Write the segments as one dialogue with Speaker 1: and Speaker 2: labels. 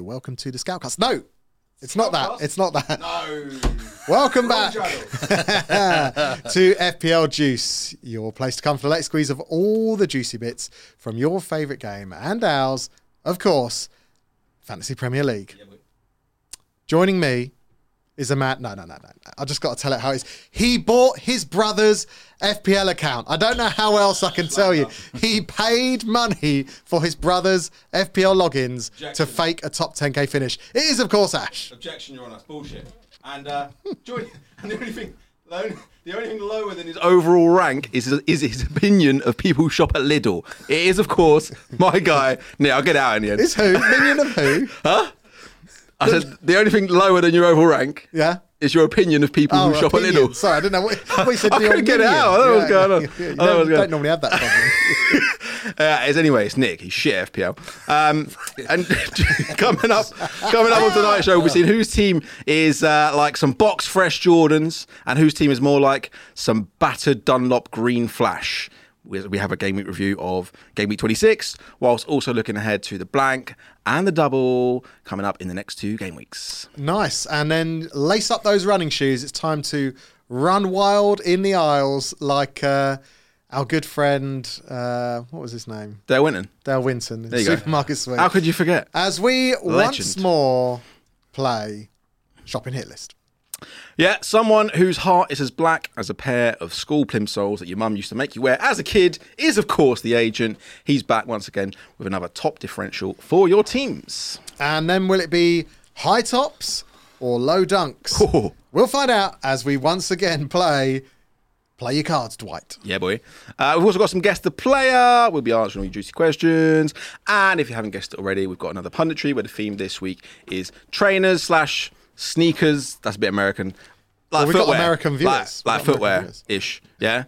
Speaker 1: welcome to the Scoutcast. No, it's not that.
Speaker 2: Scoutcast?
Speaker 1: It's not that.
Speaker 2: No.
Speaker 1: Welcome
Speaker 2: Wrong
Speaker 1: back to FPL Juice, your place to come for the late squeeze of all the juicy bits from your favourite game and ours, of course, Fantasy Premier League. Joining me is a man. No, no, no, no. I just got to tell it how it is. He bought his brother's FPL account. I don't know how else I can tell you. He paid money for his brother's FPL logins to
Speaker 2: Objection.
Speaker 1: fake a top 10k finish. It is, of course, Ash.
Speaker 2: Objection, Your Honour. It's bullshit. And uh, join. And the only thing, the only, the only thing lower than his overall rank is is his opinion of people who shop at Lidl. It is, of course, my guy. Now I'll get out in the end.
Speaker 1: Is who? Minion of who?
Speaker 2: huh? I said the only thing lower than your overall rank
Speaker 1: Yeah.
Speaker 2: is your opinion of people
Speaker 1: Oh,
Speaker 2: who shop
Speaker 1: opinion.
Speaker 2: at Lidl.
Speaker 1: Sorry, I didn't know what, what you said.
Speaker 2: I
Speaker 1: to your
Speaker 2: couldn't get it
Speaker 1: minion.
Speaker 2: out. I don't know what's going on.
Speaker 1: yeah, yeah. You
Speaker 2: I don't know
Speaker 1: don't,
Speaker 2: what's
Speaker 1: you
Speaker 2: going
Speaker 1: don't normally have that problem.
Speaker 2: Uh, it's, anyway, it's Nick. He's shit FPL. Um, and coming up, coming up on tonight's show, we'll be seeing whose team is uh, like some box fresh Jordans and whose team is more like some battered Dunlop Green Flash. We we have a game week review of game week 26, whilst also looking ahead to the blank and the double coming up in the next two game weeks.
Speaker 1: nice. And then lace up those running shoes. It's time to run wild in the aisles like uh, our good friend, uh, what was his name?
Speaker 2: They're winning.
Speaker 1: Dale Winton in
Speaker 2: you go.
Speaker 1: Supermarket Suite.
Speaker 2: How could you forget?
Speaker 1: As we once
Speaker 2: Legend.
Speaker 1: more play Shopping Hit List.
Speaker 2: Yeah, someone whose heart is as black as a pair of school plimsolls that your mum used to make you wear as a kid is, of course, the agent. He's back once again with another top differential for your teams.
Speaker 1: And then will it be high tops or low dunks?
Speaker 2: Oh.
Speaker 1: We'll find out as we once again play Play Your Cards, Dwight.
Speaker 2: Yeah, boy. Uh, we've also got some guest the player. uh, We'll be answering all your juicy questions. And if you haven't guessed it already, we've got another punditry where the theme this week is trainers slash sneakers. That's a bit American. Like
Speaker 1: Well, we've got
Speaker 2: footwear.
Speaker 1: American viewers.
Speaker 2: Like, like
Speaker 1: We've got American
Speaker 2: footwear ish. Yeah.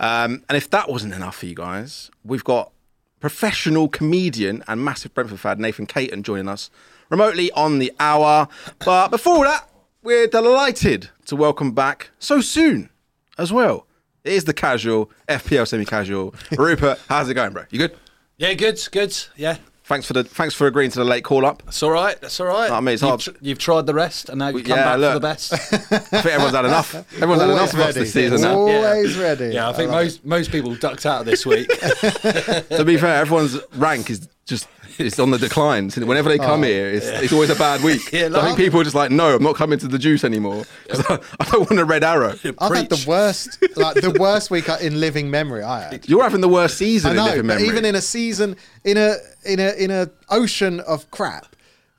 Speaker 2: Um, and if that wasn't enough for you guys, we've got professional comedian and massive Brentford fan Nathan Caton joining us remotely on the hour. But before all that, we're delighted to welcome back so soon as well. It is the casual, FPL semi casual. Rupert, how's it going, bro? You good?
Speaker 3: Yeah, good, good. Yeah,
Speaker 2: Thanks for the thanks for agreeing to the late call up.
Speaker 3: it's all right. That's all right.
Speaker 2: No, I mean, it's
Speaker 3: you've,
Speaker 2: hard.
Speaker 3: tr- you've tried the rest, and now you've come
Speaker 2: yeah,
Speaker 3: back
Speaker 2: look.
Speaker 3: for the best.
Speaker 2: I think everyone's had enough. Everyone's had enough of us this season now.
Speaker 1: Always ready.
Speaker 3: yeah, I think most most people ducked out this week.
Speaker 2: to be fair, everyone's rank is just it's on the decline. So whenever they
Speaker 1: Oh.
Speaker 2: come here, it's, it's always a bad week.
Speaker 3: Yeah,
Speaker 2: So I think
Speaker 3: like-
Speaker 2: people are just like, no, I'm not coming to the juice anymore because I, I don't want a red arrow.
Speaker 1: I've had the worst, like the worst week I- in living memory. I had.
Speaker 2: You're having the worst season
Speaker 1: I
Speaker 2: in
Speaker 1: know,
Speaker 2: living
Speaker 1: but
Speaker 2: memory.
Speaker 1: even in a season, in a in a in a ocean of crap,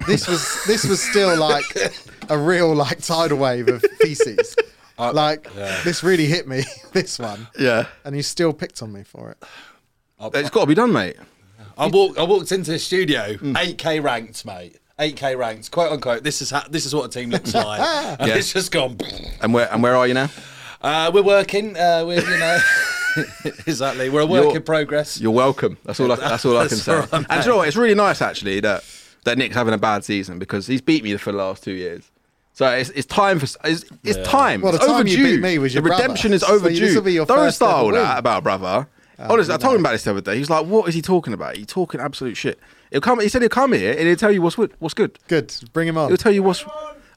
Speaker 1: this was this was still like a real like tidal wave of feces. like this really hit me. This one,
Speaker 2: yeah,
Speaker 1: and you still picked on me for it. Oh.
Speaker 2: it's got to be done, mate.
Speaker 3: I walked I walked into the studio,
Speaker 2: Hmm.
Speaker 3: eight K ranked, mate. Eight K ranked, quote unquote. This is how, this is what a team looks like. And
Speaker 2: Yeah.
Speaker 3: It's just gone.
Speaker 2: And where and where are you now?
Speaker 3: Uh, we're working. Uh, we're you know exactly. We're a work
Speaker 2: You're-
Speaker 3: in progress.
Speaker 2: You're welcome. That's all. I, that's all I can
Speaker 3: That's
Speaker 2: say.
Speaker 3: all right,
Speaker 2: and do you know what? It's really nice actually that that Nick's having a bad season because he's beat me for the last two years. So it's, it's time for it's, it's time.
Speaker 1: Well, the
Speaker 2: it's
Speaker 1: time you
Speaker 2: overdue.
Speaker 1: beat me was your
Speaker 2: the
Speaker 1: brother.
Speaker 2: redemption is
Speaker 1: So
Speaker 2: overdue.
Speaker 1: this will be your
Speaker 2: Don't
Speaker 1: first
Speaker 2: start all
Speaker 1: ever win. Oh,
Speaker 2: that about brother. Honestly, I told him about this the other day. He's like, "What is he talking about? He's talking absolute shit." He'll come. He said he'll come here and he'll tell you what's good. What's good.
Speaker 1: Good, bring him on.
Speaker 2: He'll tell you what's.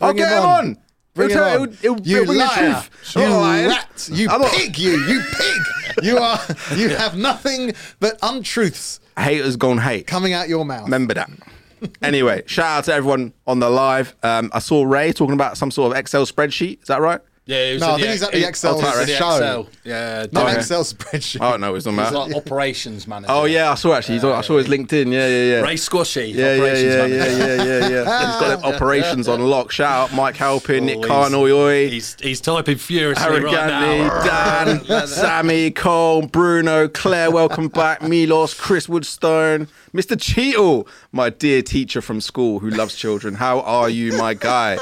Speaker 2: I'll
Speaker 1: Bring
Speaker 2: get
Speaker 1: him
Speaker 2: him
Speaker 1: on.
Speaker 2: on.
Speaker 1: Bring
Speaker 2: he'll
Speaker 1: him
Speaker 2: tell
Speaker 1: on.
Speaker 2: He'll, he'll,
Speaker 1: you
Speaker 2: he'll bring the
Speaker 1: liar.
Speaker 2: truth.
Speaker 1: You
Speaker 2: I'm not lying.
Speaker 1: rat. You
Speaker 2: I'm not-
Speaker 1: pig. You. You pig. You are. You have nothing but untruths
Speaker 2: Haters gone hate.
Speaker 1: coming out your mouth.
Speaker 2: Remember that. anyway, shout out to everyone on the live. Um, I saw Ray talking about some sort of Excel spreadsheet. Is that right?
Speaker 3: Yeah, it was
Speaker 1: No, I
Speaker 3: in
Speaker 1: think
Speaker 3: the,
Speaker 1: he's at the Excel
Speaker 3: it was in the
Speaker 1: show.
Speaker 3: Excel. Yeah,
Speaker 1: Not
Speaker 2: Okay.
Speaker 1: Excel spreadsheet.
Speaker 2: I don't know. It's not
Speaker 3: he's
Speaker 2: that.
Speaker 3: like operations manager.
Speaker 2: oh yeah, I saw actually. He's on- I saw his LinkedIn. Yeah, yeah, yeah.
Speaker 3: Ray Squashy.
Speaker 2: yeah, yeah,
Speaker 3: operations
Speaker 2: yeah,
Speaker 3: manager.
Speaker 2: yeah, yeah, yeah, yeah. He's got them operations on lock. Shout out Mike Halpin, Nick
Speaker 3: he's-
Speaker 2: Carnoy,
Speaker 3: He's he's typing furiously
Speaker 2: Arrogantly,
Speaker 3: right
Speaker 2: Dan, Sammy, Cole, Bruno, Claire, welcome back, Milos, Chris Woodstone, Mr. Cheetle, my dear teacher from school who loves children. How are you, my guy?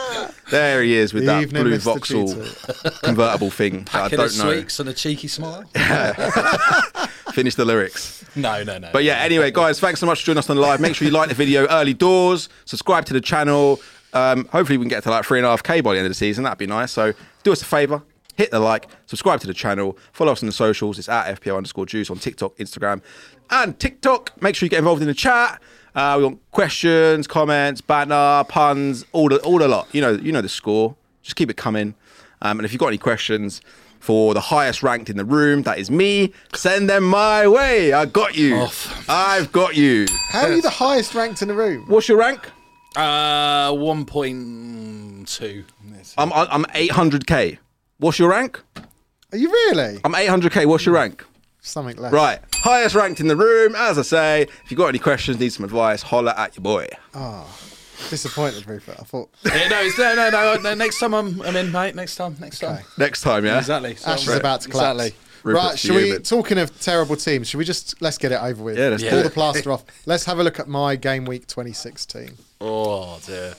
Speaker 2: There he is with that
Speaker 1: Evening,
Speaker 2: blue
Speaker 1: Mr.
Speaker 2: Vauxhall convertible thing. that
Speaker 3: now.
Speaker 2: I
Speaker 3: Killer
Speaker 2: don't know.
Speaker 3: sweets and a cheeky smile.
Speaker 2: Finish the lyrics.
Speaker 3: no, no, no.
Speaker 2: But yeah, anyway, guys, thanks so much for joining us on live. Make sure you like the video early doors, subscribe to the channel. Um, hopefully, we can get to like 3.5k by the end of the season. That'd be nice. So do us a favor, hit the like, subscribe to the channel, follow us on the socials. It's at FPL underscore juice on TikTok, Instagram, and TikTok. Make sure you get involved in the chat. Uh, we want questions, comments, banter, puns, all the all the lot. You know, you know the score. Just keep it coming. Um, and if you've got any questions for the highest ranked in the room, that is me, send them my way. I got you.
Speaker 3: Off.
Speaker 2: I've got you.
Speaker 1: How are you the highest ranked in the room?
Speaker 2: What's your rank?
Speaker 3: Uh, one point two.
Speaker 2: I'm I'm 800k. What's your rank?
Speaker 1: Are you really?
Speaker 2: I'm 800k. What's your rank?
Speaker 1: Something less.
Speaker 2: Right, highest ranked in the room. As I say, if you've got any questions, need some advice, holler at your boy.
Speaker 1: Disappointed, Rupert. I thought.
Speaker 3: yeah, no, it's, no, no, no, no. Next time I'm, I'm in, mate. Next time, next time.
Speaker 2: Next time, yeah.
Speaker 3: Exactly. So-
Speaker 1: Ash is about to collapse.
Speaker 3: Exactly.
Speaker 2: Rupert's
Speaker 1: right, should we?
Speaker 2: human.
Speaker 1: Talking of terrible teams, should we just let's get it over with?
Speaker 2: Yeah, let's
Speaker 1: pull
Speaker 2: do
Speaker 1: the
Speaker 2: it.
Speaker 1: plaster off. Let's have a look at my game week 2016
Speaker 3: Oh dear,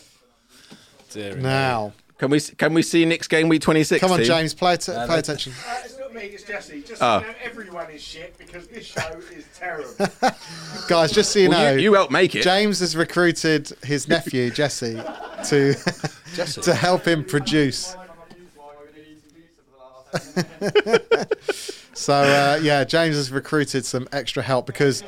Speaker 3: dear.
Speaker 1: now.
Speaker 2: Can we can we see Nick's game week 26?
Speaker 1: Come on,
Speaker 2: team?
Speaker 1: James, play, att- pay attention.
Speaker 4: Uh, it's not me, it's Jesse. Just
Speaker 1: Ah.
Speaker 4: so you know, everyone is shit because this show is terrible.
Speaker 1: Guys, just so you
Speaker 2: Well,
Speaker 1: know,
Speaker 2: you, you helped make it.
Speaker 1: James has recruited his nephew Jesse to to help him produce. So uh, yeah, James has recruited some extra help because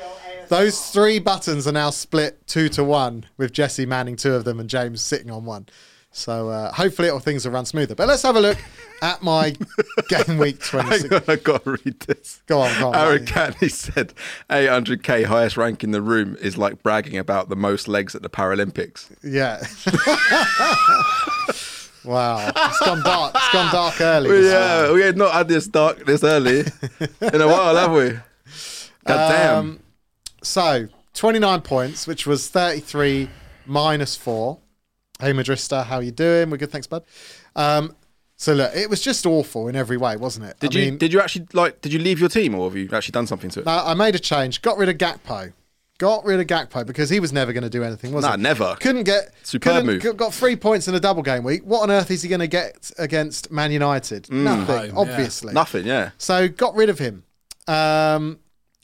Speaker 1: those three buttons are now split two to one with Jesse manning two of them and James sitting on one. So uh, hopefully it'll, things will run smoother. But let's have a look at my game week
Speaker 2: Hang
Speaker 1: 26.
Speaker 2: on, I've got to read this.
Speaker 1: Go on, go on.
Speaker 2: Aaron Catley said 800k highest rank in the room is like bragging about the most legs at the Paralympics.
Speaker 1: Yeah. wow. It's gone dark. It's gone dark early. this week.
Speaker 2: Oh, yeah, we had not had this dark this early in a while, have we? God damn.
Speaker 1: Um, So 29 points, which was 33 minus four. Hey Madrista, how you doing? We're good, thanks, bud. Um, so look, it was just awful in every way, wasn't it?
Speaker 2: did
Speaker 1: I
Speaker 2: you
Speaker 1: mean,
Speaker 2: did you actually like did you leave your team or have you actually done something to it?
Speaker 1: no, I made a change, got rid of Gakpo, got rid of Gakpo because he was never going to do anything, was
Speaker 2: Nah,
Speaker 1: he?
Speaker 2: never.
Speaker 1: Couldn't get
Speaker 2: Superb
Speaker 1: couldn't-
Speaker 2: move.
Speaker 1: got- Got three points in a double game week. What on earth is he going to get against Man United?
Speaker 2: Mm.
Speaker 1: Nothing,
Speaker 3: Home, yeah.
Speaker 1: obviously.
Speaker 2: Nothing, yeah.
Speaker 1: So got rid of him. Um,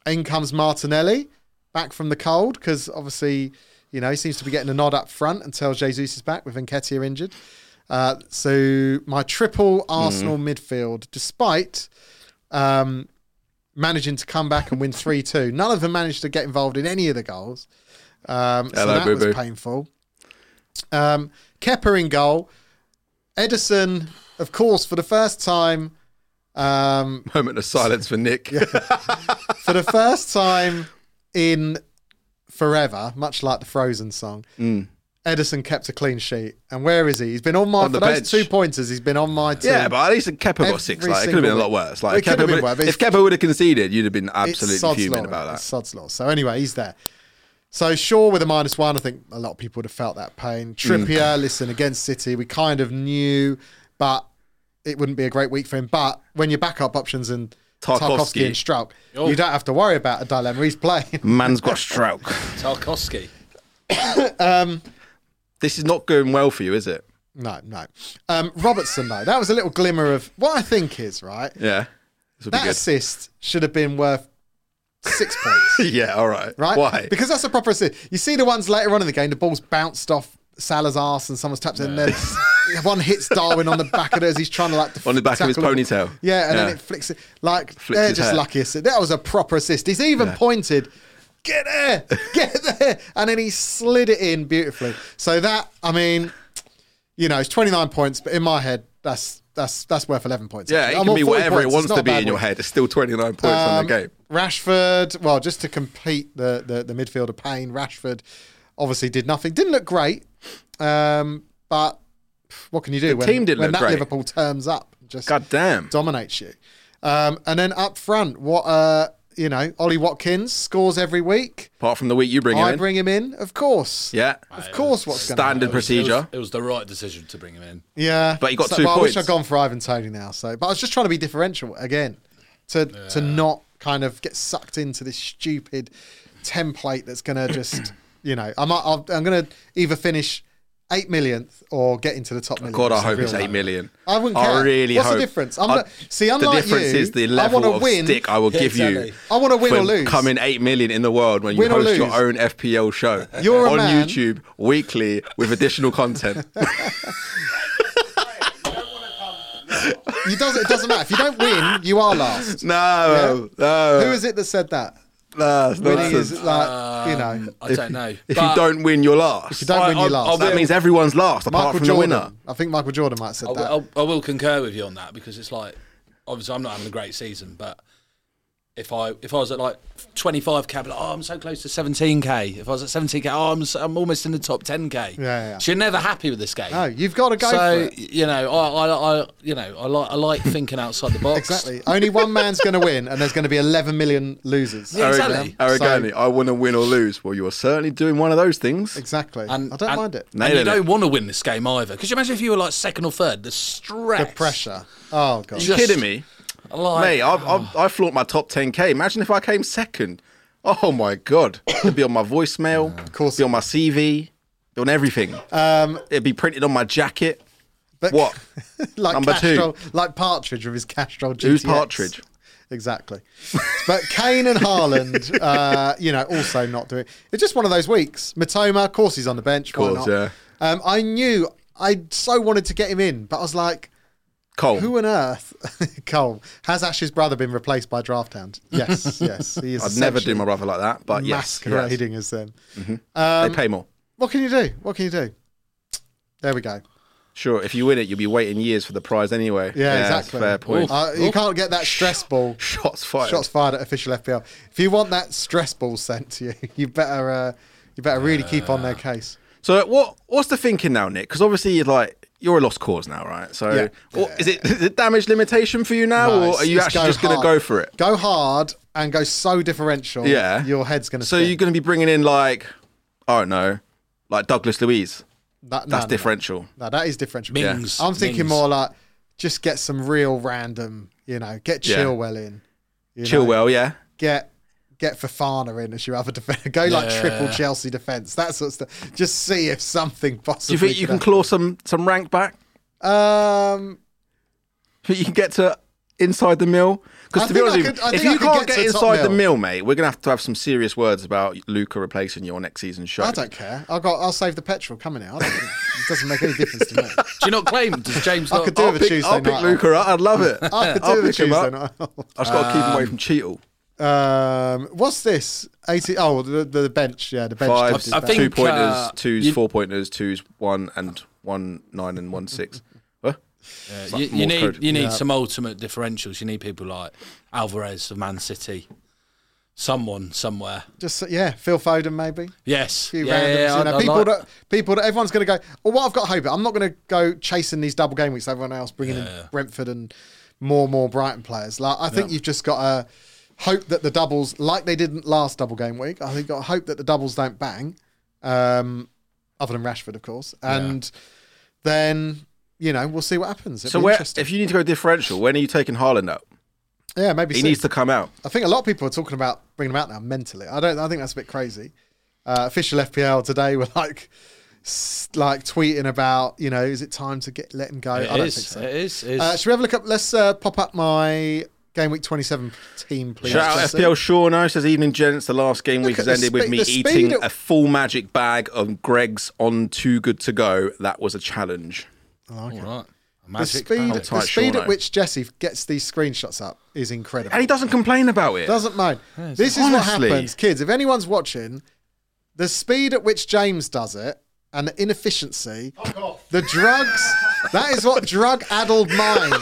Speaker 1: in comes Martinelli back from the cold because obviously, you know, he seems to be getting a nod up front until Jesus is back with Enketia injured. Uh, so my triple Arsenal
Speaker 2: Mm.
Speaker 1: midfield, despite um, managing to come back and win 3 2, none of them managed to get involved in any of the goals. Um, so
Speaker 2: Hello,
Speaker 1: that
Speaker 2: boo-boo.
Speaker 1: was painful. Um, Kepper in goal. Edison, of course, for the first time. Um,
Speaker 2: Moment of silence for Nick.
Speaker 1: for the first time in forever, much like the Frozen song,
Speaker 2: Mm.
Speaker 1: Edison kept a clean sheet. And where is he? He's been on my
Speaker 2: On the
Speaker 1: for those
Speaker 2: bench.
Speaker 1: two pointers. He's been on my team.
Speaker 2: Yeah, but at least Kepper got six.
Speaker 1: Every
Speaker 2: Like, it could have been a
Speaker 1: single
Speaker 2: lot
Speaker 1: week.
Speaker 2: worse. Like
Speaker 1: It could have
Speaker 2: Kepa
Speaker 1: been
Speaker 2: would-
Speaker 1: worse, but
Speaker 2: if Kepper would have conceded, you'd have been
Speaker 1: It's
Speaker 2: absolutely
Speaker 1: sod's
Speaker 2: fuming
Speaker 1: law,
Speaker 2: about
Speaker 1: It's
Speaker 2: that.
Speaker 1: sod's law. So anyway, he's there. So Shaw with a minus one. I think a lot of people would have felt that
Speaker 2: Mm.
Speaker 1: pain. Trippier, listen, against City, we kind of knew, but it wouldn't be a great week for him. But when your backup options and Tarkovsky,
Speaker 2: Tarkovsky.
Speaker 1: and Strouk, you don't have to worry about a dilemma. He's playing.
Speaker 2: Man's got stroke.
Speaker 3: Tarkovsky.
Speaker 2: this is not going well for you, is it?
Speaker 1: No, no. Um, Robertson, though, that was a little glimmer of what I think is, right?
Speaker 2: Yeah. This will be
Speaker 1: That
Speaker 2: good.
Speaker 1: assist should have been worth six points,
Speaker 2: Yeah, all right.
Speaker 1: right?
Speaker 2: Why?
Speaker 1: Because that's a proper assist. You see the ones later on in the game, the ball's bounced off Salah's arse and someone's tapped it, and then one hits Darwin on the back of it as he's trying to, like, def-
Speaker 2: On the back of his
Speaker 1: tackle.
Speaker 2: ponytail.
Speaker 1: Yeah, and
Speaker 2: Yeah.
Speaker 1: then it flicks it. Like,
Speaker 2: Flicks
Speaker 1: they're
Speaker 2: his
Speaker 1: just
Speaker 2: hat.
Speaker 1: lucky assist. That was a proper assist. He's even pointed. Get there, get there, and then he slid it in beautifully. So that, I mean, you know, it's 29 points, but in my head, that's that's that's worth 11 points.
Speaker 2: yeah,
Speaker 1: actually.
Speaker 2: it
Speaker 1: I'm
Speaker 2: can
Speaker 1: on
Speaker 2: be
Speaker 1: 40
Speaker 2: whatever
Speaker 1: points,
Speaker 2: it
Speaker 1: it's
Speaker 2: wants
Speaker 1: not
Speaker 2: to
Speaker 1: a
Speaker 2: be
Speaker 1: bad
Speaker 2: in your
Speaker 1: week.
Speaker 2: head. It's still 29 points on
Speaker 1: Um,
Speaker 2: the game.
Speaker 1: Rashford, well, just to complete the, the the midfielder pain, Rashford obviously did nothing. Didn't look great, um, but what can you do when,
Speaker 2: team didn't
Speaker 1: when
Speaker 2: look
Speaker 1: that
Speaker 2: great.
Speaker 1: Liverpool turns up? Just
Speaker 2: God damn.
Speaker 1: dominates you. Um, and then up front, what uh, you know, Ollie Watkins scores every week.
Speaker 2: Apart from the week you bring him
Speaker 1: Oh, I
Speaker 2: in.
Speaker 1: bring him in, of course.
Speaker 2: yeah.
Speaker 1: Of course, what's going
Speaker 2: Standard
Speaker 3: It
Speaker 2: procedure.
Speaker 3: was, it was the right decision to bring him in.
Speaker 1: Yeah,
Speaker 2: But he got
Speaker 1: So-
Speaker 2: two
Speaker 1: well, I wish
Speaker 2: points.
Speaker 1: I'd gone for Ivan Tony now. So, but I was just trying to be differential again, to to not kind of get sucked into this stupid template that's going to just you know I'm I'll, I'm going to either finish eight millionth or get into the top million.
Speaker 2: God, I
Speaker 1: It's a
Speaker 2: hope
Speaker 1: real
Speaker 2: it's eight
Speaker 1: nightmare.
Speaker 2: million.
Speaker 1: I wouldn't
Speaker 2: I
Speaker 1: care.
Speaker 2: really
Speaker 1: What's the
Speaker 2: hope.
Speaker 1: difference? I'm
Speaker 2: I-
Speaker 1: not- see,
Speaker 2: the
Speaker 1: unlike
Speaker 2: difference
Speaker 1: you,
Speaker 2: is the
Speaker 1: I
Speaker 2: level
Speaker 1: wanna
Speaker 2: of
Speaker 1: win.
Speaker 2: stick I will
Speaker 3: Yeah,
Speaker 2: give you.
Speaker 3: exactly.
Speaker 1: I wanna win or lose.
Speaker 2: Coming eight million in the world when you
Speaker 1: Win or
Speaker 2: host your
Speaker 1: lose.
Speaker 2: own FPL show
Speaker 1: You're a
Speaker 2: on
Speaker 1: man.
Speaker 2: YouTube weekly with additional content.
Speaker 1: You does, it doesn't matter if you don't win, you are last.
Speaker 2: No, no.
Speaker 1: Who is it that said that?
Speaker 2: Nah, it's
Speaker 1: Winning
Speaker 2: nonsense.
Speaker 1: is like you know.
Speaker 3: I don't know.
Speaker 2: If
Speaker 3: But
Speaker 2: you don't win, you're last.
Speaker 1: If you don't win, you
Speaker 3: I'll- I'll
Speaker 1: last.
Speaker 3: be-
Speaker 2: that means everyone's last apart
Speaker 1: Michael
Speaker 2: from
Speaker 1: Jordan.
Speaker 2: the winner.
Speaker 1: I think Michael Jordan might have said
Speaker 3: I will,
Speaker 1: that.
Speaker 3: I'll- I will concur with you on that because it's like, obviously, I'm not having a great season, but if I if I was at like 25k, I'd be like, oh, I'm so close to 17k. If I was at 17k, oh, I'm, so, I'm almost in the top 10k.
Speaker 1: Yeah, yeah, yeah.
Speaker 3: So you're never happy with this game.
Speaker 1: no, you've got to go
Speaker 3: so
Speaker 1: for it.
Speaker 3: you know, I, I, I, you know, I like I like thinking outside the box.
Speaker 1: Exactly. Only one man's going to win, and there's going to be 11 million losers.
Speaker 3: Yeah, exactly.
Speaker 2: Arrogant- Arrogantly, I want to win or lose. Well, you're certainly doing one of those things.
Speaker 1: Exactly.
Speaker 3: And-
Speaker 1: I don't
Speaker 3: and-
Speaker 1: mind it.
Speaker 2: No,
Speaker 3: and
Speaker 2: they
Speaker 3: you
Speaker 2: don't.
Speaker 3: don't want to win this game either. Because you imagine if you were like second or third, the stress,
Speaker 1: The pressure. Oh god.
Speaker 3: Just-
Speaker 2: kidding me?
Speaker 3: Like,
Speaker 2: Mate, I,
Speaker 1: oh.
Speaker 2: I, I flaunt my top 10k. Imagine if I came second. Oh my god, it'd be on my voicemail. Of
Speaker 1: course.
Speaker 2: be on my CV, be on everything. Um, it'd be printed on my jacket.
Speaker 1: But-
Speaker 2: what?
Speaker 1: like
Speaker 2: Number two.
Speaker 1: Castrol, like Partridge with his Castrol GTX.
Speaker 2: Who's Partridge?
Speaker 1: Exactly. But Kane and Haaland, uh, you know, also not doing. It's just one of those weeks. Matoma, of course, he's on the bench.
Speaker 2: Course,
Speaker 1: why not?
Speaker 2: yeah.
Speaker 1: Um, I knew I so wanted to get him in, but I was like,
Speaker 2: Cole.
Speaker 1: who on earth? Cole has Ash's brother been replaced by Drafthound? Yes, yes, he is.
Speaker 2: I'd never
Speaker 1: essentially
Speaker 2: do my brother like that, but yes, yes.
Speaker 1: masquerading Um, as them.
Speaker 2: they pay more.
Speaker 1: What can you do? What can you do? There we go.
Speaker 2: Sure, if you win it, you'll be waiting years for the prize anyway.
Speaker 1: Yeah,
Speaker 2: that's
Speaker 1: exactly.
Speaker 2: Fair point.
Speaker 1: Uh,
Speaker 3: Oh.
Speaker 1: you can't get that stress ball.
Speaker 2: Shots fired.
Speaker 1: Shots fired at official FPL. If you want that stress ball sent to you, you better uh, you better really keep on their case.
Speaker 2: So what what's the thinking now, Nick? Because obviously you're like you're a lost cause now, right? So
Speaker 1: Yeah.
Speaker 2: what- is it is it damage limitation for you now,
Speaker 1: No,
Speaker 2: or
Speaker 1: it's-
Speaker 2: are you
Speaker 1: it's
Speaker 2: actually
Speaker 1: go
Speaker 2: just going to
Speaker 1: hard.
Speaker 2: go for it?
Speaker 1: Go hard and go so differential.
Speaker 2: Yeah.
Speaker 1: your head's going to.
Speaker 2: So you're going to be bringing in like I don't know, like Douglas Louise.
Speaker 1: that, no,
Speaker 2: That's
Speaker 1: no,
Speaker 2: differential.
Speaker 1: No, that is differential.
Speaker 3: Mings,
Speaker 1: I'm thinking
Speaker 3: Mings.
Speaker 1: more like just get some real random. You know, get
Speaker 2: Yeah.
Speaker 1: Chillwell in. you know,
Speaker 2: Chillwell, yeah.
Speaker 1: get get Fafana in as your other defender. Go like triple Chelsea defence. That sort of stuff. Just see if something
Speaker 2: Do you
Speaker 1: possibly.
Speaker 2: think you can
Speaker 1: happen.
Speaker 2: claw some some rank back?
Speaker 1: Um,
Speaker 2: Think you can get to inside the mill?
Speaker 1: I
Speaker 2: Because to be
Speaker 1: think I
Speaker 2: honest, with
Speaker 1: could-
Speaker 2: you,
Speaker 1: I
Speaker 2: if
Speaker 1: think I
Speaker 2: you
Speaker 1: could
Speaker 2: can't
Speaker 1: get
Speaker 2: get,
Speaker 1: to top
Speaker 2: inside the
Speaker 1: mill.
Speaker 2: mill, mate, we're going to have to have some serious words about Luca replacing your next season show.
Speaker 1: I don't care. I got. I'll save the petrol coming out. It doesn't make any difference to me.
Speaker 3: do you not claim? Does James? Not,
Speaker 1: could do
Speaker 2: I'll
Speaker 1: with a
Speaker 2: pick,
Speaker 1: Tuesday
Speaker 2: I'll pick
Speaker 1: night
Speaker 2: Luca up. I'd love it.
Speaker 1: I could
Speaker 2: I'll
Speaker 1: do the
Speaker 2: pick him
Speaker 1: Tuesday
Speaker 2: up.
Speaker 1: night.
Speaker 2: I just got to keep him away from Cheetle.
Speaker 1: Um, what's this? Eighty. Oh, the, the bench. Yeah, the bench.
Speaker 2: Five,
Speaker 1: tips is
Speaker 3: I
Speaker 1: back.
Speaker 3: think,
Speaker 2: two pointers,
Speaker 3: uh,
Speaker 2: twos,
Speaker 3: you-
Speaker 2: four pointers, twos, one and one nine and one six. Huh?
Speaker 3: Yeah,
Speaker 2: like
Speaker 3: you, you
Speaker 2: Morse
Speaker 3: need
Speaker 2: code.
Speaker 3: you need some ultimate differentials. You need people like Alvarez of Man City, someone somewhere.
Speaker 1: Just yeah, Phil Foden maybe.
Speaker 3: Yes,
Speaker 1: few
Speaker 3: yeah,
Speaker 1: randoms,
Speaker 3: yeah,
Speaker 1: you
Speaker 3: I'd-
Speaker 1: know,
Speaker 3: I'd
Speaker 1: people
Speaker 3: like-
Speaker 1: that people that everyone's going to go. Well, what I've got hope. I'm not going to go chasing these double game weeks. Everyone else bringing in Brentford and more more Brighton players. Like I think you've just got to hope that the doubles, like they didn't last double game week. I think got to hope that the doubles don't bang. Um, other than Rashford, of course, and then you know we'll see what happens. It'll
Speaker 2: So
Speaker 1: be
Speaker 2: where,
Speaker 1: interesting.
Speaker 2: if you need to go differential, when are you taking Haaland up?
Speaker 1: yeah, maybe
Speaker 2: He
Speaker 1: soon.
Speaker 2: needs to come out.
Speaker 1: I think a lot of people are talking about bringing them out now mentally. I don't. I think that's a bit crazy. Uh, official FPL today were like, s- like tweeting about you know is it time to get let him go? I
Speaker 3: It
Speaker 1: don't
Speaker 3: is,
Speaker 1: think
Speaker 3: it is. It
Speaker 1: so.
Speaker 3: is.
Speaker 1: Uh, should we have a look up? Let's uh, pop up my game week twenty seven team, please.
Speaker 2: Shout out
Speaker 1: Jesse.
Speaker 2: FPL Shawno says, Evening gents, the last game week
Speaker 1: Look at
Speaker 2: has
Speaker 1: the
Speaker 2: ended with
Speaker 1: spe-
Speaker 2: me
Speaker 1: the speed
Speaker 2: eating
Speaker 1: at-
Speaker 2: a full magic bag of Greg's on Too Good To Go. That was a challenge.
Speaker 3: All right.
Speaker 1: The
Speaker 3: Magic
Speaker 1: speed,
Speaker 3: power.
Speaker 1: the
Speaker 2: tight,
Speaker 1: speed
Speaker 2: Shauno.
Speaker 1: at which Jesse gets these screenshots up is incredible.
Speaker 2: And he doesn't complain about it.
Speaker 1: Doesn't mind. This is what
Speaker 2: Honestly.
Speaker 1: happens, kids. If anyone's watching, the speed at which James does it and the inefficiency, the drugs. That is what drug-addled mind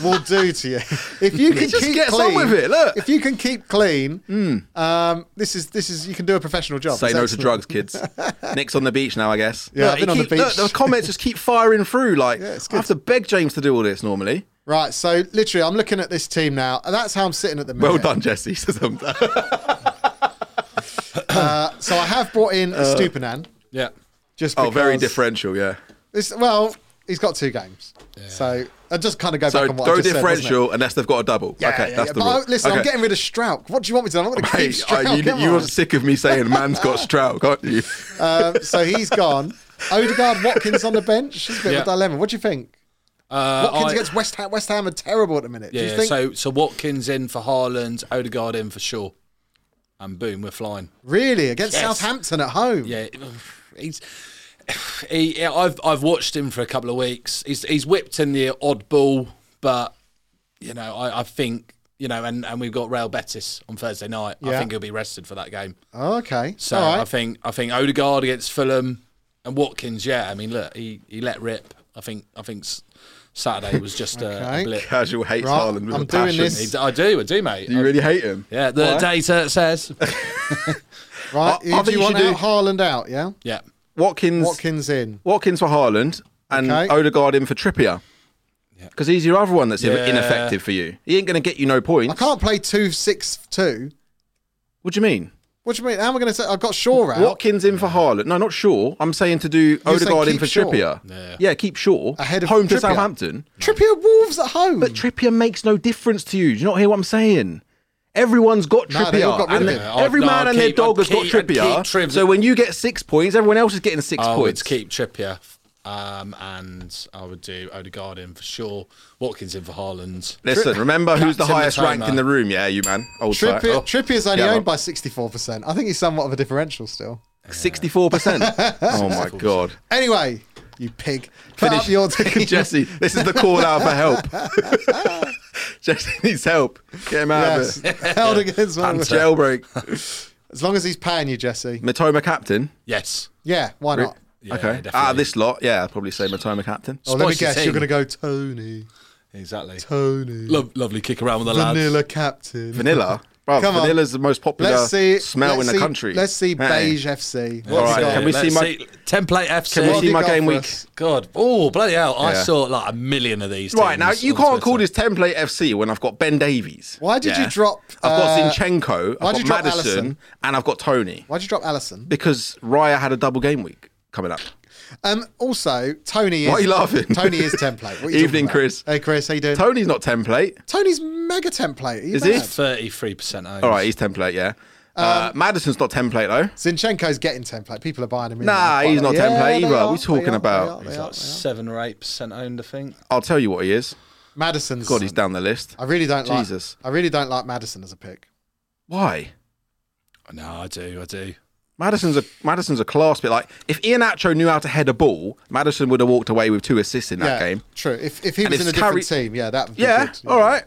Speaker 1: will do to you. If you can
Speaker 2: just
Speaker 1: keep
Speaker 2: gets on
Speaker 1: clean,
Speaker 2: with it, look. Hmm.
Speaker 1: if you can keep clean, um, this is this is you can do a professional job.
Speaker 2: Say
Speaker 1: It's
Speaker 2: no to
Speaker 1: excellent.
Speaker 2: drugs, kids. Nick's on the beach now, I guess.
Speaker 1: Yeah, I've
Speaker 2: he
Speaker 1: been on the
Speaker 2: keep- Look,
Speaker 1: beach.
Speaker 2: the comments just keep firing through. Like,
Speaker 1: it's
Speaker 2: I have to beg James to do all this normally.
Speaker 1: Right. So literally, I'm looking at this team now, and that's how I'm sitting at the minute.
Speaker 2: Well done, Jesse. says I'm done.
Speaker 1: Uh, so I have brought in Stupinan.
Speaker 3: Yeah.
Speaker 1: Just
Speaker 2: Uh, oh, very
Speaker 1: because
Speaker 2: differential, yeah.
Speaker 1: It's, well, he's got two games, so I just kind of go
Speaker 2: So
Speaker 1: back on what I
Speaker 2: go
Speaker 1: just said, wasn't it?
Speaker 2: differential unless they've got a double. okay, that's
Speaker 1: but
Speaker 2: the rule.
Speaker 1: I- listen,
Speaker 2: okay.
Speaker 1: I'm getting rid of Strouk. What do you want me to do? I want to keep
Speaker 2: Hey,
Speaker 1: Strouk.
Speaker 2: I- you,
Speaker 1: come
Speaker 2: you
Speaker 1: on.
Speaker 2: are sick of me saying man's got Stroud, aren't you?
Speaker 1: Um, so he's gone. Odegaard, Watkins on the bench. It's a bit
Speaker 3: Yeah.
Speaker 1: of a dilemma. What do you think?
Speaker 3: Uh,
Speaker 1: Watkins
Speaker 3: I-
Speaker 1: against West Ham. West Ham are terrible at the minute.
Speaker 3: yeah,
Speaker 1: do you think?
Speaker 3: So so Watkins in for Haaland, Odegaard in for Shaw, and boom, we're flying.
Speaker 1: really against
Speaker 3: Yes.
Speaker 1: Southampton at home.
Speaker 3: Yeah, he's. He, yeah, I've I've watched him for a couple of weeks. He's he's whipped in the odd ball, but you know I, I think you know, and, and we've got Real Betis on Thursday night. I
Speaker 1: Yeah.
Speaker 3: think he'll be rested for that game.
Speaker 1: Okay.
Speaker 3: So
Speaker 1: All
Speaker 3: I
Speaker 1: right.
Speaker 3: think I think Odegaard against Fulham and Watkins. Yeah, I mean, look, he, he let rip. I think I think s- Saturday was just a,
Speaker 1: Okay.
Speaker 3: a blip.
Speaker 2: Casual hates
Speaker 1: Right,
Speaker 2: Haaland with
Speaker 1: I'm
Speaker 2: a
Speaker 1: doing
Speaker 2: passion.
Speaker 1: this.
Speaker 3: He d- I do, I do, mate.
Speaker 2: Do you
Speaker 3: I-
Speaker 2: really hate him?
Speaker 3: yeah, the
Speaker 2: Why?
Speaker 3: data says.
Speaker 1: Right.
Speaker 2: I- I
Speaker 1: Who
Speaker 2: think
Speaker 1: do you
Speaker 2: you
Speaker 1: want
Speaker 2: should
Speaker 1: out?
Speaker 2: do-
Speaker 1: Haaland out, yeah?
Speaker 3: yeah,
Speaker 2: Watkins, Watkins,
Speaker 1: Watkins in.
Speaker 2: for Haaland and
Speaker 1: Okay.
Speaker 2: Odegaard in for Trippier. Because he's your other one that's
Speaker 3: Yeah.
Speaker 2: ineffective for you. He ain't going to get you no points.
Speaker 1: I can't play two six two.
Speaker 2: What do you mean?
Speaker 1: What do you mean? How am I going to say? I've got Shaw out
Speaker 2: Watkins in for Haaland. No, not Shaw. I'm saying to do
Speaker 1: saying
Speaker 2: Odegaard in
Speaker 1: keep
Speaker 2: for
Speaker 1: Shaw.
Speaker 2: Trippier.
Speaker 3: Yeah.
Speaker 2: keep Shaw.
Speaker 1: Ahead of
Speaker 2: Home to
Speaker 1: Trippier.
Speaker 2: Southampton.
Speaker 1: Trippier Wolves at home.
Speaker 2: But Trippier makes no difference to you. Do you not hear what I'm saying? Everyone's got
Speaker 1: No,
Speaker 2: Trippier.
Speaker 1: they all got rid
Speaker 2: and
Speaker 1: of Oh,
Speaker 2: the-
Speaker 3: him. Yeah,
Speaker 2: every
Speaker 3: I'd- no,
Speaker 2: man
Speaker 3: I'd
Speaker 2: and their
Speaker 3: keep-
Speaker 2: dog
Speaker 3: I'd
Speaker 2: has got
Speaker 3: keep- I'd
Speaker 2: Trippier.
Speaker 3: keep Triv-
Speaker 2: So when you get six points, everyone else is getting six
Speaker 1: Oh,
Speaker 3: I
Speaker 2: points.
Speaker 3: would keep Trippier, um, and I would do Odegaard in for sure. Watkins in for Haaland.
Speaker 2: Listen, remember who's the
Speaker 3: Captain
Speaker 2: highest
Speaker 3: Matoma.
Speaker 2: ranked in the room? Yeah, you man. Old
Speaker 1: Trippier,
Speaker 2: Trippier.
Speaker 1: Trippier's only
Speaker 2: Yeah,
Speaker 1: owned
Speaker 2: right.
Speaker 1: by 64%. I think he's somewhat of a differential still.
Speaker 2: 64%. oh my God.
Speaker 1: Anyway, you pig. Put up your team.
Speaker 2: Jesse, this is the call out for help. Jesse needs help. Get him out
Speaker 1: Yes.
Speaker 2: of it.
Speaker 1: Held against one of
Speaker 3: Banter.
Speaker 1: them.
Speaker 2: Jailbreak.
Speaker 1: As long as he's paying you, Jesse.
Speaker 2: Matoma captain.
Speaker 3: Yes.
Speaker 1: Oh, Yeah, why not?
Speaker 3: Yeah,
Speaker 2: okay. Out of
Speaker 3: definitely.
Speaker 2: this lot, yeah, I'd probably say Matoma captain.
Speaker 1: Oh, let me
Speaker 3: Spicy
Speaker 1: guess, you're
Speaker 3: team.
Speaker 1: going to go Tony.
Speaker 3: Exactly.
Speaker 1: Tony.
Speaker 3: Lo- lovely kick around with the lads.
Speaker 1: Vanilla captain.
Speaker 2: Vanilla. Bro,
Speaker 1: Come on.
Speaker 2: vanilla's the most popular
Speaker 1: Let's see.
Speaker 2: smell
Speaker 1: let's
Speaker 2: in the
Speaker 1: see-
Speaker 2: country.
Speaker 1: Let's see
Speaker 2: Hey.
Speaker 1: beige FC. What
Speaker 2: All
Speaker 1: have
Speaker 2: right,
Speaker 1: you got?
Speaker 2: can we
Speaker 3: Let's
Speaker 2: see my-
Speaker 3: template FC?
Speaker 2: Can we
Speaker 1: What have
Speaker 2: see
Speaker 1: you
Speaker 2: my
Speaker 1: got
Speaker 2: game
Speaker 1: for
Speaker 2: week?
Speaker 1: us?
Speaker 3: God, oh bloody hell! I
Speaker 2: Yeah.
Speaker 3: saw like a million of these.
Speaker 2: Right, now
Speaker 3: teams
Speaker 2: you
Speaker 3: on
Speaker 2: can't
Speaker 3: Twitter.
Speaker 2: call this template FC when I've got Ben Davies.
Speaker 1: Why did you drop,
Speaker 2: I've got
Speaker 1: uh,
Speaker 2: Zinchenko,
Speaker 1: why
Speaker 2: I've
Speaker 1: did
Speaker 2: got
Speaker 1: you drop
Speaker 2: Madison,
Speaker 1: Alisson?
Speaker 2: and I've got Tony.
Speaker 1: Why'd you drop Allison?
Speaker 2: Because Raya had a double game week coming up.
Speaker 1: Um, also, Tony is.
Speaker 2: Why are you laughing?
Speaker 1: Tony is template. What are you talking
Speaker 2: Evening,
Speaker 1: about?
Speaker 2: Chris.
Speaker 1: Hey, Chris, how you doing?
Speaker 2: Tony's not template.
Speaker 1: Tony's mega template. Are you
Speaker 2: Is he?
Speaker 1: mad?
Speaker 3: Thirty-three percent owned.
Speaker 2: All right, he's template, yeah. uh,
Speaker 1: Um,
Speaker 2: Madison's not template, though.
Speaker 1: Zinchenko's getting template. People are buying him. In
Speaker 2: Nah,
Speaker 1: now.
Speaker 2: he's not
Speaker 1: Yeah,
Speaker 2: template
Speaker 1: they
Speaker 2: either.
Speaker 1: are,
Speaker 2: We're
Speaker 1: they
Speaker 2: talking
Speaker 1: are, they
Speaker 2: about-
Speaker 1: are, they
Speaker 3: He's
Speaker 1: are,
Speaker 3: like
Speaker 1: they are.
Speaker 3: seven or eight percent owned, I think.
Speaker 2: I'll tell you what he is.
Speaker 1: Madison's.
Speaker 2: God, he's down the list.
Speaker 1: I really don't
Speaker 2: Jesus.
Speaker 1: like. I really don't like Madison as a pick.
Speaker 2: Why?
Speaker 3: No, I do, I do.
Speaker 2: Madison's a Madison's a class bit. Like if Ian Acho knew how to head a ball, Madison would have walked away with two assists in that
Speaker 1: yeah,
Speaker 2: game.
Speaker 1: True. If, if he
Speaker 2: And
Speaker 1: was
Speaker 2: if
Speaker 1: in a different
Speaker 2: Carri-
Speaker 1: team, yeah, that would be
Speaker 2: Yeah,
Speaker 1: good.
Speaker 2: all right.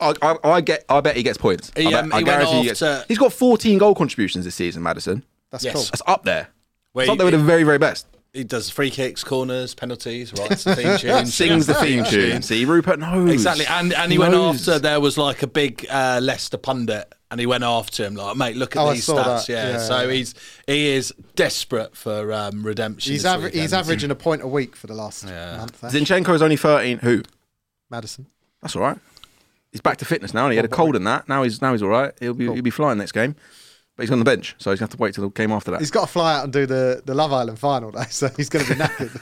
Speaker 2: I, I, I get. I bet he gets points.
Speaker 3: He,
Speaker 2: I, bet,
Speaker 3: um,
Speaker 2: I
Speaker 3: he went
Speaker 2: guarantee he
Speaker 3: off
Speaker 2: gets.
Speaker 3: to-
Speaker 2: He's got 14 goal contributions this season, Madison.
Speaker 1: That's
Speaker 3: Yes.
Speaker 1: cool.
Speaker 2: That's up there.
Speaker 3: Wait,
Speaker 2: it's up there with the very, very best.
Speaker 3: He does free kicks, corners, penalties, writes the theme tune,
Speaker 2: Sings the theme tune. See, Rupert knows
Speaker 3: Exactly, and and he went
Speaker 2: Knows.
Speaker 3: after. There was like a big uh, Leicester pundit, and he went after him like, "Mate, look at
Speaker 1: Oh, I
Speaker 3: these
Speaker 1: saw
Speaker 3: stats."
Speaker 1: that.
Speaker 3: Yeah.
Speaker 1: Yeah,
Speaker 3: so
Speaker 1: yeah.
Speaker 3: he's he is desperate for um, redemption.
Speaker 1: He's
Speaker 3: this
Speaker 1: aver- he's
Speaker 3: weekend.
Speaker 1: averaging a point a week for the last month. there.
Speaker 2: Zinchenko is only 13. Who?
Speaker 1: Madison.
Speaker 2: That's all right. He's back to fitness now. And he had a cold in that. Now he's now he's all right. He'll be he'll be flying next game, but he's on the bench, so he's gonna have to wait till the game after that.
Speaker 1: He's got to fly out and do the, the Love Island final day, so he's going to be knackered.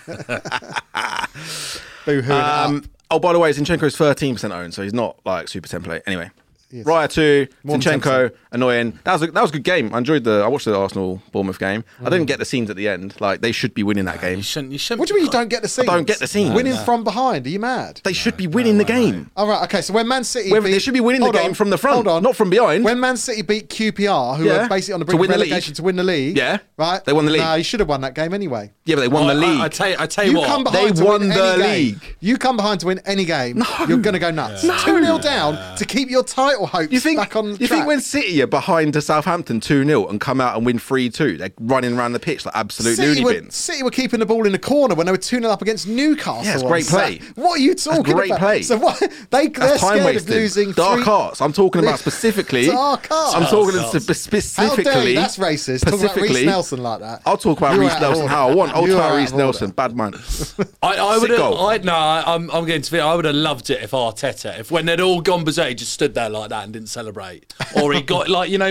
Speaker 1: Boo hooing
Speaker 2: Um, oh, by the way, Zinchenko's 13% owned, so he's not like super template. Anyway,
Speaker 1: Yes.
Speaker 2: Raya 2,
Speaker 1: More than
Speaker 2: Zinchenko, annoying. That was, a, that was a good game. I enjoyed the, I watched the Arsenal Bournemouth game. I didn't get the scenes at the end. Like, they should be winning that game.
Speaker 3: You shouldn't. You shouldn't.
Speaker 1: What do Mm. you mean you don't get the scenes?
Speaker 2: don't get the scenes.
Speaker 1: Winning from behind? Are you mad?
Speaker 2: They should be winning the game.
Speaker 1: All right, okay. So when Man City,
Speaker 2: Whether-
Speaker 1: beat,
Speaker 2: they should be winning the
Speaker 1: Hold
Speaker 2: game
Speaker 1: on,
Speaker 2: from the front,
Speaker 1: hold on.
Speaker 2: not from behind.
Speaker 1: When Man City beat QPR, who
Speaker 2: Yeah,
Speaker 1: were basically on the
Speaker 2: to
Speaker 1: brink
Speaker 2: win
Speaker 1: of
Speaker 2: the
Speaker 1: relegation
Speaker 2: league.
Speaker 1: to win the league,
Speaker 2: Yeah,
Speaker 1: right?
Speaker 2: they won the league.
Speaker 1: No, you should have won that game anyway.
Speaker 2: Yeah, but they won the
Speaker 3: I- I-
Speaker 2: league.
Speaker 3: I, tell you, I tell you,
Speaker 1: You
Speaker 3: what.
Speaker 1: come
Speaker 2: They
Speaker 1: behind to
Speaker 2: won
Speaker 1: win
Speaker 2: the
Speaker 1: any
Speaker 2: league.
Speaker 1: Game. You come behind to win any game, you're going to go nuts. Two 0 down to keep your title hopes
Speaker 2: you think,
Speaker 1: back on
Speaker 2: you
Speaker 1: track.
Speaker 2: think when City are behind to Southampton 2 0 and come out and win 3 2, they're running around the pitch like absolute
Speaker 1: City
Speaker 2: loony
Speaker 1: were,
Speaker 2: bins.
Speaker 1: City were keeping the ball in the corner when they were 2 0 up against Newcastle.
Speaker 2: Yeah, it's
Speaker 1: on
Speaker 2: great play.
Speaker 1: Sat- What are you talking
Speaker 2: great
Speaker 1: about?
Speaker 2: play.
Speaker 1: So what, they, they're
Speaker 2: That's
Speaker 1: scared
Speaker 2: time
Speaker 1: of
Speaker 2: wasting.
Speaker 1: losing
Speaker 2: dark
Speaker 1: three,
Speaker 2: arts. I'm talking about specifically.
Speaker 1: Dark arts.
Speaker 2: I'm talking
Speaker 3: Dark arts.
Speaker 2: spe-
Speaker 1: How
Speaker 2: specifically.
Speaker 1: dare you? Oh, That's racist. Talk about Reece
Speaker 2: specifically-
Speaker 1: Nelson like that.
Speaker 2: I'll talk about
Speaker 1: You're
Speaker 2: Reese
Speaker 1: out of
Speaker 2: Nelson
Speaker 1: order.
Speaker 2: how I want. I'll
Speaker 1: You're out
Speaker 2: talk about
Speaker 1: of
Speaker 2: Reese
Speaker 1: order.
Speaker 2: Nelson, bad man.
Speaker 3: I, I would have.
Speaker 2: goal.
Speaker 3: I no. I- I'm, I'm getting to be. I would have loved it if Arteta, if when they'd all gone berserk, he just stood there like that and didn't celebrate, or he got like you know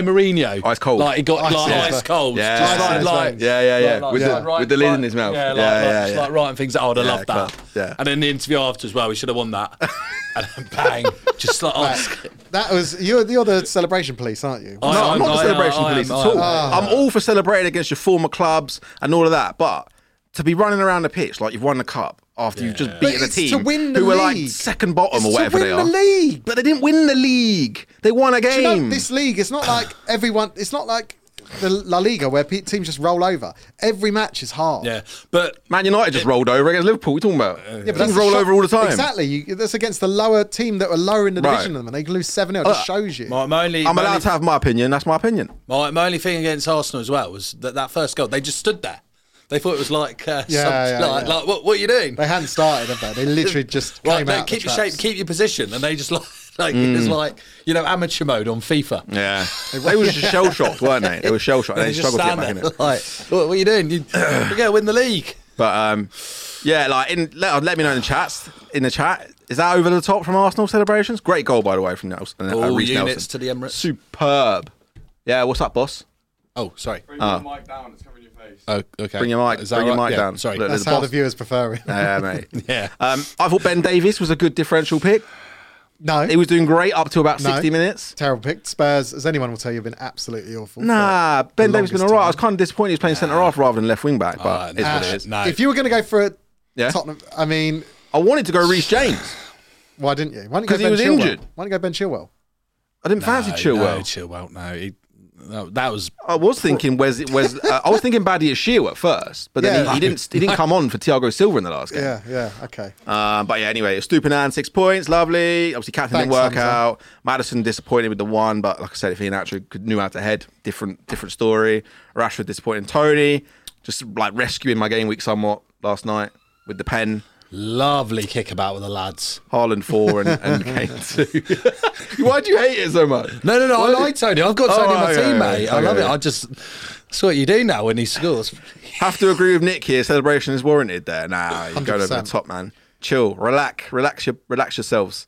Speaker 3: Mourinho,
Speaker 2: Ice cold.
Speaker 3: like he got
Speaker 1: Ice
Speaker 3: like
Speaker 1: in his
Speaker 3: ice
Speaker 1: veins.
Speaker 3: cold,
Speaker 2: Yeah.
Speaker 3: just
Speaker 1: Ice in
Speaker 3: like,
Speaker 1: his
Speaker 3: like,
Speaker 1: veins.
Speaker 2: Yeah, yeah, yeah. With the- with the lid in his mouth.
Speaker 3: yeah, like,
Speaker 2: Yeah,
Speaker 3: like,
Speaker 2: yeah,
Speaker 3: just
Speaker 2: yeah.
Speaker 3: like writing things. Oh, I'd have
Speaker 2: Yeah,
Speaker 3: loved
Speaker 2: come
Speaker 3: that.
Speaker 2: on. Yeah.
Speaker 3: And then the interview after as well. We should have won that. and then bang, just like ice.
Speaker 1: That was you're, you're the celebration police, aren't you?
Speaker 2: No, I'm not the
Speaker 3: I-
Speaker 2: celebration
Speaker 3: I-
Speaker 2: police
Speaker 3: I-
Speaker 2: at
Speaker 1: Oh,
Speaker 2: all.
Speaker 3: I-
Speaker 2: I'm all for celebrating against your former clubs and all of that, but to be running around the pitch like you've won the cup after you've just beaten a
Speaker 1: it's to
Speaker 2: team
Speaker 1: win the
Speaker 2: who were like
Speaker 1: league.
Speaker 2: second bottom
Speaker 1: It's
Speaker 2: or
Speaker 1: to
Speaker 2: whatever they
Speaker 1: win
Speaker 2: are.
Speaker 1: the league.
Speaker 2: But they didn't win the league. They won a
Speaker 1: Do you know,
Speaker 2: game.
Speaker 1: this league, it's not like everyone. It's not like the La Liga where pe- teams just roll over. Every match is hard.
Speaker 3: Yeah, but
Speaker 2: Man United just rolled over against Liverpool. What are you talking
Speaker 1: Yeah,
Speaker 2: about?
Speaker 1: but
Speaker 2: Teams
Speaker 1: that's a
Speaker 2: roll
Speaker 1: shock-
Speaker 2: over all the time.
Speaker 1: Exactly. You, that's against the lower team that were lower in the
Speaker 2: Right. Uh,
Speaker 1: division than them, and they lose 7 0. It just shows you.
Speaker 3: my, my only
Speaker 2: I'm
Speaker 3: my
Speaker 2: allowed
Speaker 3: only,
Speaker 2: to have my opinion. That's my opinion.
Speaker 3: my, my only thing against Arsenal as well was that that first goal. They just stood there. They thought it was like uh,
Speaker 1: Yeah,
Speaker 3: some-
Speaker 1: yeah,
Speaker 3: like,
Speaker 1: yeah.
Speaker 3: like, what, what are you doing?
Speaker 1: They hadn't started, have they? They literally just
Speaker 3: Like,
Speaker 1: came
Speaker 3: no,
Speaker 1: out.
Speaker 3: keep
Speaker 1: the
Speaker 3: your
Speaker 1: traps.
Speaker 3: shape, keep your position, and they just like like it was like you know amateur mode on FIFA.
Speaker 2: Hmm. Yeah, they were just shell shocked, weren't they? They were shell shocked. They,
Speaker 3: They just
Speaker 2: struggled to get
Speaker 3: stand
Speaker 2: back in
Speaker 3: there,
Speaker 2: it.
Speaker 3: like, what, what are you doing? You, we're going to win the league.
Speaker 2: But um, yeah, like in, let, let me know in the chats. In the chat, is that over the top from Arsenal celebrations? Great goal by the way from Nelson. uh,
Speaker 3: All
Speaker 2: Reece
Speaker 3: units
Speaker 2: Nelson.
Speaker 3: to the Emirates.
Speaker 2: Superb. Yeah, what's up, boss?
Speaker 3: Oh, sorry.
Speaker 4: Bring
Speaker 1: Ah.
Speaker 4: your mic down, it's covering your face.
Speaker 3: Oh, okay.
Speaker 2: Bring your mic.
Speaker 3: Is that
Speaker 2: Bring your
Speaker 3: right?
Speaker 2: mic
Speaker 3: Yeah,
Speaker 2: down.
Speaker 3: Sorry.
Speaker 2: Look,
Speaker 1: That's
Speaker 2: there's a
Speaker 1: how
Speaker 2: boss.
Speaker 1: the viewers prefer it.
Speaker 2: Yeah, Uh, mate.
Speaker 3: Yeah.
Speaker 2: Um, I thought Ben Davies was a good differential pick.
Speaker 1: No.
Speaker 2: He was doing great up to about
Speaker 1: No.
Speaker 2: 60 minutes.
Speaker 1: Terrible pick. Spurs, as anyone will tell you, have been absolutely awful.
Speaker 2: Nah,
Speaker 1: for
Speaker 2: Ben
Speaker 1: the
Speaker 2: Davies has been
Speaker 1: longest
Speaker 2: all right. I
Speaker 1: time.
Speaker 2: was kind of disappointed he was playing centre half rather than left wing back, but
Speaker 3: Ah,
Speaker 2: it's what
Speaker 3: nah.
Speaker 2: it is.
Speaker 3: No.
Speaker 1: If you were going to go for a
Speaker 2: Yeah.
Speaker 1: Tottenham, I mean,
Speaker 2: I wanted to go Reece James.
Speaker 1: why didn't you? Why didn't you go
Speaker 2: 'Cause he
Speaker 1: Ben
Speaker 2: was
Speaker 1: Chilwell?
Speaker 2: injured.
Speaker 1: Why didn't you go Ben Chilwell?
Speaker 2: I didn't fancy Chilwell.
Speaker 3: No, Chilwell. No, he, that, that was
Speaker 2: I was thinking Wes. Wes uh, I was thinking Badia Shearer at first, but then
Speaker 1: Yeah.
Speaker 2: he, he didn't. He didn't come on for Thiago Silva in the last game.
Speaker 1: Yeah, yeah, okay.
Speaker 2: Um, but yeah, anyway, Stupinan six points, lovely. Obviously, captain didn't work
Speaker 1: Thanks, Hamza.
Speaker 2: out. Madison disappointed with the one, but like I said, if he actually could knew how to head, different different story. Rashford disappointing Tony, just like rescuing my game week somewhat last night with the pen.
Speaker 3: lovely kick about with the lads.
Speaker 2: Haaland four and, and Kane two. Why do you hate it so much?
Speaker 3: No, no, no.
Speaker 2: Why
Speaker 3: I
Speaker 2: do-
Speaker 3: like Tony. I've got
Speaker 2: Oh,
Speaker 3: Tony in my
Speaker 2: okay,
Speaker 3: team,
Speaker 2: okay,
Speaker 3: mate. I love
Speaker 2: okay.
Speaker 3: it. I just that's what you do now when he scores.
Speaker 2: Have to agree with Nick here. Celebration is warranted there. Nah, you're going over the
Speaker 1: 100%.
Speaker 2: top, man. Chill, relax, relax your, relax yourselves.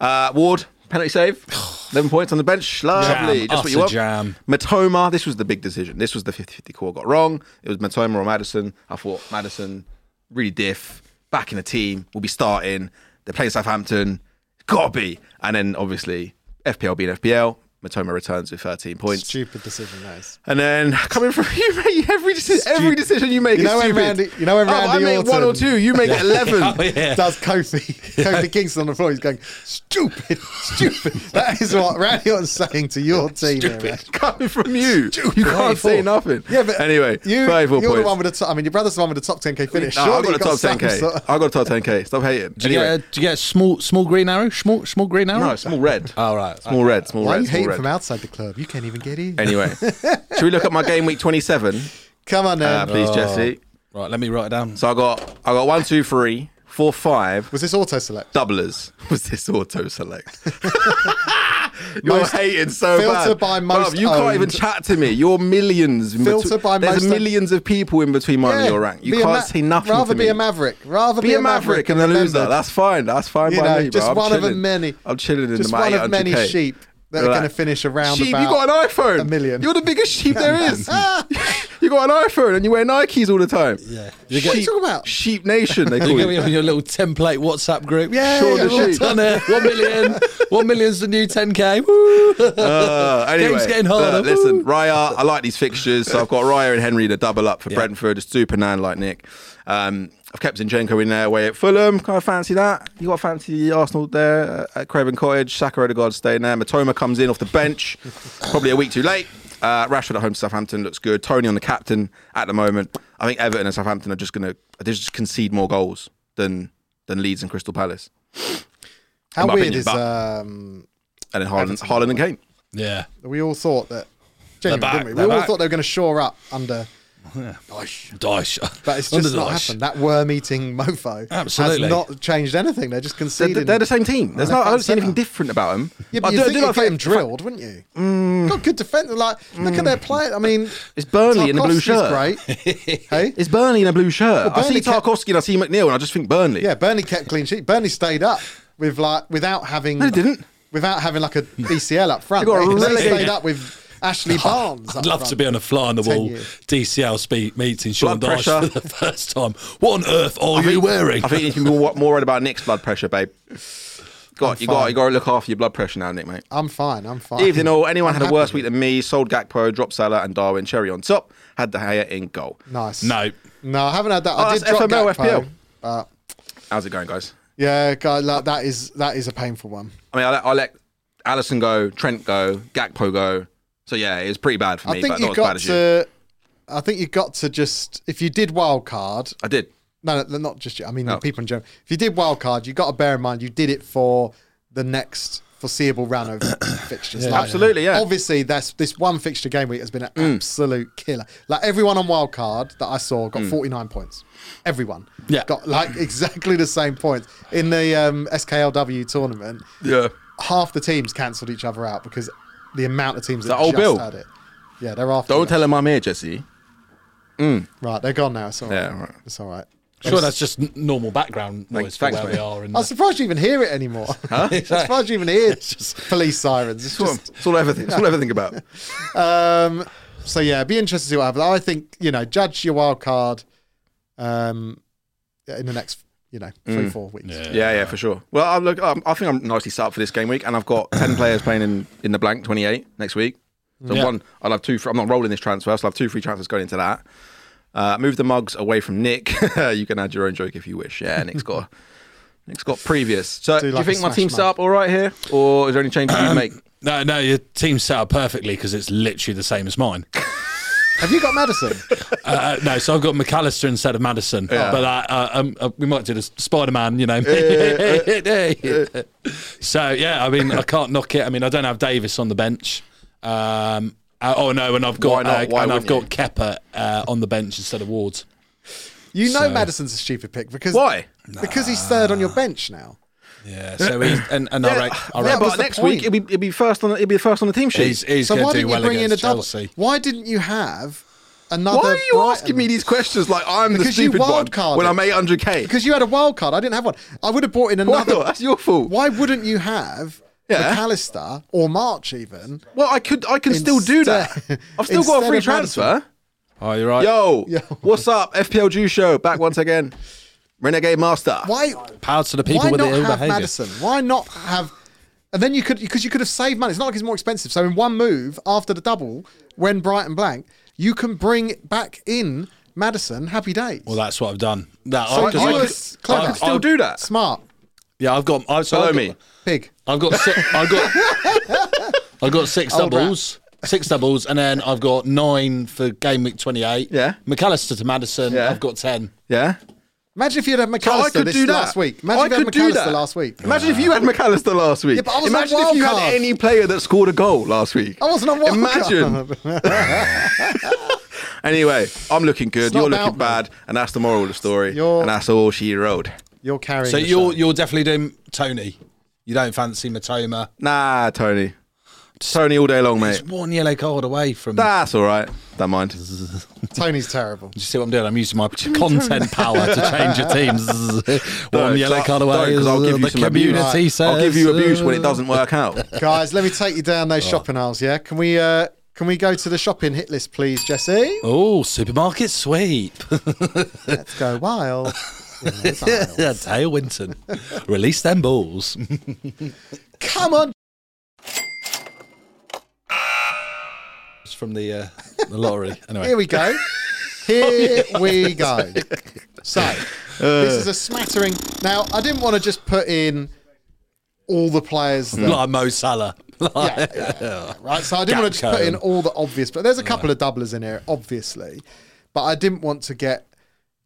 Speaker 2: Uh, Ward penalty save, eleven points on the bench. Lovely,
Speaker 3: Jam,
Speaker 2: just what
Speaker 3: utter
Speaker 2: you want.
Speaker 3: jam.
Speaker 2: Matoma, this was the big decision. This was the 50-50 call got wrong. It was Matoma or Madison. I thought Madison really diff back in the team. Will be starting. They're playing Southampton. Got to be. And then obviously FPL being FPL. Matoma returns with 13 points.
Speaker 1: Stupid decision, nice.
Speaker 2: And then coming from you, mate, every decision, every decision you make
Speaker 1: You know
Speaker 2: is
Speaker 1: when
Speaker 2: stupid.
Speaker 1: Randy- you know when
Speaker 2: Oh, I
Speaker 1: Randy
Speaker 2: make one or
Speaker 1: Orton-
Speaker 2: two, you make eleven.
Speaker 3: Oh yeah.
Speaker 1: Does Kofi Kofi Kingston on the floor? He's going stupid, stupid. That is what Randy Orton's saying to your team. Here, man.
Speaker 2: coming from you, you can't
Speaker 1: 34.
Speaker 2: say nothing.
Speaker 1: Yeah, but
Speaker 2: anyway,
Speaker 1: you, you're
Speaker 2: thirty-four points.
Speaker 1: the one with the top. I mean, your brother's the one with the top 10k finish.
Speaker 2: No,
Speaker 1: Surely
Speaker 2: I got a
Speaker 1: you've
Speaker 2: top
Speaker 1: some
Speaker 2: ten k.
Speaker 1: sort of-
Speaker 2: I got a top ten k. Stop hating.
Speaker 3: Do you,
Speaker 2: anyway,
Speaker 3: get a, do you get a small small green arrow? Small small green arrow?
Speaker 2: no, small red.
Speaker 3: All right.
Speaker 2: Small red. Small
Speaker 1: Oh, Why are
Speaker 2: red.
Speaker 1: you
Speaker 2: Small
Speaker 1: hating
Speaker 2: red.
Speaker 1: from outside the club? You can't even get in.
Speaker 2: Anyway, should we look at my game week twenty-seven,
Speaker 1: Come on,
Speaker 2: uh,
Speaker 1: then.
Speaker 2: please, Jesse?
Speaker 3: Right, let me write it down.
Speaker 2: So I got, I got one, two, three, four, five.
Speaker 1: Was this auto select?
Speaker 2: doublers was this auto select. You're
Speaker 1: Most-
Speaker 2: hating so
Speaker 1: filter
Speaker 2: bad.
Speaker 1: by
Speaker 2: Bruv,
Speaker 1: most
Speaker 2: you can't even
Speaker 1: owned.
Speaker 2: chat to me. You're millions. In
Speaker 1: Filter
Speaker 2: between-
Speaker 1: by
Speaker 2: There's
Speaker 1: most
Speaker 2: millions of people in between mine and your rank. You
Speaker 1: be a
Speaker 2: can't
Speaker 1: ma-
Speaker 2: say nothing
Speaker 1: Rather
Speaker 2: to
Speaker 1: be
Speaker 2: me.
Speaker 1: a maverick. Rather
Speaker 2: Be a maverick and a
Speaker 1: than
Speaker 2: loser.
Speaker 1: remembered.
Speaker 2: That's fine. That's fine
Speaker 1: You
Speaker 2: by
Speaker 1: know,
Speaker 2: me,
Speaker 1: just
Speaker 2: bro. I'm
Speaker 1: one of a
Speaker 2: chilling.
Speaker 1: many.
Speaker 2: I'm chilling in
Speaker 1: Just
Speaker 2: my
Speaker 1: one of many
Speaker 2: 800K.
Speaker 1: sheep that are
Speaker 2: Relax.
Speaker 1: gonna finish around
Speaker 2: Sheep, you
Speaker 1: about
Speaker 2: got an iPhone.
Speaker 1: a million.
Speaker 2: You're the biggest sheep there is. you got an iPhone and you wear Nikes all the time.
Speaker 3: Yeah. You
Speaker 2: Sheep,
Speaker 3: get-
Speaker 1: What are you talking about?
Speaker 2: Sheep Nation. They
Speaker 3: You
Speaker 2: call
Speaker 3: get me
Speaker 2: it.
Speaker 3: on your little template WhatsApp group. Yeah,
Speaker 2: Shaun the Sheep.
Speaker 3: one, million, one million's the new 10k. Woo.
Speaker 2: Uh, anyway,
Speaker 3: Game's getting harder.
Speaker 2: look, listen, Raya, I like these fixtures, so I've got Raya and Henry to double up for Brentford. It's super nine like Nick. Um, I've kept Zinchenko in there away at Fulham. Kind of fancy that. You got fancy Arsenal there uh, at Craven Cottage. Saka Odegaard staying there. Matoma comes in off the bench, probably a week too late. Uh, Rashford at home to Southampton looks good. Tony on the captain at the moment. I think Everton and Southampton are just going to just concede more goals than than Leeds and Crystal Palace.
Speaker 1: How
Speaker 2: in my
Speaker 1: weird
Speaker 2: opinion,
Speaker 1: is
Speaker 2: but-
Speaker 1: um?
Speaker 2: And then Haaland, Haaland and Kane.
Speaker 3: Yeah.
Speaker 1: We all thought that. Genuinely,
Speaker 3: back,
Speaker 1: didn't we? We
Speaker 3: they're
Speaker 1: all
Speaker 3: back.
Speaker 1: thought they were going to shore up under,
Speaker 3: Dice.
Speaker 1: but it's
Speaker 3: Under
Speaker 1: just
Speaker 3: the
Speaker 1: not
Speaker 3: dice.
Speaker 1: happened. That worm-eating mofo
Speaker 3: Absolutely.
Speaker 1: has not changed anything. They're just
Speaker 2: They're,
Speaker 1: conceding.
Speaker 2: they're the same team. There's
Speaker 1: They're
Speaker 2: no, I don't
Speaker 1: front
Speaker 2: see anything
Speaker 1: centre.
Speaker 2: different about them.
Speaker 1: Yeah, but
Speaker 2: I
Speaker 1: you
Speaker 2: do- I
Speaker 1: think
Speaker 2: do
Speaker 1: you'd
Speaker 2: like
Speaker 1: get them
Speaker 2: Fra-
Speaker 1: drilled, wouldn't you? Got good defence. Like, look at their play. I mean,
Speaker 2: It's Burnley in a blue
Speaker 1: Tarkowski's
Speaker 2: shirt.
Speaker 1: Great. hey.
Speaker 2: It's Burnley in a blue shirt. I see
Speaker 1: Burnley kept-
Speaker 2: Tarkovsky and I see McNeil and I just think Burnley.
Speaker 1: Yeah, Burnley kept clean sheet. Burnley stayed up with like without having. No,
Speaker 2: they didn't.
Speaker 1: Without having like a DCL up front.
Speaker 2: They
Speaker 1: They,
Speaker 2: got
Speaker 1: they
Speaker 2: relegated.
Speaker 1: stayed up with Ashley
Speaker 2: Oh,
Speaker 1: Barnes.
Speaker 3: I'd love to be on a fly on the wall
Speaker 1: years.
Speaker 3: DCL speak meeting Sean
Speaker 2: Blood
Speaker 3: Dyche
Speaker 2: pressure.
Speaker 3: for the first time. What on earth are you wearing?
Speaker 2: I think you can be more, more worried about Nick's blood pressure, babe. Got you got
Speaker 1: fine.
Speaker 2: you got to look after your blood pressure now, Nick, mate.
Speaker 1: I'm fine. I'm fine.
Speaker 2: Even though anyone had a
Speaker 1: happy
Speaker 2: worse
Speaker 1: with
Speaker 2: week than me, sold Gakpo, dropped Salah and Darwin Cherry on top, had De Gea in goal.
Speaker 1: Nice.
Speaker 3: No.
Speaker 1: No, I haven't had that.
Speaker 2: Oh,
Speaker 1: I did
Speaker 2: that's
Speaker 1: drop
Speaker 2: FML,
Speaker 1: Gakpo,
Speaker 2: FPL.
Speaker 1: but
Speaker 2: How's it going, guys?
Speaker 1: yeah, God, like, that is that is a painful one.
Speaker 2: I mean, I let, I let Allison go, Trent go, Gakpo go. So yeah, it was pretty bad for me,
Speaker 1: I think
Speaker 2: but
Speaker 1: you
Speaker 2: not as bad
Speaker 1: got
Speaker 2: as you.
Speaker 1: to. I think you got to just if you did wild card.
Speaker 2: I did.
Speaker 1: No, no, not just you. I mean, the people in general. If you did wild card, you got to bear in mind you did it for the next foreseeable round of fixtures. Like,
Speaker 2: Absolutely, yeah. Mm.
Speaker 1: Obviously, that's this one fixture game week has been an absolute killer. Like everyone on wild card that I saw
Speaker 2: Mm.
Speaker 1: got 49 points. Everyone,
Speaker 3: Yeah.
Speaker 1: got like exactly the same points in the um, SKLW tournament.
Speaker 2: Yeah.
Speaker 1: half the teams cancelled each other out because the amount of teams that,
Speaker 2: that old
Speaker 1: just
Speaker 2: Bill?
Speaker 1: had it. Yeah, they're after.
Speaker 2: Don't
Speaker 1: that.
Speaker 2: tell him I'm here, Jesse.
Speaker 1: Right, they're gone now. It's all right.
Speaker 2: Yeah, right.
Speaker 1: It's all right.
Speaker 3: Sure, that's just n- normal background noise for
Speaker 2: thanks,
Speaker 3: where
Speaker 2: mate.
Speaker 3: we are. And
Speaker 1: I'm surprised you even hear it anymore. I'm surprised you even hear police sirens. It's
Speaker 2: It's all,
Speaker 1: just,
Speaker 2: it's all everything. It's all everything about.
Speaker 1: um, so yeah, it'd be interesting to see what happens. I think you know, judge your wild card um, in the next you know three
Speaker 2: Mm.
Speaker 1: four weeks.
Speaker 2: Yeah, yeah, for sure. Well, I look, um, I think I'm nicely set up for this game week, and I've got ten players playing in, in the blank twenty eight next week. So
Speaker 3: Yeah.
Speaker 2: one, I'll have two. Free, I'm not rolling this transfer, so I'll have two free transfers going into that. Uh, move the mugs away from Nick. you can add your own joke if you wish. Yeah, Nick's got Nick's got previous. So do,
Speaker 1: like
Speaker 2: you
Speaker 1: a
Speaker 2: think my
Speaker 1: smash
Speaker 2: team's set
Speaker 1: mug.
Speaker 2: up all right here, or is there any changes you'd make?
Speaker 3: no, no, your team's set up perfectly because it's literally the same as mine.
Speaker 1: Have you got Madison?
Speaker 3: Uh, no, so I've got McAllister instead of Madison. But uh, uh, um, uh, we might do the Spider Man, you know. so, yeah, I mean, I can't knock it. I mean, I don't have Davis on the bench. Um, uh, oh, no, and I've
Speaker 2: Why
Speaker 3: got,
Speaker 2: not?
Speaker 3: uh,
Speaker 2: Why
Speaker 3: and I've got
Speaker 2: wouldn't
Speaker 3: Kepper uh, on the bench instead of Ward.
Speaker 1: You know
Speaker 3: So-
Speaker 1: Madison's a stupid pick because
Speaker 2: Why?
Speaker 1: Because he's third on your bench now.
Speaker 3: Yeah, so he's, and, and I rate, I
Speaker 2: Yeah,
Speaker 3: rate
Speaker 1: was
Speaker 2: but
Speaker 1: the
Speaker 2: next
Speaker 1: point.
Speaker 2: week it'll be it'll be first on the- it'll be first on the team sheet.
Speaker 3: he's, he's
Speaker 1: so
Speaker 3: going
Speaker 1: why
Speaker 3: to do
Speaker 1: didn't you
Speaker 3: well
Speaker 1: bring in a
Speaker 3: against
Speaker 1: double?
Speaker 3: Chelsea.
Speaker 1: Why didn't you have another?
Speaker 2: why are you
Speaker 1: Brighton?
Speaker 2: asking me these questions like I'm the
Speaker 1: Because you
Speaker 2: stupid one
Speaker 1: wildcarded.
Speaker 2: when I'm 800k?
Speaker 1: Because you had a wild card. I didn't have one. I would have brought in
Speaker 2: Why
Speaker 1: another.
Speaker 2: not? That's your fault.
Speaker 1: Why wouldn't you have
Speaker 2: Yeah.
Speaker 1: McAllister or March even?
Speaker 2: Well, I could, I can still do
Speaker 1: Instead-
Speaker 2: that. I've still got a
Speaker 1: instead
Speaker 2: free
Speaker 1: of Madison.
Speaker 2: transfer.
Speaker 3: Oh, you're right.
Speaker 2: Yo,
Speaker 1: Yo.
Speaker 2: what's up? FPL Jew Show back once again. Renegade Master.
Speaker 1: Why?
Speaker 3: Power to the people
Speaker 1: Why
Speaker 3: with
Speaker 1: not
Speaker 3: their ill
Speaker 1: have
Speaker 3: behaviour.
Speaker 1: Madison? Why not have? And then you could because you could have saved money. It's not like it's more expensive. So in one move after the double, when Brighton blank, you can bring back in Madison. Happy days.
Speaker 3: Well, that's what I've done. That,
Speaker 1: So
Speaker 3: I,
Speaker 1: you
Speaker 3: I,
Speaker 1: were
Speaker 3: could-
Speaker 1: clever.
Speaker 2: I can still do that.
Speaker 1: Smart
Speaker 3: yeah, I've got. I, so
Speaker 2: Follow
Speaker 3: I've got-
Speaker 2: me.
Speaker 1: pig.
Speaker 3: I've got si- I've got I've got six
Speaker 1: Old
Speaker 3: doubles, six doubles, and then I've got nine for game week twenty eight.
Speaker 2: Yeah.
Speaker 3: McAllister to Madison.
Speaker 2: Yeah.
Speaker 3: I've got ten.
Speaker 2: Yeah.
Speaker 1: Imagine if you'd had
Speaker 2: So
Speaker 1: McAllister this last week. Imagine
Speaker 2: I
Speaker 1: if you had
Speaker 2: could do
Speaker 1: McAllister
Speaker 2: that.
Speaker 1: last week.
Speaker 2: Imagine if you had McAllister last week.
Speaker 1: Ah. Yeah, but I was on
Speaker 2: Imagine if you
Speaker 1: wildcard.
Speaker 2: had any player that scored a goal last week.
Speaker 1: I wasn't on wild
Speaker 2: Imagine. anyway, I'm looking good.
Speaker 1: not
Speaker 2: You're
Speaker 1: about
Speaker 2: looking
Speaker 1: me.
Speaker 2: bad, and that's the moral of the story.
Speaker 1: You're-
Speaker 2: And that's all she wrote.
Speaker 1: You're carrying.
Speaker 3: So
Speaker 1: the
Speaker 3: you're
Speaker 1: show.
Speaker 3: you're definitely doing Tony. You don't fancy Matoma.
Speaker 2: Nah, Tony. Tony all day long, mate.
Speaker 3: It's one yellow card away from.
Speaker 2: That's all right. Don't mind.
Speaker 1: Tony's terrible.
Speaker 3: Do you see what I'm doing? I'm using my content power to change your teams. one yellow
Speaker 2: don't-
Speaker 3: card away. uh,
Speaker 2: don't, 'cause I'll give
Speaker 3: the
Speaker 2: you some
Speaker 3: community
Speaker 2: abuse.
Speaker 1: Right.
Speaker 3: says, uh,
Speaker 2: I'll give you abuse when it doesn't work out.
Speaker 1: Guys, let me take you down those shopping aisles. Yeah, can we? Uh, can we go to the shopping hit list, please, Jesse?
Speaker 3: Oh, supermarket sweep.
Speaker 1: Let's go wild. in those
Speaker 2: Oh,
Speaker 1: aisles.
Speaker 3: Dale Winton. Release them balls.
Speaker 1: Come on,
Speaker 3: It's from the uh, the lottery. Anyway,
Speaker 1: here we go.
Speaker 2: Oh,
Speaker 1: Here we go. So
Speaker 2: Uh.
Speaker 1: this is a smattering. Now, I didn't want to just put in all the players that
Speaker 3: like Mo Salah. Like,
Speaker 2: Mm.
Speaker 1: yeah, yeah, yeah, right. So I didn't want to just put in
Speaker 3: Gakpo.
Speaker 1: all the obvious, but there's a couple of doublers in here, obviously. But I didn't want to get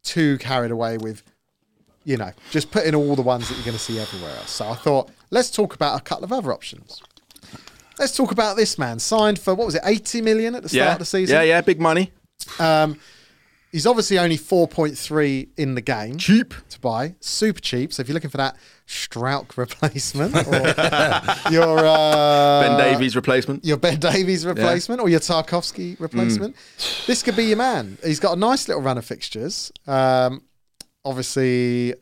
Speaker 1: too carried away with, you know, just put in all the ones that you're going to see everywhere else. So I thought, let's talk about a couple of other options. Let's talk about this man signed for what was it, 80 million at the start
Speaker 2: Yeah.
Speaker 1: of the season.
Speaker 2: Yeah, yeah, big money.
Speaker 1: Um, He's obviously only 4.3 in the game.
Speaker 2: Cheap.
Speaker 1: to buy. Super cheap. So if you're looking for that Strouk replacement or your uh,
Speaker 2: Ben Davies Mm. replacement.
Speaker 1: your Ben Davies replacement or your Tarkovsky replacement. This could be your man. He's got a nice little run of fixtures. Um, obviously,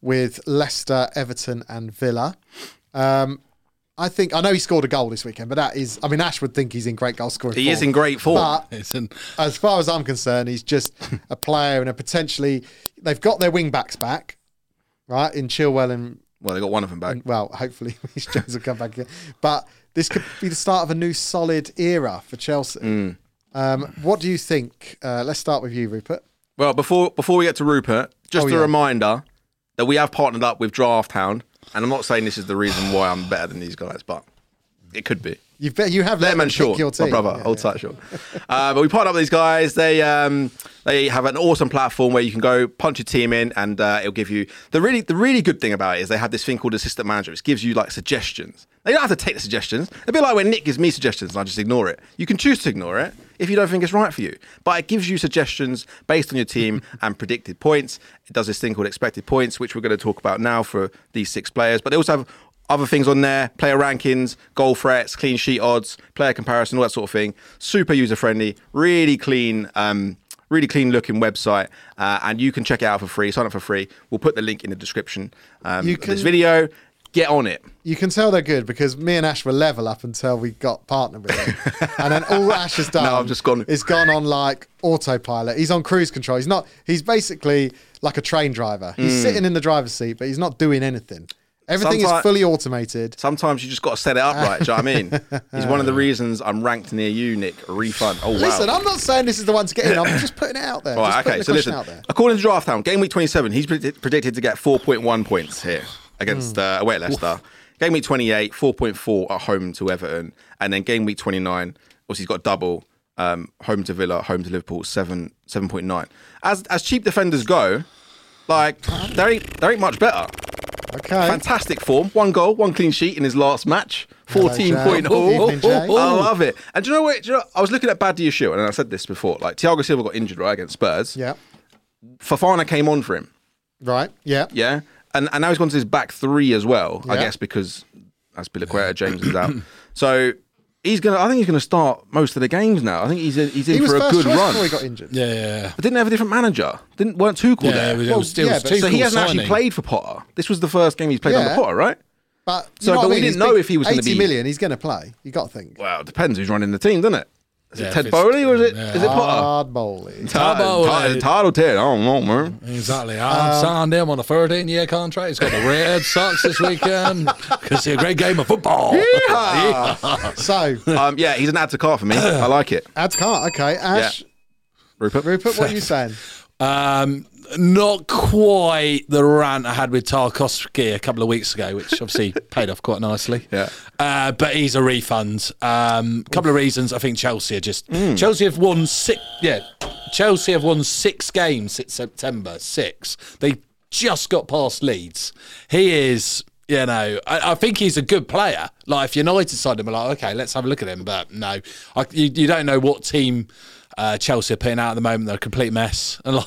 Speaker 1: with Leicester, Everton, and Villa. Um, I think I know he scored a goal this weekend, but that is. I mean, Ash would think he's in great goal scoring.
Speaker 2: He is
Speaker 1: form,
Speaker 2: in great form.
Speaker 1: But
Speaker 3: It's an-
Speaker 1: as far as I'm concerned, he's just a player and a potentially. They've got their wing backs back, right? In Chilwell and
Speaker 2: well, they got one of them back.
Speaker 1: well, hopefully Reece Jones will come back again. But this could be the start of a new solid era for Chelsea.
Speaker 2: Hmm.
Speaker 1: Um, what do you think? Uh, let's start with you, Rupert.
Speaker 2: Well, before before we get to Rupert, just
Speaker 1: Oh,
Speaker 2: a
Speaker 1: yeah.
Speaker 2: reminder that we have partnered up with Draft Hound, and I'm not saying this is the reason why I'm better than these guys, but it could be.
Speaker 1: You've bet you have let
Speaker 2: Letterman
Speaker 1: them pick
Speaker 2: Short,
Speaker 1: your
Speaker 2: my
Speaker 1: team.
Speaker 2: brother,
Speaker 1: Yeah,
Speaker 2: old
Speaker 1: yeah.
Speaker 2: tight Short. Uh, but we partnered up with these guys. They um, they have an awesome platform where you can go punch your team in, and uh, it'll give you the really the really good thing about it is they have this thing called assistant manager, which gives you like suggestions. They don't have to take the suggestions. A bit like when Nick gives me suggestions and I just ignore it. You can choose to ignore it if you don't think it's right for you, but it gives you suggestions based on your team and predicted points. It does this thing called expected points, which we're going to talk about now for these six players. But they also have other things on there player rankings, goal threats, clean sheet odds, player comparison, all that sort of thing. Super user friendly, really clean. Um, Really clean looking website, uh, and you can check it out for free. Sign up for free. We'll put the link in the description um,
Speaker 1: You
Speaker 2: of this
Speaker 1: can-
Speaker 2: video. Get on it.
Speaker 1: You can tell they're good because me and Ash were level up until we got partnered with them, and then all Ash has done
Speaker 2: Now I've just gone-
Speaker 1: is gone on like autopilot. He's on cruise control. He's not. He's basically like a train driver. He's
Speaker 2: Mm.
Speaker 1: sitting in the driver's seat, but he's not doing anything. Everything
Speaker 2: Someti-
Speaker 1: is fully automated.
Speaker 2: Sometimes you just got to set it up right. do you know what I mean? It's one of the reasons I'm ranked near you, Nick. Refund. Oh wow.
Speaker 1: Listen, I'm not saying this is the one to get in. I'm just putting it out there.
Speaker 2: All
Speaker 1: just
Speaker 2: right,
Speaker 1: putting
Speaker 2: okay.
Speaker 1: the
Speaker 2: So
Speaker 1: question
Speaker 2: listen,
Speaker 1: out there.
Speaker 2: according to Draft Town, game week 27, he's predict- predicted to get 4.1 points here against
Speaker 1: Hmm.
Speaker 2: uh, away at Leicester. Game week 28, 4.4 at home to Everton, and then game week 29, obviously he's got double um, home to Villa, home to Liverpool, seven 7.9. As as cheap defenders go, like there ain't there ain't much better.
Speaker 1: Okay.
Speaker 2: Fantastic form, one goal, one clean sheet in his last match,
Speaker 1: Hello,
Speaker 2: 14
Speaker 1: Jay.
Speaker 2: point
Speaker 1: Good
Speaker 2: haul.
Speaker 1: evening, Jay.
Speaker 2: I love it. And do you know what? Do you know, I was looking at Bad Diashil, and I said this before. Like Thiago Silva got injured right against Spurs.
Speaker 1: Yeah.
Speaker 2: Fafana came on for him,
Speaker 1: Right. Yeah.
Speaker 2: yeah, and and now he's gone to his back three as well. I
Speaker 1: Yeah.
Speaker 2: guess because as Pilaqueta, James is out, so he's gonna. I think he's gonna start most of the games now. I think he's in, he's in
Speaker 1: He was
Speaker 2: for a
Speaker 1: first
Speaker 2: good
Speaker 1: choice
Speaker 2: run.
Speaker 1: before he got injured.
Speaker 3: Yeah, yeah,
Speaker 2: but didn't they have a different manager. Didn't weren't Tuchel
Speaker 3: yeah.
Speaker 2: there?
Speaker 3: yeah,
Speaker 1: Well,
Speaker 3: still
Speaker 1: yeah,
Speaker 3: yeah,
Speaker 1: but-
Speaker 2: so he hasn't actually played for Potter. This was the first game he's played
Speaker 1: Yeah.
Speaker 2: under Potter, right?
Speaker 1: But you
Speaker 2: So,
Speaker 1: know
Speaker 2: but
Speaker 1: what I
Speaker 2: we
Speaker 1: mean?
Speaker 2: didn't
Speaker 1: He's
Speaker 2: know
Speaker 1: big-
Speaker 2: if he was gonna
Speaker 1: 80
Speaker 2: be-
Speaker 1: million, He's going to play. You got to think.
Speaker 2: Well, it depends who's running the team, doesn't it? Is
Speaker 3: Yeah,
Speaker 2: it
Speaker 3: if
Speaker 2: Ted
Speaker 3: it's-
Speaker 2: Bowley or is it,
Speaker 3: yeah.
Speaker 2: is it Potter?
Speaker 1: Hard bowling.
Speaker 3: Bowley.
Speaker 2: Title Ted, I don't know, man.
Speaker 3: Exactly. I signed him on a 13 year contract. He's got the Red Sox this weekend. Because it's a great game of football.
Speaker 1: So,
Speaker 2: Ah, um, yeah, he's an ad to car for me. I like it.
Speaker 1: ads can't. Okay. Ash,
Speaker 2: Rupert.
Speaker 1: Rupert, what are you saying?
Speaker 3: Um, not quite the rant I had with Tarkovsky a couple of weeks ago, which obviously paid off quite nicely.
Speaker 2: Yeah.
Speaker 3: Uh, but he's a refund. Um, a couple of reasons. I think Chelsea are just Chelsea have won six. Yeah, Chelsea have won six games since September. Six. They just got past Leeds. He is. You know, I, I think he's a good player. Like if United signed him, I'm like okay, let's have a look at him. But no, I, you, you don't know what team uh, Chelsea are putting out at the moment. They're a complete mess. And like.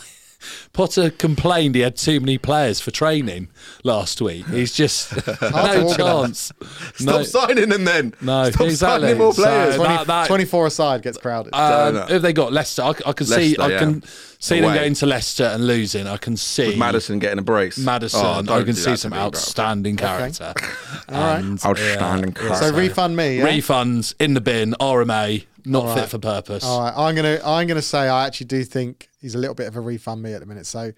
Speaker 3: Potter complained he had too many players for training last week. He's just no
Speaker 1: organise.
Speaker 3: chance.
Speaker 2: Stop
Speaker 3: No.
Speaker 2: signing him then.
Speaker 3: No,
Speaker 2: Stop
Speaker 3: exactly.
Speaker 2: signing more
Speaker 3: So-
Speaker 2: players.
Speaker 3: That-
Speaker 1: 20,
Speaker 3: that-
Speaker 1: 24 aside
Speaker 2: Uh,
Speaker 1: gets crowded.
Speaker 3: Um,
Speaker 2: No, no.
Speaker 3: Who have they got? Leicester. I, c- I can see.
Speaker 2: Leicester,
Speaker 3: I can
Speaker 2: yeah.
Speaker 3: see
Speaker 2: Away.
Speaker 3: them going to Leicester and losing. I can see
Speaker 2: Madison getting a brace.
Speaker 3: Madison.
Speaker 2: Oh, don't
Speaker 3: I
Speaker 2: do
Speaker 3: can
Speaker 2: that
Speaker 3: see
Speaker 2: to
Speaker 3: some
Speaker 2: me, bro.
Speaker 3: outstanding character. And,
Speaker 2: Outstanding
Speaker 3: yeah,
Speaker 1: so
Speaker 2: character.
Speaker 1: refund me. Yeah?
Speaker 3: Refunds in the bin. RMA. Not
Speaker 1: right.
Speaker 3: fit for purpose.
Speaker 1: All right. I'm gonna I'm gonna say I actually do think he's a little bit of a refund me at the minute. So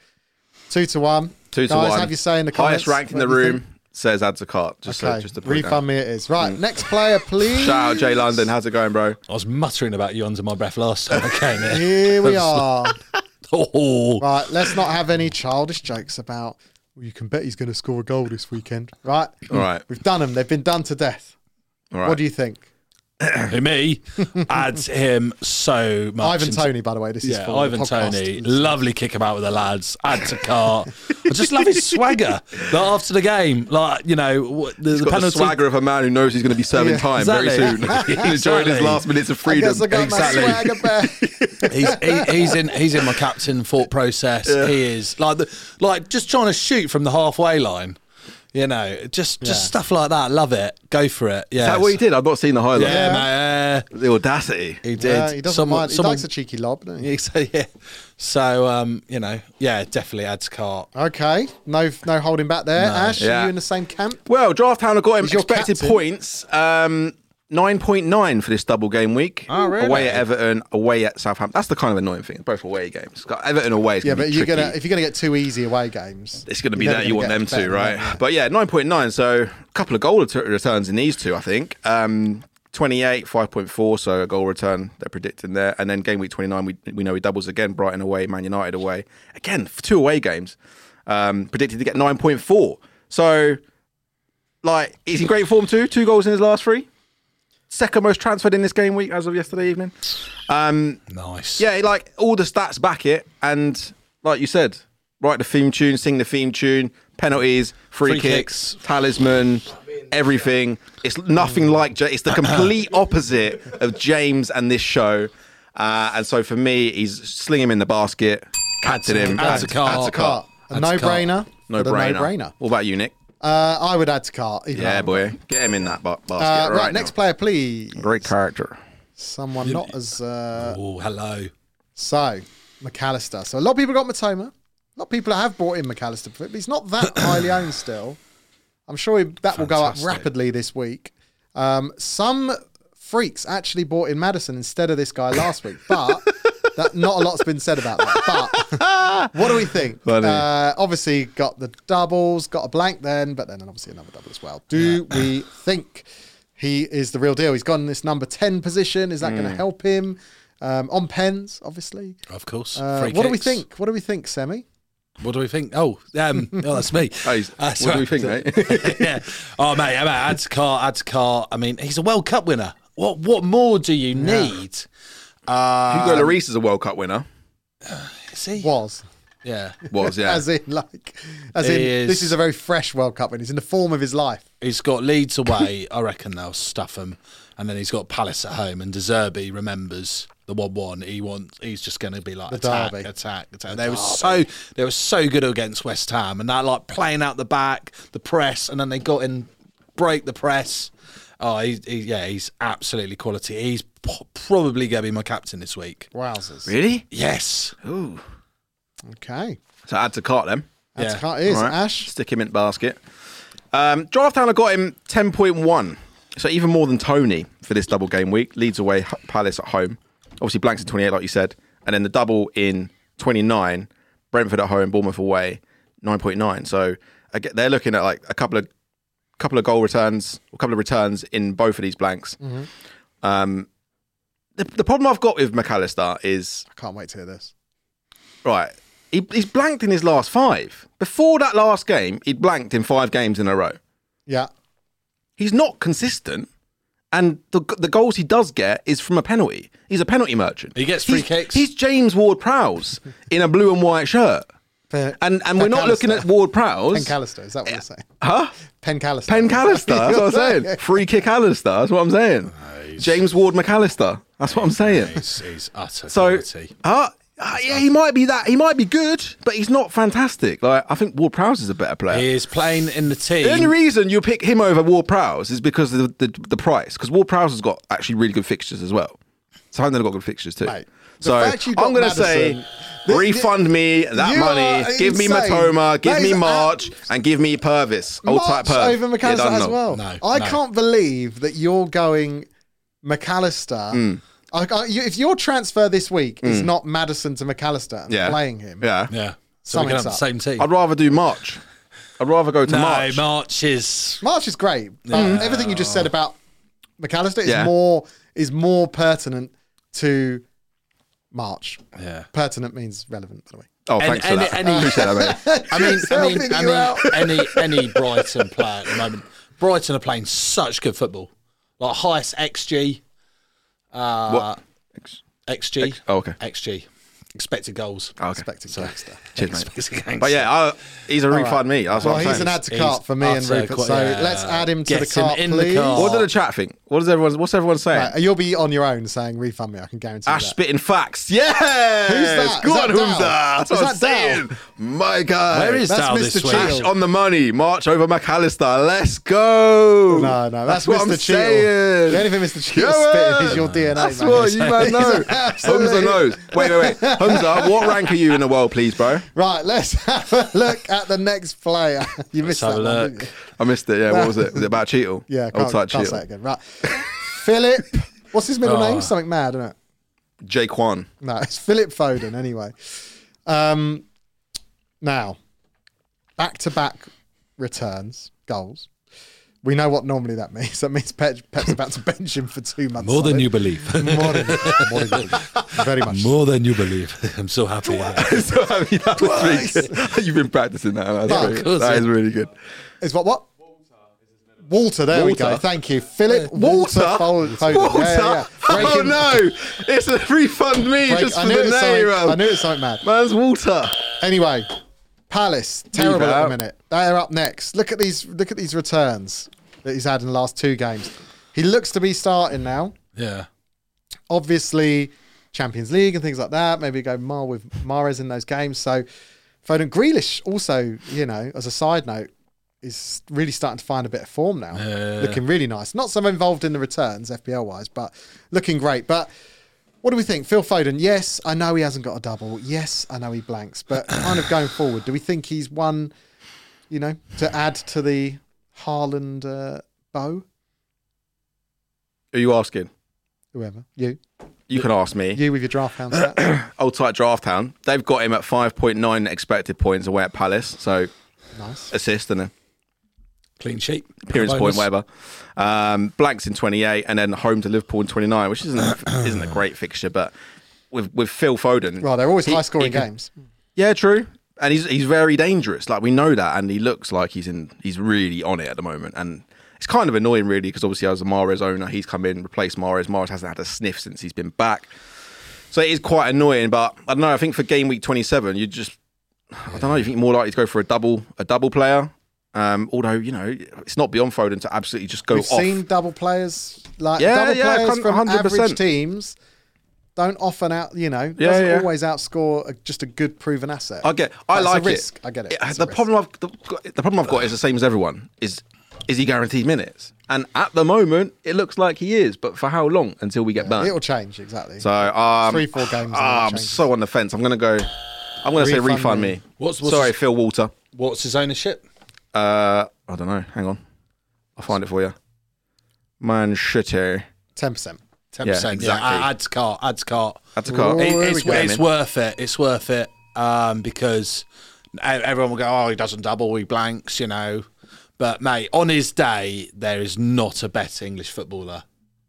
Speaker 1: two to one.
Speaker 2: Two to
Speaker 1: Guys,
Speaker 2: one.
Speaker 1: Have you say in the comments?
Speaker 2: Highest ranked in the
Speaker 1: what you
Speaker 2: room
Speaker 1: think?
Speaker 2: says ad to cart. Just, so,
Speaker 1: Okay.
Speaker 2: just to put it
Speaker 1: refund
Speaker 2: down. Mm.
Speaker 1: me it is. Right. Next player, please.
Speaker 2: Shout out Jay London. How's it going, bro?
Speaker 1: Um,
Speaker 3: I was muttering about you under my breath last time I came here.
Speaker 1: Here we are.
Speaker 3: Oh,
Speaker 1: Right. Let's not have any childish jokes about. Well, you can bet he's going to score a goal this weekend. Right.
Speaker 2: All right.
Speaker 1: We've done them. They've been done to death.
Speaker 2: All right.
Speaker 1: What do you think?
Speaker 3: who me adds him so much.
Speaker 1: Ivan
Speaker 3: into-
Speaker 1: Tony, by the way. This is
Speaker 3: Yeah,
Speaker 1: for the
Speaker 3: Ivan
Speaker 1: podcast.
Speaker 3: Tony, lovely kick about with the lads. Add to cart. I just love his swagger. Like after the game, like you know, what- the, the
Speaker 2: He's got the
Speaker 3: penalty.
Speaker 2: swagger of a man who knows he's going to be serving
Speaker 1: Yeah,
Speaker 2: time very soon.
Speaker 3: exactly.
Speaker 2: He's enjoying his
Speaker 3: Exactly.
Speaker 2: last minutes of
Speaker 1: I
Speaker 2: freedom.
Speaker 1: guess I got my
Speaker 3: Exactly.
Speaker 1: swagger back.
Speaker 3: He's he, he's in he's in my captain thought process. He is like the like just trying to shoot from the halfway line. You know, just just
Speaker 1: Yeah.
Speaker 3: stuff like that. Love it. Go for it. Yeah.
Speaker 2: Is that what he did? I've not seen the highlight.
Speaker 3: Yeah, mate, yeah,
Speaker 2: The audacity.
Speaker 3: he did.
Speaker 1: Yeah, he doesn't
Speaker 3: Someone-
Speaker 1: mind. He
Speaker 3: someone-
Speaker 1: likes a cheeky lob. Doesn't he?
Speaker 3: so yeah. So um, you know, yeah, definitely adds cart.
Speaker 1: Okay, no, no holding back there. Ash,
Speaker 2: Yeah.
Speaker 1: are you in the same camp?
Speaker 2: Well, Draft Town have got him
Speaker 1: your
Speaker 2: expected
Speaker 1: captain.
Speaker 2: points. Um, 9.9 for this double game week.
Speaker 1: Ah,
Speaker 3: Oh, really?
Speaker 2: Away at Everton, away at Southampton. That's the kind of annoying thing. Both away games. Got Everton away is
Speaker 1: Yeah,
Speaker 2: going to
Speaker 1: but
Speaker 2: be
Speaker 1: you're
Speaker 2: tricky.
Speaker 1: gonna if you're gonna get two easy away games,
Speaker 2: it's going to be
Speaker 1: you're
Speaker 2: that
Speaker 1: never
Speaker 2: you
Speaker 1: gonna
Speaker 2: want them
Speaker 1: get
Speaker 2: to,
Speaker 1: better
Speaker 2: right?
Speaker 1: than that.
Speaker 2: But yeah, 9.9. So a couple of goal ret- returns in these two, I think. Um, 28, 5.4. So a goal return they're predicting there. And then game week 29, we, we know he doubles again. Brighton away, Man United away. Again, f- two away games. Um, predicted to get 9.4. So, like, he's in great form too. Two goals in his last three. Second most transferred in this game week as of yesterday evening. Um,
Speaker 3: Nice.
Speaker 2: yeah, like all the stats back it, and like you said, write the theme tune, sing the theme tune, penalties, free,
Speaker 3: Free
Speaker 2: kicks,
Speaker 3: kicks.
Speaker 2: talisman, everything. It's nothing like. Ja- It's the complete opposite of James and this show. Uh, and so for me, he's sling him in the basket, captain him.
Speaker 3: Add to cart.
Speaker 2: Add to
Speaker 1: Cart.
Speaker 2: cart.
Speaker 1: A
Speaker 3: That's
Speaker 1: no
Speaker 3: a cart.
Speaker 1: brainer.
Speaker 2: No brainer. What about you, Nick?
Speaker 1: Uh, I would add to cart. Even
Speaker 2: Yeah,
Speaker 1: though-
Speaker 2: boy, get him in that ba- basket.
Speaker 1: Uh,
Speaker 2: right,
Speaker 1: right, next
Speaker 2: now.
Speaker 1: player, please.
Speaker 2: Great character.
Speaker 1: Someone not as uh,
Speaker 3: Oh, hello.
Speaker 1: So, McAllister. So, a lot of people got Matoma. A lot of people have bought in McAllister, but he's not that highly owned still. I'm sure that will go up
Speaker 3: Fantastic.
Speaker 1: rapidly this week. Um, some freaks actually bought in Madison instead of this guy last week, but that, not a lot's been said about that. But what do we think?
Speaker 2: Funny.
Speaker 1: Uh, obviously, got the doubles, got a blank then, but then obviously another double as well. Do we think he is the real deal? He's gone in this number 10 position. Is that going to help him? Um, on pens, obviously.
Speaker 3: Of course.
Speaker 1: Uh,
Speaker 3: Free
Speaker 1: what do we
Speaker 3: kicks.
Speaker 1: think? What do we think, Semi?
Speaker 3: What do we think? Oh, um, oh that's me.
Speaker 2: Hey, what do
Speaker 3: sorry.
Speaker 2: we think, mate?
Speaker 3: yeah. Oh, mate, yeah, mate, add to cart, add to cart. I mean, he's a World Cup winner. What What more do you need?
Speaker 2: Hugo Lloris is a World Cup winner.
Speaker 3: See?
Speaker 1: Was
Speaker 3: Yeah.
Speaker 2: Was yeah.
Speaker 1: as in like as in
Speaker 3: He is-
Speaker 1: this is a very fresh World Cup and he's in the form of his life.
Speaker 3: He's got Leeds away. I reckon they'll stuff him. And then he's got Palace at home. And Deserby remembers the one-one. He wants. He's just going to be like attack,
Speaker 1: derby.
Speaker 3: attack, attack. They were so they were so good against West Ham, and that like playing out the back, the press, and then they got in, break the press. Oh, he, he, yeah, he's absolutely quality. He's po- probably going to be my captain this week.
Speaker 1: Wowzers.
Speaker 2: really?
Speaker 3: Yes.
Speaker 2: Ooh.
Speaker 1: Okay.
Speaker 2: So add to cart them.
Speaker 1: That's
Speaker 3: Yeah.
Speaker 1: how it is.
Speaker 2: All right.
Speaker 1: Ash.
Speaker 2: Stick him in the basket. Um, draft Howler got him 10.1. So even more than Tony for this double game week. Leads away H- Palace at home. Obviously, Blanks in 28, like you said. And then the double in 29. Brentford at home, Bournemouth away, 9.9. So I get- they're looking at like a couple of couple of goal returns, a couple of returns in both of these blanks.
Speaker 1: Mm-hmm.
Speaker 2: Um, the, the problem I've got with McAllister is
Speaker 1: I can't wait to hear this.
Speaker 2: Right. He, he's blanked in his last five. Before that last game, he'd blanked in five games in a row.
Speaker 1: Yeah.
Speaker 2: He's not consistent. And the, the goals he does get is from a penalty. He's a penalty merchant.
Speaker 3: He gets free
Speaker 2: He's-
Speaker 3: kicks.
Speaker 2: He's James Ward Prowse in a blue and white shirt.
Speaker 1: Fair-
Speaker 2: And and we're not looking
Speaker 1: Penn
Speaker 2: at Ward
Speaker 1: Pen
Speaker 2: Prowse.
Speaker 1: Callister, is that what you're saying?
Speaker 2: Huh?
Speaker 1: Pen Callister.
Speaker 2: Penn Callister. That's what I'm saying. Free kick Alistair. That's what I'm saying. James Ward McAllister. That's what I'm saying.
Speaker 3: He's, he's utter
Speaker 2: So,
Speaker 3: quality.
Speaker 2: uh, uh, yeah, he might be that. He might be good, but he's not fantastic. Like I think Ward Prowse is a better
Speaker 3: He
Speaker 2: player.
Speaker 3: is playing in the team.
Speaker 2: The only reason you pick him over Ward Prowse is because of the, the, the price. Because Ward Prowse has got actually really good fixtures as well. Southampton have got good fixtures too.
Speaker 1: Mate, the
Speaker 2: so
Speaker 1: fact you got
Speaker 2: I'm going to say,
Speaker 1: Maddison-
Speaker 2: refund me that
Speaker 1: You
Speaker 2: money.
Speaker 1: are
Speaker 2: Give me
Speaker 1: insane.
Speaker 2: Matoma. Give
Speaker 1: That
Speaker 2: me
Speaker 1: is
Speaker 2: March, and give me Purvis. Old
Speaker 1: March
Speaker 2: type Purvis.
Speaker 1: over McAllister as well.
Speaker 3: No,
Speaker 1: I
Speaker 3: no.
Speaker 1: can't believe that you're going McAllister.
Speaker 2: Mm.
Speaker 1: I, I, you, if your transfer this week is not Madison to McAllister and
Speaker 2: Yeah.
Speaker 1: playing him,
Speaker 2: Yeah.
Speaker 3: yeah. So we can
Speaker 1: Something's
Speaker 3: have the
Speaker 1: up.
Speaker 3: same team.
Speaker 2: I'd rather do March. I'd rather go to
Speaker 3: no,
Speaker 2: March.
Speaker 3: March. is.
Speaker 1: March is great, but everything you just said about McAllister is
Speaker 2: Yeah.
Speaker 1: more is more pertinent to March.
Speaker 3: Yeah.
Speaker 1: Pertinent means relevant, by the way.
Speaker 2: Oh,
Speaker 3: Any-
Speaker 2: thanks for
Speaker 3: any-
Speaker 2: that.
Speaker 3: any-
Speaker 2: Appreciate that, mate.
Speaker 3: I mean, I mean,
Speaker 1: helping you
Speaker 3: I
Speaker 1: out.
Speaker 3: mean any any Brighton player at the moment. Brighton are playing such good football, like highest XG,
Speaker 2: What?
Speaker 3: XG,
Speaker 2: oh, okay.
Speaker 3: XG, expected goals.
Speaker 2: Okay.
Speaker 1: Expecting gangster.
Speaker 2: Cheers, mate.
Speaker 3: Expected goals.
Speaker 2: But yeah, I, he's a refund me. That's
Speaker 1: Well,
Speaker 2: what I'm
Speaker 1: he's an
Speaker 2: saying.
Speaker 1: add to
Speaker 3: He's
Speaker 1: cart for me and
Speaker 3: utter
Speaker 1: Rupert.
Speaker 3: qua-
Speaker 1: so
Speaker 3: yeah.
Speaker 1: let's add him to
Speaker 3: Get
Speaker 1: the
Speaker 3: him
Speaker 1: cart,
Speaker 3: in the
Speaker 1: please.
Speaker 3: cart.
Speaker 2: what did the chat think? What does everyone? What's everyone saying?
Speaker 1: Uh, You'll be on your own saying refund me. I can guarantee
Speaker 2: Ash
Speaker 1: that.
Speaker 2: spitting facts. Yes.
Speaker 1: Who's that?
Speaker 2: Go
Speaker 1: Is
Speaker 2: on,
Speaker 1: that
Speaker 2: who's
Speaker 1: Dal?
Speaker 2: that? That's
Speaker 1: Is
Speaker 2: what I'm
Speaker 1: that Dal?
Speaker 2: saying. My God.
Speaker 3: Where is
Speaker 1: That's
Speaker 3: Dal
Speaker 1: Mr.
Speaker 3: this week?
Speaker 1: Cheadle.
Speaker 2: Ash on the money? March over McAllister. Let's go.
Speaker 1: No, no, that's,
Speaker 2: what
Speaker 1: Mr.
Speaker 2: I'm
Speaker 1: Cheadle.
Speaker 2: saying.
Speaker 1: The only thing Mr. Cheadle
Speaker 2: Come
Speaker 1: spitting is
Speaker 2: on.
Speaker 1: your DNA,
Speaker 2: That's
Speaker 1: man.
Speaker 2: what you man know.
Speaker 1: He's absolute-
Speaker 2: Humza knows. Wait, wait, wait. Humza, what rank are you in the world, please, bro?
Speaker 1: Right, let's have a look at the next player. You missed
Speaker 3: have
Speaker 1: that
Speaker 3: a
Speaker 1: one,
Speaker 3: look.
Speaker 1: didn't you?
Speaker 2: I missed it. Yeah, what was it? Was it about Cheetle?
Speaker 1: Yeah,
Speaker 2: old
Speaker 1: can't,
Speaker 2: type
Speaker 1: can't say it
Speaker 2: Cheetle.
Speaker 1: again. Right. Philip. What's his middle
Speaker 3: Oh.
Speaker 1: name? Something mad, isn't it?
Speaker 2: Jay Kwan.
Speaker 1: No, it's Philip Foden anyway. Um, now, back to back returns, goals. We know what normally that means. That means Pep, Pep's about to bench him for two months.
Speaker 3: More than
Speaker 1: solid.
Speaker 3: you believe.
Speaker 1: More than, more than you. Very much. so.
Speaker 3: More than you believe. I'm so happy.
Speaker 2: so happy that was really good. You've been practicing that. That's
Speaker 1: Yeah,
Speaker 2: great.
Speaker 3: of course,
Speaker 2: That
Speaker 3: yeah.
Speaker 2: is really good.
Speaker 1: Is what what? Walter, there we go.
Speaker 2: Walter?
Speaker 1: Thank you, Philip.
Speaker 2: Walter?
Speaker 1: Walter. Fol- Foden.
Speaker 2: Walter?
Speaker 1: Yeah, yeah, yeah.
Speaker 2: Oh
Speaker 1: Breaking-
Speaker 2: no! It's a refund me
Speaker 1: break-
Speaker 2: just
Speaker 1: I
Speaker 2: for
Speaker 1: knew
Speaker 2: the
Speaker 1: it's
Speaker 2: name.
Speaker 1: something-
Speaker 2: um,
Speaker 1: I knew it's something mad.
Speaker 2: Man's Walter.
Speaker 1: Anyway, Palace terrible at
Speaker 2: out.
Speaker 1: the minute. They're up next. Look at these. Look at these returns that he's had in the last two games. He looks to be starting now.
Speaker 3: Yeah.
Speaker 1: Obviously, Champions League and things like that. Maybe go Mar with Mares in those games. So Foden Grealish also, you know, as a side note, is really starting to find a bit of form now. Looking really nice. Not so involved in the returns FPL wise, but looking great. But what do we think? Phil Foden, yes, I know he hasn't got a double. Yes, I know he blanks, but kind of going forward, do we think he's one, you know, to add to the Haaland uh, bow?
Speaker 2: Are you asking?
Speaker 1: Whoever. You.
Speaker 2: You can ask me.
Speaker 1: You with your draft hound stat.
Speaker 2: Old tight draft town. They've got him at 5.9 expected points away at Palace. So
Speaker 1: nice.
Speaker 2: assist and a
Speaker 3: Clean sheet.
Speaker 2: appearance point,
Speaker 3: Bonus.
Speaker 2: whatever. Um, Blanks in 28, and then home to Liverpool in 29, which isn't a, isn't a great fixture, but with with Phil Foden,
Speaker 1: Right, they're always
Speaker 2: he-
Speaker 1: high scoring
Speaker 2: he can-
Speaker 1: games.
Speaker 2: Yeah, true. And he's he's very dangerous. Like we know that, and he looks like he's in he's really on it at the moment. And it's kind of annoying, really, because obviously as a Mares owner, he's come in replaced Mares. Mares hasn't had a sniff since he's been back, so it is quite annoying. But I don't know. I think for game week twenty seven, you just I don't know. You think more likely to go for a double a double player. Um, although you know it's not beyond Foden to absolutely just go
Speaker 1: We've
Speaker 2: off.
Speaker 1: seen double players like
Speaker 2: Yeah,
Speaker 1: double
Speaker 2: yeah,
Speaker 1: players
Speaker 2: con-
Speaker 1: from
Speaker 2: 100%.
Speaker 1: average teams don't often out you know
Speaker 2: Yeah,
Speaker 1: doesn't
Speaker 2: yeah.
Speaker 1: always outscore a, just a good proven asset.
Speaker 2: I get. I
Speaker 1: That's a
Speaker 2: like it.
Speaker 1: risk. I get it. It's a
Speaker 2: the
Speaker 1: risk.
Speaker 2: problem I've the, the problem I've got is the same as everyone. Is is he guaranteed minutes? And at the moment, it looks like he is. But for how long until we get
Speaker 1: It'll
Speaker 2: banned?
Speaker 1: change exactly.
Speaker 2: So um,
Speaker 1: Three, four games and then it
Speaker 2: I'm
Speaker 1: changes.
Speaker 2: so on the fence. I'm gonna go. I'm gonna say
Speaker 1: Refund
Speaker 2: refund
Speaker 1: me.
Speaker 2: me.
Speaker 3: What's- what's
Speaker 2: Sorry,
Speaker 3: his-
Speaker 2: Phil Walter.
Speaker 3: What's his ownership?
Speaker 2: Uh, I don't know. Hang on. I'll find it for you. Man, shit here.
Speaker 1: Ten percent.
Speaker 3: Ten
Speaker 2: Yeah,
Speaker 3: percent.
Speaker 2: exactly.
Speaker 3: Yeah, add to cart. Add to cart.
Speaker 2: That's a car.
Speaker 1: Ooh.
Speaker 3: It-
Speaker 1: Well, there
Speaker 3: it's,
Speaker 1: we go.
Speaker 3: it's worth it. It's worth it um, because e- everyone will go, oh, he doesn't double, he blanks, you know. But mate, on his day, there is not a better English footballer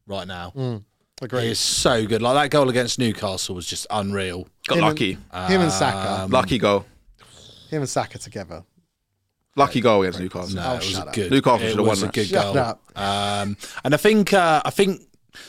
Speaker 3: right now. He
Speaker 1: Agreed.
Speaker 3: is so good. Like that goal against Newcastle was just unreal.
Speaker 2: Got
Speaker 1: Him
Speaker 2: lucky.
Speaker 1: And, him and Saka.
Speaker 3: Um,
Speaker 2: lucky goal.
Speaker 1: him and Saka together.
Speaker 2: Lucky goal against Newcastle.
Speaker 3: No, it was
Speaker 1: shut
Speaker 3: a
Speaker 1: up.
Speaker 3: good.
Speaker 2: Newcastle
Speaker 3: it
Speaker 2: should have
Speaker 3: was
Speaker 2: won
Speaker 3: a good
Speaker 1: Shut
Speaker 3: goal.
Speaker 1: up.
Speaker 3: Um, and I think uh, I think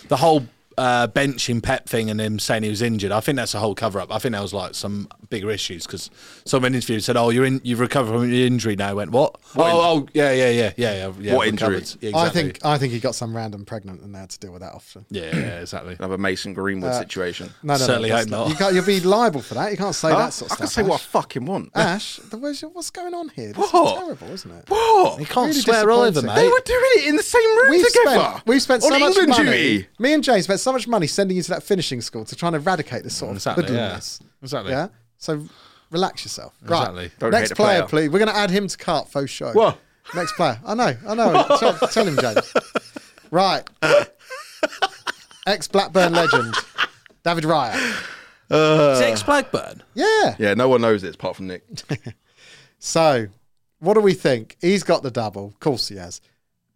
Speaker 3: the whole uh, benching Pep thing and him saying he was injured. I think that's a whole cover up. I think that was like some bigger issues because someone interviewed said, "Oh, you're in, you've recovered from your injury now." I went what? oh, oh, yeah, yeah, yeah, yeah, yeah. yeah
Speaker 2: What
Speaker 3: I've
Speaker 2: injury?
Speaker 3: recovered." Yeah,
Speaker 1: I
Speaker 3: exactly.
Speaker 1: think I think he got some random pregnant and they had to deal with that often.
Speaker 3: Yeah, yeah, exactly.
Speaker 2: Another Mason Greenwood
Speaker 1: Uh,
Speaker 2: situation.
Speaker 1: No, no,
Speaker 3: Certainly
Speaker 1: no, that's
Speaker 3: hope not.
Speaker 1: You can't, you'll be liable for that. You can't say
Speaker 2: Huh?
Speaker 1: that sort
Speaker 2: I
Speaker 1: of
Speaker 2: can
Speaker 1: stuff.
Speaker 2: say what I
Speaker 1: Ash.
Speaker 2: fucking want.
Speaker 1: Ash, the- what's- what's going on here? This
Speaker 2: What?
Speaker 1: is terrible, isn't it?
Speaker 2: What?
Speaker 3: He can't
Speaker 1: Really
Speaker 3: swear either,
Speaker 1: disappointing.
Speaker 3: mate.
Speaker 2: They were doing it in the same room
Speaker 1: We've
Speaker 2: together.
Speaker 1: spent, we've spent
Speaker 2: on
Speaker 1: so much
Speaker 2: England
Speaker 1: money.
Speaker 2: duty.
Speaker 1: Me and James spent so much money sending you to that finishing school to try and eradicate this sort of
Speaker 3: Exactly,
Speaker 1: hoodlumness.
Speaker 3: yeah. Exactly.
Speaker 1: Yeah. So relax yourself. Right.
Speaker 3: Exactly.
Speaker 2: Don't hate
Speaker 1: Next
Speaker 2: the
Speaker 1: player,
Speaker 2: player.
Speaker 1: please. We're going to add him to cart faux show.
Speaker 2: What?
Speaker 1: Next player. I know. I know. tell, tell him, James. Right. Ex Blackburn legend, David Raya.
Speaker 3: Six Blackburn.
Speaker 1: Yeah.
Speaker 2: Yeah, no one knows this apart from Nick.
Speaker 1: So, what do we think? He's got the double. Of course he has.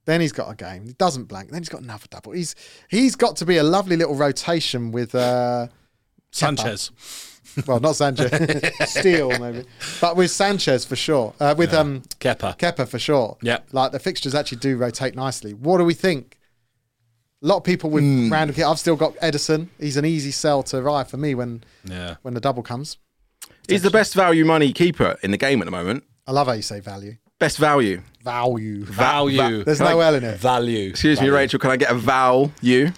Speaker 1: Then he's got a game. He doesn't blank. Then he's got another double. He's he's got to be a lovely little rotation with uh
Speaker 3: Sanchez.
Speaker 1: well not Sanchez Steele maybe, but with Sanchez for sure. Uh, with um
Speaker 3: Kepa.
Speaker 1: Kepper for sure.
Speaker 3: Yep.
Speaker 1: like the fixtures actually do rotate nicely. What do we think? A lot of people with random. I've still got Edison. He's an easy sell to ride for me when
Speaker 3: Yeah.
Speaker 1: when the double comes.
Speaker 2: He's the best value money keeper in the game at the moment.
Speaker 1: I love how you say value.
Speaker 2: Best value.
Speaker 1: Value.
Speaker 3: Value.
Speaker 1: There's no L in it.
Speaker 3: Value.
Speaker 2: Excuse me, Rachel. Can I get a vowel? You.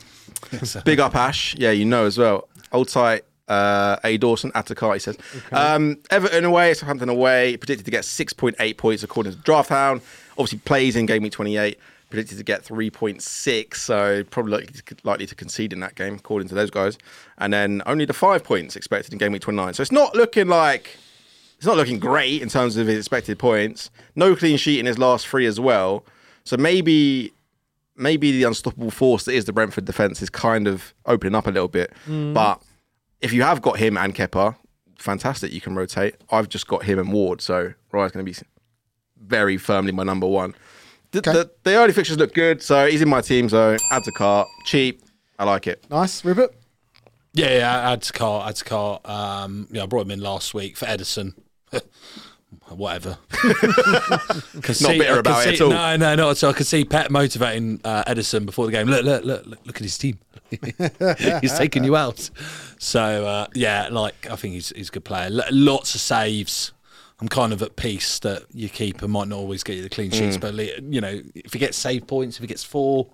Speaker 2: Big up Ash. Yeah, you know as well. Old tight. Uh, a Dawson Atacart, he says. Um, Everton away, Southampton away, predicted to get 6.8 points according to Drafthound. Obviously, plays in game week 28, predicted to get 3.6, so probably likely to, likely to concede in that game, according to those guys. And then only the five points expected in game week 29. So it's not looking like it's not looking great in terms of his expected points. No clean sheet in his last three as well. So maybe maybe the unstoppable force that is the Brentford defence is kind of opening up a little bit.
Speaker 1: Mm.
Speaker 2: But if you have got him and Kepa, fantastic. You can rotate. I've just got him and Ward, so Raya's going to be very firmly my number one. The,
Speaker 1: Okay.
Speaker 2: the, the early fixtures look good, so he's in my team. So add to cart, cheap. I like it.
Speaker 1: Nice, Rupert.
Speaker 3: Yeah, yeah, Adkar, Adkar. Um, yeah, I brought him in last week for Edison. I whatever.
Speaker 2: Not bitter about it at all.
Speaker 3: No, no, no. So I could see Pep motivating uh, Edison before the game. Look, look, look, look, look at his team. he's taking you out. So uh, yeah, like I think he's he's a good player. Lo- lots of saves. I'm kind of at peace that your keeper might not always get you the clean
Speaker 2: Mm.
Speaker 3: sheets, but le- you know if he gets save points, if he gets four,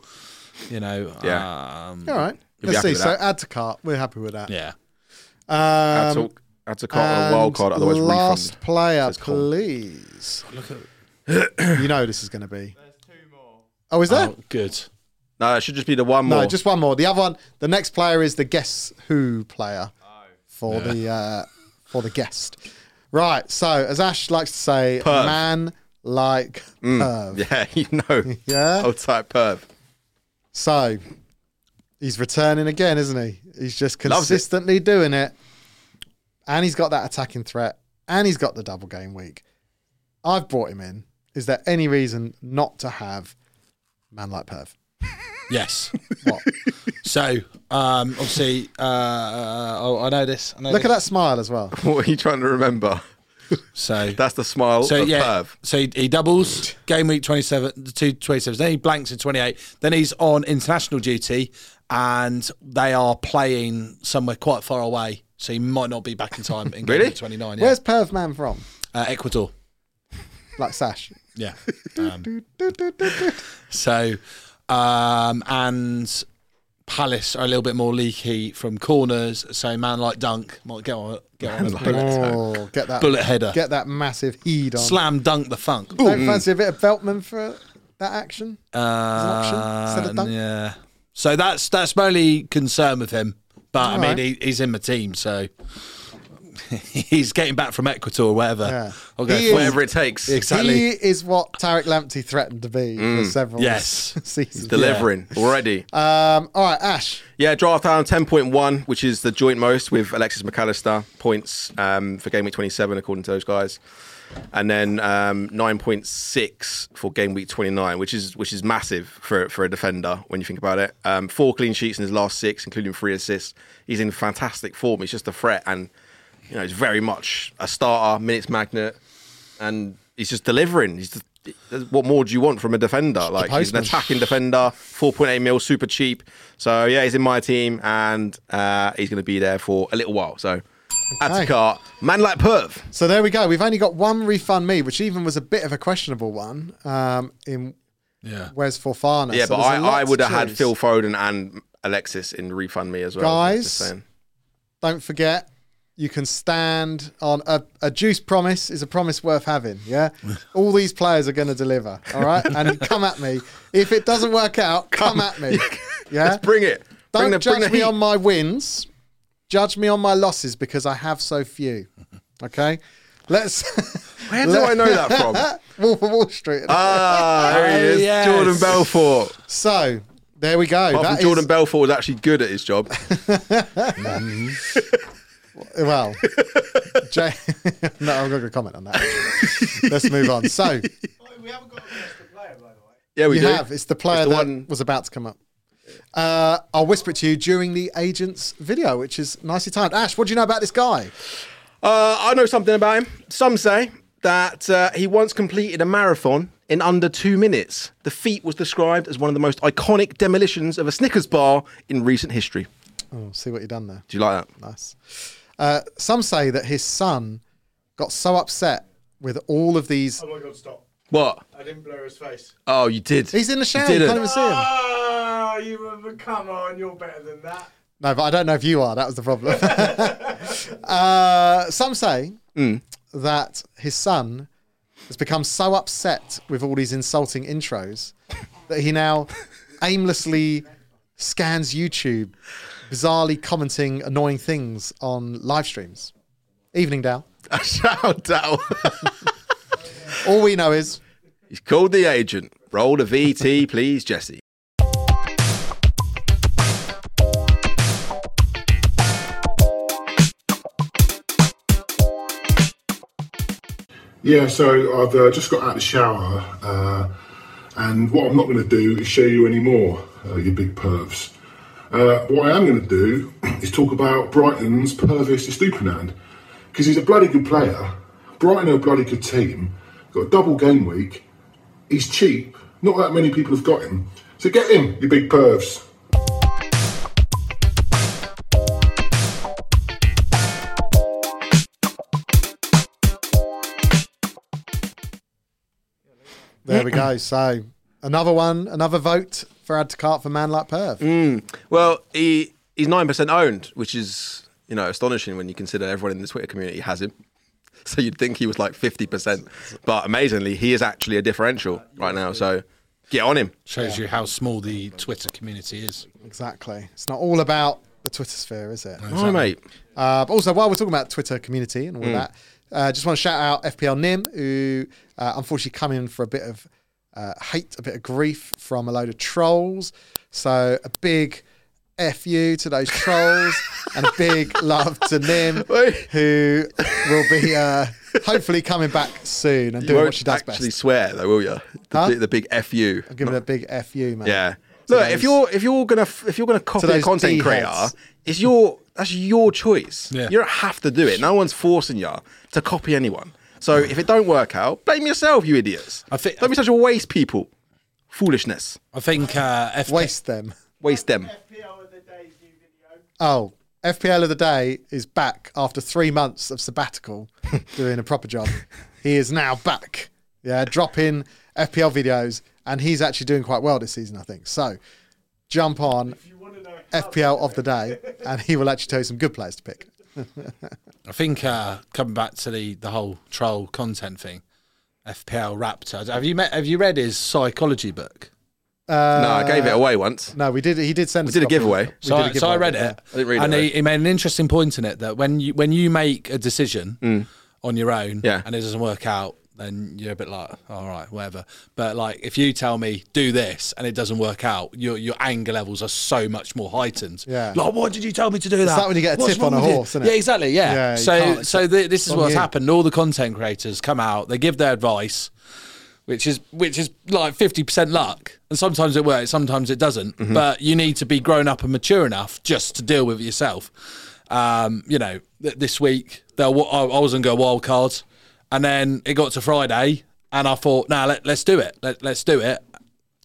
Speaker 3: you know,
Speaker 2: Yeah.
Speaker 3: um,
Speaker 1: All right.
Speaker 2: You'll be
Speaker 1: Let's
Speaker 2: happy
Speaker 1: see.
Speaker 2: with
Speaker 1: So
Speaker 2: that.
Speaker 1: add to cart. We're happy with that.
Speaker 3: yeah.
Speaker 2: Had
Speaker 1: Um,
Speaker 2: to, had to call it a wild card,
Speaker 1: and
Speaker 2: otherwise
Speaker 1: last
Speaker 2: refund.
Speaker 1: player,
Speaker 2: Says Colin.
Speaker 1: please. you know this is going to be. Oh, is there?
Speaker 3: Oh, good.
Speaker 2: No, it should just be the one more.
Speaker 1: No, just one more. The other one, the next player is the guess who player for the uh, for the guest. Right. So, as Ash likes to say,
Speaker 2: Perv. Mm.
Speaker 1: man like perv.
Speaker 2: yeah, you know.
Speaker 1: Yeah.
Speaker 2: Old type perv.
Speaker 1: So, he's returning again, isn't he? He's just
Speaker 2: Loves it.
Speaker 1: consistently doing it, and he's got that attacking threat, and he's got the double game week. I've brought him in. Is there any reason not to have man like perv?
Speaker 3: Yes.
Speaker 1: What?
Speaker 3: So, um, obviously, uh, uh, oh, I know this. I know
Speaker 1: Look at
Speaker 3: this.
Speaker 1: that smile as well.
Speaker 2: What are you trying to remember?
Speaker 3: So,
Speaker 2: That's the smile
Speaker 3: so
Speaker 2: of
Speaker 3: yeah.
Speaker 2: perv.
Speaker 3: So he, he doubles game week 27, the two 27s. Then he blanks in 28. Then he's on international duty and they are playing somewhere quite far away. So he might not be back in time in game
Speaker 2: Really?
Speaker 3: week 29. Yeah.
Speaker 1: Where's perv man from?
Speaker 3: uh, Ecuador.
Speaker 1: Like Sash.
Speaker 3: Yeah. Um, so, um, and Palace are a little bit more leaky from corners. So, man like Dunk might get on, get on a bullet,
Speaker 1: Oh, get that
Speaker 3: bullet header.
Speaker 1: get that massive heed on.
Speaker 3: Slam dunk the funk.
Speaker 1: Don't fancy a bit of Beltman for that action? option instead of
Speaker 3: Uh,
Speaker 1: dunk?
Speaker 3: Yeah. So that's that's my only concern with him. But I mean,
Speaker 1: Alright.
Speaker 3: he, he's in my team, so he's getting back from Ecuador or whatever.
Speaker 1: Yeah.
Speaker 3: I'll go
Speaker 1: He
Speaker 3: for
Speaker 1: is-
Speaker 2: Whatever it takes.
Speaker 3: Exactly.
Speaker 1: He is what Tarek Lamptey threatened to be
Speaker 2: Mm.
Speaker 1: for several
Speaker 3: Yes.
Speaker 1: seasons.
Speaker 2: Delivering already.
Speaker 1: Um, all right, Ash.
Speaker 2: Yeah, draft down 10.1, which is the joint most with Alexis McAllister points um, for game week 27, according to those guys. And then um, 9.6 for game week 29, which is which is massive for, for a defender when you think about it. Um, four clean sheets in his last six, including three assists. He's in fantastic form. He's just a threat. And, you know, he's very much a starter, minutes magnet. And he's just delivering. He's just, what more do you want from a defender? Like, he's an
Speaker 1: postman.
Speaker 2: attack attacking defender, 4.8 mil, super cheap. So yeah, he's in my team and uh, he's going to be there for a little while. So add
Speaker 1: Okay.
Speaker 2: to cart, man like Perv.
Speaker 1: So there we go. We've only got one refund me, which even was a bit of a questionable one. Um, in
Speaker 3: Yeah.
Speaker 1: where's Forfana?
Speaker 2: Yeah,
Speaker 1: So
Speaker 2: but
Speaker 1: there's a
Speaker 2: I,
Speaker 1: lot
Speaker 2: I
Speaker 1: to
Speaker 2: would have had
Speaker 1: choose.
Speaker 2: Phil Foden and Alexis in refund me as well.
Speaker 1: Guys.
Speaker 2: just saying.
Speaker 1: Don't forget, you can stand on a, a juice promise is a promise worth having. Yeah, all these players are going to deliver. All right, and come at me if it doesn't work out. Come, at me. Yeah,
Speaker 2: Let's bring it.
Speaker 1: don't
Speaker 2: bring the,
Speaker 1: judge
Speaker 2: bring the
Speaker 1: me
Speaker 2: heat.
Speaker 1: on my wins. Judge me on my losses because I have so few. Okay, let's.
Speaker 2: Where do I know that from?
Speaker 1: Wolf of Wall Street.
Speaker 2: Ah, there he
Speaker 3: Oh,
Speaker 2: is,
Speaker 3: yes.
Speaker 2: Jordan Belfort.
Speaker 1: so there we go.
Speaker 2: Apart
Speaker 1: That
Speaker 2: from
Speaker 1: is-
Speaker 2: Jordan Belfort was actually good at his job.
Speaker 1: Well, Jay, no, I'm not going to comment on that. Let's move on. So
Speaker 4: We haven't got a guest to play, by the way.
Speaker 2: Yeah, we
Speaker 1: you
Speaker 2: do.
Speaker 1: have it's the player
Speaker 2: It's the
Speaker 1: that
Speaker 2: one-
Speaker 1: was about to come up. Uh, I'll whisper it to you during the agent's video, which is nicely timed. Ash, what do you know about this guy?
Speaker 2: Uh, I know something about him. Some say that uh, he once completed a marathon in under two minutes. The feat was described as one of the most iconic demolitions of a Snickers bar in recent history.
Speaker 1: Oh, see what you've done there.
Speaker 2: Do you like that?
Speaker 1: Nice. Uh, some say that his son got so upset with all of these.
Speaker 4: Oh my god, stop.
Speaker 2: What?
Speaker 4: I didn't blur his face.
Speaker 2: Oh, you did.
Speaker 1: He's in the
Speaker 2: You
Speaker 1: shower. You
Speaker 2: didn't.
Speaker 1: can't even see him.
Speaker 4: Oh, you were, come on, you're better than that.
Speaker 1: No, but I don't know if you are. That was the problem. uh, some say that his son has become so upset with all these insulting intros that he now aimlessly scans YouTube, bizarrely commenting annoying things on live streams. Evening, Dal.
Speaker 2: Shout out.
Speaker 1: All we know is
Speaker 2: He's called the agent. Roll the VT, please, Jesse.
Speaker 5: Yeah, so I've uh, just got out of the shower, uh, and what I'm not going to do is show you any more, uh, you big pervs. Uh, what I am going to do is talk about Brighton's Purvis Estupinan, because he's a bloody good player, Brighton are a bloody good team. Got a double game week. He's cheap. Not that many people have got him. So get him, you big pervs.
Speaker 1: There we go. So another one, another vote for add to cart for man like Perv.
Speaker 2: Mm. Well, he he's nine percent owned, which is you know astonishing when you consider everyone in the Twitter community has him. So you'd think he was like fifty percent, but amazingly, he is actually a differential right now. So get on him.
Speaker 3: Shows you how small the Twitter community is.
Speaker 1: Exactly. It's not all about the Twitter sphere, is it?
Speaker 2: All right, mate.
Speaker 1: Uh, but also, while we're talking about Twitter community and all
Speaker 2: Mm.
Speaker 1: that, uh, just want to shout out FPL Nim, who uh, unfortunately come in for a bit of uh, hate, a bit of grief from a load of trolls. So a big F you to those trolls and a big love to Nim,
Speaker 2: Wait.
Speaker 1: who will be uh, hopefully coming back soon and
Speaker 2: You
Speaker 1: doing what she
Speaker 2: won't
Speaker 1: does
Speaker 2: actually
Speaker 1: best.
Speaker 2: swear though, will you? The,
Speaker 1: Huh?
Speaker 2: bi- the big fu.
Speaker 1: I'm giving it a big F you, man.
Speaker 2: Yeah. Look,
Speaker 1: those-
Speaker 2: if you're if you're gonna f- if you're gonna copy a
Speaker 1: those
Speaker 2: content creator,
Speaker 1: D-heads.
Speaker 2: it's your that's your choice.
Speaker 3: Yeah.
Speaker 2: You don't have to do it. No one's forcing you to copy anyone. So if it don't work out, blame yourself, you idiots.
Speaker 3: I think-
Speaker 2: don't be such a waste, people. Foolishness.
Speaker 3: I think uh, FK
Speaker 1: Waste them.
Speaker 2: Waste
Speaker 1: Um.
Speaker 2: them.
Speaker 4: FPL of the day's new video.
Speaker 1: Oh, FPL of the day is back after three months of sabbatical doing a proper job. He is now back. Yeah, dropping FPL videos, and he's actually doing quite well this season, I think. So jump on
Speaker 4: If you want to know
Speaker 1: Eh.
Speaker 4: how
Speaker 1: FPL of the day, and he will actually tell you some good players to pick.
Speaker 3: I think uh, coming back to the, the whole troll content thing, FPL Raptor. Have you met? Have you read his psychology book?
Speaker 1: Uh,
Speaker 2: no, I gave it away once.
Speaker 1: No, we did. He did send. We
Speaker 2: did a giveaway.
Speaker 3: So, I, so I read it,
Speaker 2: I didn't read it,
Speaker 3: and he,
Speaker 2: though.
Speaker 3: he made an interesting point in it that when you when you make a decision on your own,
Speaker 2: Mm. Yeah.
Speaker 3: and it doesn't work out, then you're a bit like, all right, whatever. But like, if you tell me do this and it doesn't work out, your your anger levels are so much more heightened.
Speaker 1: Yeah.
Speaker 3: like why did you tell me to do that?
Speaker 1: like when you get a
Speaker 3: What's
Speaker 1: tip on
Speaker 3: wrong
Speaker 1: a
Speaker 3: with you?"
Speaker 1: horse, isn't it?
Speaker 3: Yeah, exactly. Yeah.
Speaker 1: Yeah, you
Speaker 3: so
Speaker 1: can't-
Speaker 3: so th- this is
Speaker 1: on
Speaker 3: what's
Speaker 1: you.
Speaker 3: happened. All the content creators come out, they give their advice which is which is like fifty percent luck. And sometimes it works, sometimes it doesn't.
Speaker 1: Mm-hmm.
Speaker 3: But you need to be grown up and mature enough just to deal with it yourself. Um, you know, th- this week there wa- I, I was going to go wild cards, and then it got to Friday, and I thought, nah, let, let's do it. Let, let's do it.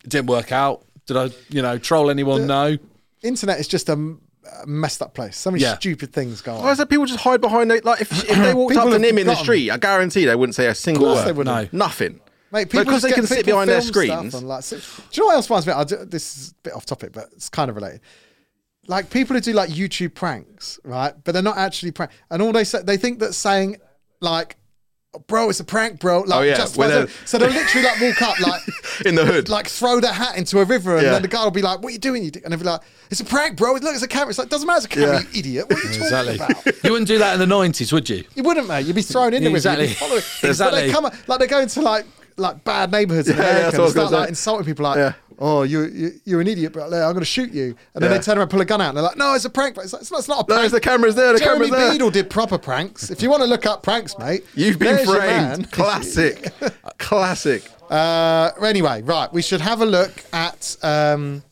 Speaker 3: It didn't work out. Did I, you know, troll anyone? No.
Speaker 1: Internet is just a m- a messed up place. So many
Speaker 3: Yeah.
Speaker 1: stupid things go
Speaker 2: Why
Speaker 1: on.
Speaker 2: is that people just hide behind they, like if, if they walked
Speaker 1: People
Speaker 2: up to
Speaker 1: have
Speaker 2: Nim in the
Speaker 1: forgotten.
Speaker 2: street, I guarantee they wouldn't say a single
Speaker 1: course
Speaker 2: word.
Speaker 1: they wouldn't.
Speaker 2: Nothing.
Speaker 1: Mate, people just
Speaker 2: because they
Speaker 1: get
Speaker 2: can sit
Speaker 1: people
Speaker 2: behind their
Speaker 1: film stuff
Speaker 2: screens.
Speaker 1: and, like, sit- do you know what else finds me? I do, this is a bit off topic, but it's kind of related. Like people who do like YouTube pranks, right? But they're not actually prank, and all they say they think that saying like, "Bro, it's a prank, bro." Like,
Speaker 2: Oh, yeah,
Speaker 1: justifies
Speaker 2: when
Speaker 1: it.
Speaker 2: they're-
Speaker 1: so they'll literally like walk up like.
Speaker 2: In the hood.
Speaker 1: Like throw their hat into a river, and
Speaker 2: Yeah.
Speaker 1: then the guy will be like, "What are you doing?" You d-" and they'll be like, "It's a prank, bro. Look, it's a camera. It's like doesn't matter. It's a camera, you idiot. What are you talking about?"
Speaker 3: you wouldn't do that in the nineties, would you?
Speaker 1: You wouldn't, mate. You'd be thrown in
Speaker 3: Yeah,
Speaker 1: there with
Speaker 3: exactly.
Speaker 1: it. You'd be following-
Speaker 3: Exactly.
Speaker 1: But they come like they go into like like bad neighborhoods in
Speaker 2: Yeah, yeah,
Speaker 1: America
Speaker 2: that's
Speaker 1: and
Speaker 2: what I was
Speaker 1: start
Speaker 2: gonna
Speaker 1: like
Speaker 2: say.
Speaker 1: insulting people like,
Speaker 2: Yeah.
Speaker 1: "Oh, you, you you're an idiot, but like, I'm going to shoot you." And then
Speaker 2: Yeah.
Speaker 1: they turn around, and pull a gun out, and they're like, "No, it's a prank." But it's, like, it's, not, it's not a
Speaker 2: No,
Speaker 1: prank.
Speaker 2: it's the cameras there, the
Speaker 1: Jeremy
Speaker 2: cameras there.
Speaker 1: Beadle did proper pranks. If you want to look up pranks, mate,
Speaker 2: You've been
Speaker 1: there's your man.
Speaker 2: framed. Classic. Classic.
Speaker 1: Uh, anyway, right, we should have a look at um,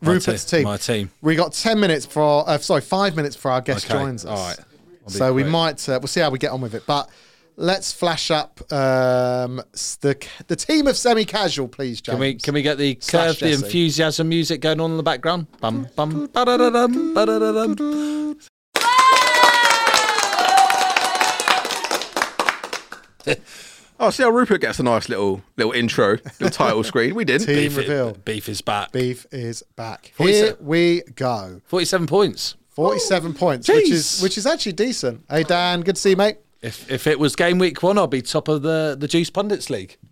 Speaker 1: Rupert's
Speaker 3: te-
Speaker 1: team.
Speaker 3: my team.
Speaker 1: We got ten minutes for, uh, sorry, five minutes for our guest
Speaker 3: Okay,
Speaker 1: joins us.
Speaker 3: all right. I'll be
Speaker 1: So we
Speaker 3: quick.
Speaker 1: might uh, we'll see how we get on with it, but let's flash up um, s- the c- the team of semi casual, please, James.
Speaker 3: Can we can we get the
Speaker 1: Slash
Speaker 3: curve the
Speaker 1: Jesse.
Speaker 3: enthusiasm music going on in the background? Bum bum ba-da-da-dum, ba-da-da-dum.
Speaker 2: Oh, see how Rupert gets a nice little little intro, little title screen. We did.
Speaker 1: team
Speaker 3: Beef,
Speaker 1: reveal?
Speaker 3: beef is back.
Speaker 1: Beef is back. Here
Speaker 3: 47.
Speaker 1: we go.
Speaker 3: Forty-seven points.
Speaker 1: Forty-seven points, which is
Speaker 3: jeez.
Speaker 1: which is actually decent. Hey Dan, good to see you, mate.
Speaker 3: If if it was game week one, I'd be top of the the Juice Pundits League.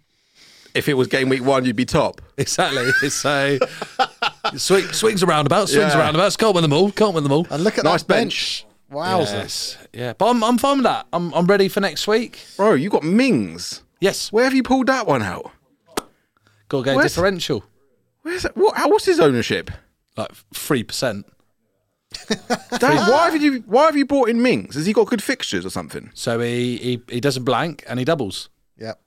Speaker 2: If it was game week one, you'd be top.
Speaker 3: Exactly. so swing, swings and roundabouts, swings and
Speaker 2: Yeah.
Speaker 3: roundabouts. Can't win them all. Can't win them all.
Speaker 1: And look at
Speaker 2: Nice
Speaker 1: that bench. Wowzers.
Speaker 3: Yes. Yeah. But I'm I'm fine with that. I'm I'm ready for next week.
Speaker 2: Bro, you got Mings.
Speaker 3: Yes.
Speaker 2: Where have you pulled that one out?
Speaker 3: Got game
Speaker 2: Where's-
Speaker 3: differential
Speaker 2: Where's that? What, how, what's his ownership?
Speaker 3: like three percent.
Speaker 2: Dad, why have you why have you brought in Mings? Has he got good fixtures or something?
Speaker 3: So he, he he doesn't blank and he doubles.
Speaker 1: Yep.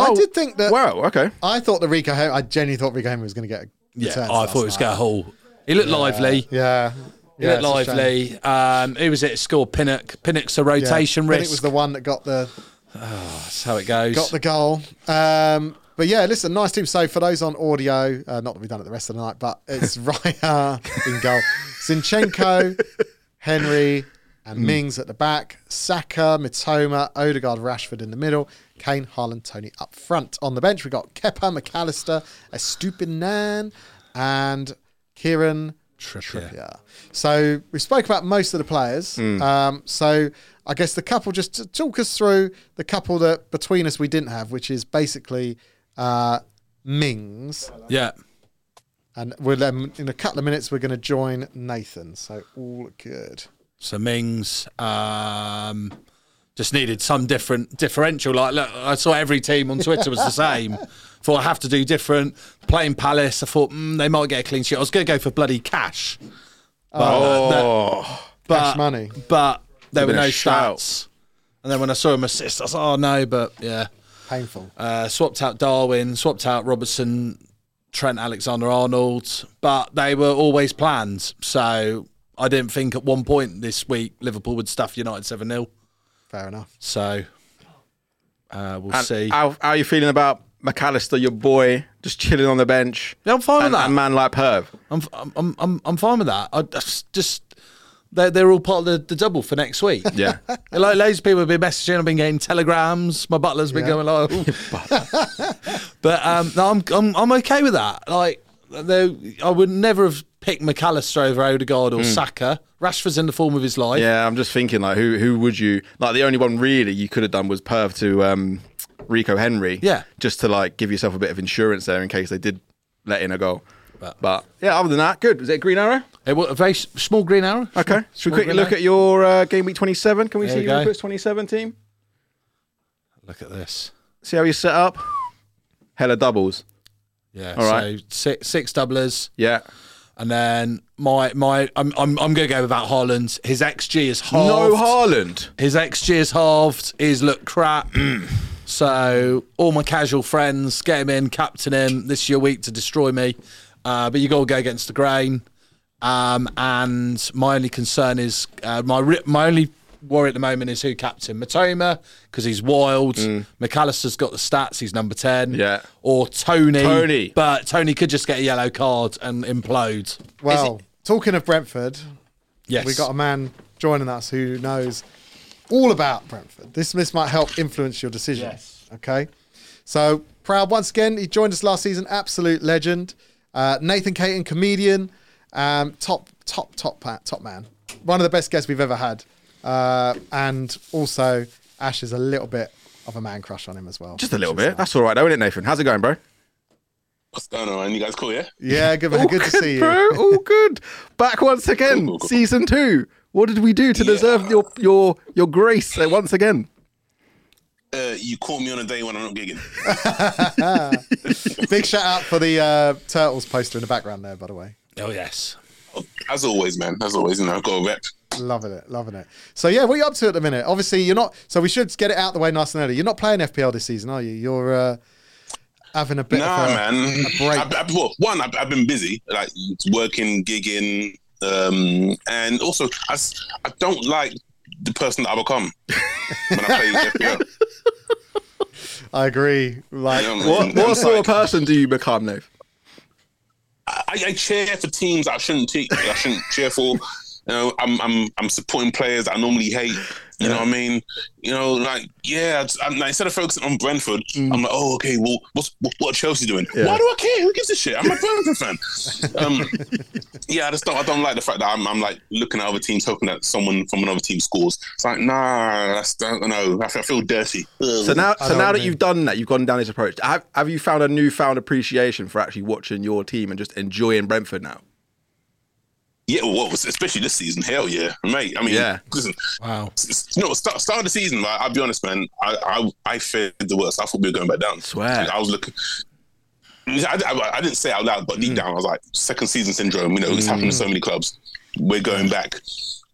Speaker 3: Oh,
Speaker 1: I did think
Speaker 3: Uh,
Speaker 1: that
Speaker 2: Wow, okay.
Speaker 1: I thought that Rico Henry, I genuinely thought Rico Henry was going to get a
Speaker 3: Yeah,
Speaker 1: return
Speaker 3: I
Speaker 1: last
Speaker 3: thought it was
Speaker 1: night.
Speaker 3: going to haul. He looked lively.
Speaker 1: Yeah.
Speaker 3: He
Speaker 1: Yeah,
Speaker 3: looked
Speaker 1: it's a
Speaker 3: lively. Um, who was it? that Scored Pinnock. Pinnock's a rotation
Speaker 1: But it
Speaker 3: risk.
Speaker 1: was the one that got the
Speaker 3: That's how it goes.
Speaker 1: got the goal. Um, but yeah, listen, nice team. So for those on audio, uh, not that we've done it the rest of the night, but it's Raya in goal, Zinchenko, Henry,
Speaker 3: Mm.
Speaker 1: and Mings at the back, Saka, Mitoma, Odegaard, Rashford in the middle, Kane, Haaland, Tony up front. On the bench, we got Kepa, McAllister, Estupinan, and Kieran. Trippier. So we spoke about most of the players. Um, so I guess the couple just to talk us through the couple that between us we didn't have, which is basically uh, Mings,
Speaker 3: yeah.
Speaker 1: and we'll um, in a couple of minutes we're going to join Nathan. So all good.
Speaker 3: So Mings um, just needed some different differential. Like, look, I saw every team on Twitter was the same. Thought I have to do different. Playing Palace, I thought mm, they might get a clean sheet. I was going to go for bloody cash,
Speaker 2: Oh,
Speaker 3: but
Speaker 1: Cash money.
Speaker 3: but there were
Speaker 2: been a
Speaker 3: no
Speaker 2: shout.
Speaker 3: stats. And then when I saw him assist, I was oh no, but yeah.
Speaker 1: Painful.
Speaker 3: Uh, swapped out Darwin, swapped out Robertson, Trent Alexander Arnold, but they were always planned. So I didn't think at one point this week Liverpool would stuff United 7 0.
Speaker 1: Fair enough.
Speaker 3: So uh, we'll
Speaker 2: And
Speaker 3: see.
Speaker 2: How, how are you feeling about McAllister, your boy, just chilling on the bench?
Speaker 3: Yeah, I'm fine with
Speaker 2: and,
Speaker 3: that.
Speaker 2: and man like Perv.
Speaker 3: I'm, I'm, I'm, I'm fine with that. I just, just- they're, they're all part of the, the double for next week.
Speaker 2: Yeah.
Speaker 3: And, Like loads of people have been messaging. I've been getting telegrams. My butler's been
Speaker 1: Yeah.
Speaker 3: going like, "Oh." but um, no, I'm, I'm I'm okay with that. Like, though I would never have picked McAllister over Odegaard or Saka. Rashford's in the form of his life.
Speaker 2: Hmm. yeah, I'm just thinking like who who would you like the only one really you could have done was Perv to um, Rico Henry.
Speaker 3: Yeah.
Speaker 2: Just to like give yourself a bit of insurance there in case they did let in a goal.
Speaker 3: But-
Speaker 2: But, yeah, other than that, good. Is it a green arrow?
Speaker 3: It was a very s- small green arrow.
Speaker 2: Okay. Should we
Speaker 3: Small
Speaker 2: quickly
Speaker 3: green
Speaker 2: look
Speaker 3: arrow.
Speaker 2: at your uh, game week 27? Can we
Speaker 3: There
Speaker 2: see
Speaker 3: we
Speaker 2: your
Speaker 3: go.
Speaker 2: inputs 27 team?
Speaker 3: Look at this.
Speaker 2: See how you set up? Hella doubles.
Speaker 3: Yeah.
Speaker 2: All
Speaker 3: so
Speaker 2: right.
Speaker 3: six six doublers.
Speaker 2: Yeah.
Speaker 3: And then my my I'm I'm, I'm gonna go without Haaland. His XG is halved.
Speaker 2: No Haaland.
Speaker 3: His XG is halved. His look crap. so all my casual friends, get him in, captain him. This is your week to destroy me. Uh, but you got to go against the grain. Um, and my only concern is uh, my ri- my only worry at the moment is who captain Matoma because he's wild. McAllister's got the stats. He's number ten.
Speaker 2: Mm. Yeah.
Speaker 3: Or Tony.
Speaker 2: Tony.
Speaker 3: But Tony could just get a yellow card and implode.
Speaker 1: Well, talking of Brentford,
Speaker 3: Yes.
Speaker 1: we got a man joining us who knows all about Brentford. This this might help influence your decision.
Speaker 3: Yes.
Speaker 1: Okay. So proud once again. He joined us last season. Absolute legend. Uh, Nathan Caton, comedian, um, top top top pa- top man. One of the best guests we've ever had. Uh, and also Ash is a little bit of a man crush on him as well.
Speaker 2: Just a little bit. That's all right though, isn't it, Nathan? How's it going, bro?
Speaker 6: What's going on? man? You guys cool, yeah?
Speaker 1: yeah, good man. Good to see you.
Speaker 2: Bro, all Oh, good. Back once again, season two. What did we do to deserve your your your grace uh, once again?
Speaker 6: Uh, you call me on a day when I'm not gigging.
Speaker 1: Big shout out for the uh, turtles poster in the background there, by the way.
Speaker 3: Oh yes.
Speaker 6: As always, man. As always, you know, I go rep.
Speaker 1: Loving it, loving it. So yeah, what are you up to at the minute? Obviously, you're not. So we should get it out the way nice and early. You're not playing FPL this season, are you? You're uh, having a bit.
Speaker 6: Nah,
Speaker 1: of a,
Speaker 6: man.
Speaker 1: break.
Speaker 6: I, I, well, one, I've, I've been busy, like working, gigging, um, and also I, s- I don't like the person that I become when I play FPL.
Speaker 1: I agree. Like,
Speaker 6: You know I
Speaker 2: What,
Speaker 6: mean?
Speaker 2: what
Speaker 6: It's
Speaker 2: sort of
Speaker 6: like,
Speaker 2: person do you become, Nave?
Speaker 6: I, I cheer for teams that I shouldn't te- I shouldn't cheer for. You know, I'm I'm I'm supporting players that I normally hate. You know what I mean? You know, like yeah. it's- I'm, like, instead of focusing on Brentford,
Speaker 2: Mm.
Speaker 6: I'm like, oh, okay. Well, what's what, what are Chelsea doing? Why do I care? Who gives a shit? I'm a Brentford fan. Um, yeah, I just don't. I don't like the fact that I'm, I'm like looking at other teams, hoping that someone from another team scores. It's like, nah, that's don't know. I feel, I feel dirty.
Speaker 2: So now,
Speaker 1: I
Speaker 2: so
Speaker 1: know what you
Speaker 2: now that
Speaker 1: mean.
Speaker 2: you've done that, you've gone down this approach. Have, have you found a newfound appreciation for actually watching your team and just enjoying Brentford now?
Speaker 6: Yeah, well, especially this season. Hell yeah, mate. I mean,
Speaker 2: Yeah.
Speaker 6: listen,
Speaker 3: Wow.
Speaker 6: No, start, start of the season. Like, I'll be honest, man. I, I I feared the worst. I thought we were going back down.
Speaker 2: Swear.
Speaker 6: Like, I was looking. I, I, I didn't say it out loud,
Speaker 2: Mm.
Speaker 6: but deep down, I was like, second season syndrome. You know, it's happened to so many clubs. We're going back.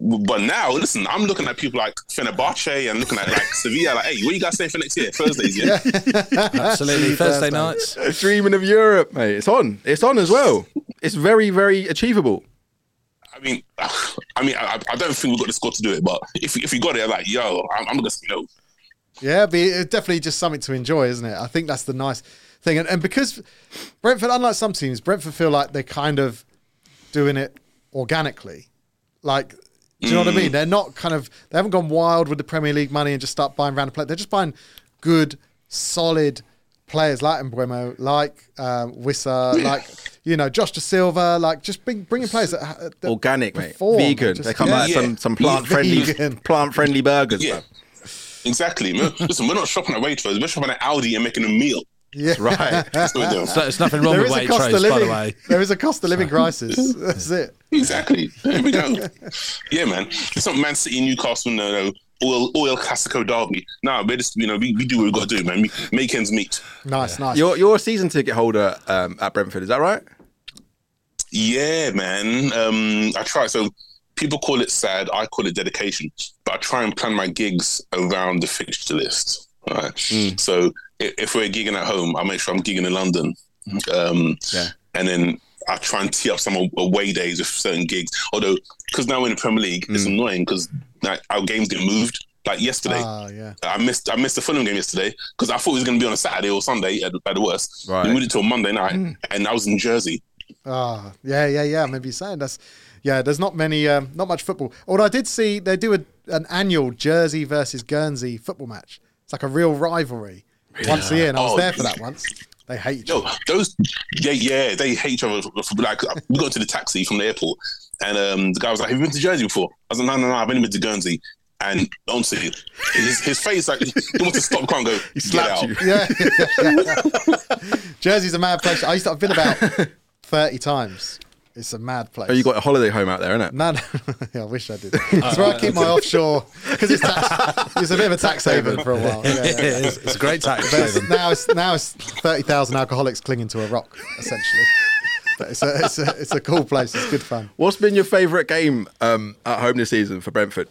Speaker 6: But now, listen, I'm looking at people like Fenerbahce and looking at like Sevilla. Like, hey, what you guys saying for next year? Thursdays, yeah.
Speaker 3: Absolutely. Thursday nights.
Speaker 2: Uh, Dreaming of Europe, mate. It's on. It's on as well. It's very, very achievable.
Speaker 6: I mean, I mean, I, I don't think we've got the squad to do it, but if if you got it, like, yo, I'm, I'm gonna say no.
Speaker 1: Yeah, but it's definitely just something to enjoy, isn't it? I think that's the nice thing. And, and because Brentford, unlike some teams, Brentford feel like they're kind of doing it organically. Like, do you know what
Speaker 2: Mm.
Speaker 1: I mean? They're not kind of, they haven't gone wild with the Premier League money and just start buying random players. They're just buying good, solid players like Mbuemo, like um, Wissa, like, you know, Josh De Silva, like just bring, bringing players that, ha- that
Speaker 2: Organic, mate.
Speaker 1: perform and
Speaker 2: vegan.
Speaker 1: just-
Speaker 2: they come
Speaker 1: yeah.
Speaker 2: out
Speaker 6: Yeah.
Speaker 2: some some plant friendly
Speaker 1: Vegan.
Speaker 2: plant friendly burgers.
Speaker 6: Yeah,
Speaker 2: Yeah.
Speaker 6: exactly. man. Listen, we're not shopping at Waitrose. We're shopping at Aldi and making a meal.
Speaker 1: Yeah.
Speaker 2: Right.
Speaker 6: That's what we're doing.
Speaker 3: There's nothing wrong
Speaker 1: There
Speaker 3: with
Speaker 1: is a cost of
Speaker 3: Waitrose, by the
Speaker 1: living.
Speaker 3: way.
Speaker 1: There is a cost of living crisis. That's it.
Speaker 6: Exactly. There we go. yeah, man. It's not Man City, Newcastle, no, no. Oil, oil, Classico derby. No, we just, you know, we, we do what we got to do, man. We make ends meet.
Speaker 1: Nice, nice.
Speaker 2: You're, you're a season ticket holder um, at Brentford, is that right?
Speaker 6: Yeah, man. Um, I try. So people call it sad. I call it dedication. But I try and plan my gigs around the fixture list. All right.
Speaker 2: Mm.
Speaker 6: So if, if we're gigging at home, I make sure I'm gigging in London. Um,
Speaker 2: Yeah.
Speaker 6: And then I try and tee up some aw- away days with certain gigs. Although, because now we're in the Premier League, it's
Speaker 2: Mm.
Speaker 6: annoying because like, our games get moved. Like yesterday,
Speaker 1: Ah, yeah.
Speaker 6: I missed I missed the Fulham game yesterday because I thought it was going to be on a Saturday or Sunday at, at the worst.
Speaker 2: Right. Mm.
Speaker 6: We moved it to a Monday night, and I was in Jersey.
Speaker 1: Ah, yeah, yeah, yeah. Maybe you're saying that's, yeah. There's not many, um, not much football. Although I did see they do a, an annual Jersey versus Guernsey football match. It's like a real rivalry once a year, and I was
Speaker 6: Oh,
Speaker 1: there for that once. They hate each
Speaker 6: Yo,
Speaker 1: other.
Speaker 6: those, yeah, yeah, they hate each other. For, for, like, we got into the taxi from the airport, and um, the guy was like, "Have you been to Jersey before?" I was like, "No, no, no, I've only been to Guernsey." And honestly, his, his face like he wants to stop, can't go. He
Speaker 2: slapped you.
Speaker 1: Yeah, Jersey's a mad place. I used to. I've been about thirty times. It's a mad place.
Speaker 2: Oh, you got a holiday home out there, innit?
Speaker 1: No, no. Yeah, I wish I did. It's where I keep my offshore because it's tax, it's a bit of a tax haven for a while. Yeah, yeah.
Speaker 3: it's, it's a great tax
Speaker 1: But it's,
Speaker 3: haven.
Speaker 1: now it's now it's thirty thousand alcoholics clinging to a rock, essentially. But it's a, it's a it's a cool place. It's good fun.
Speaker 2: What's been your favourite game um, at home this season for Brentford?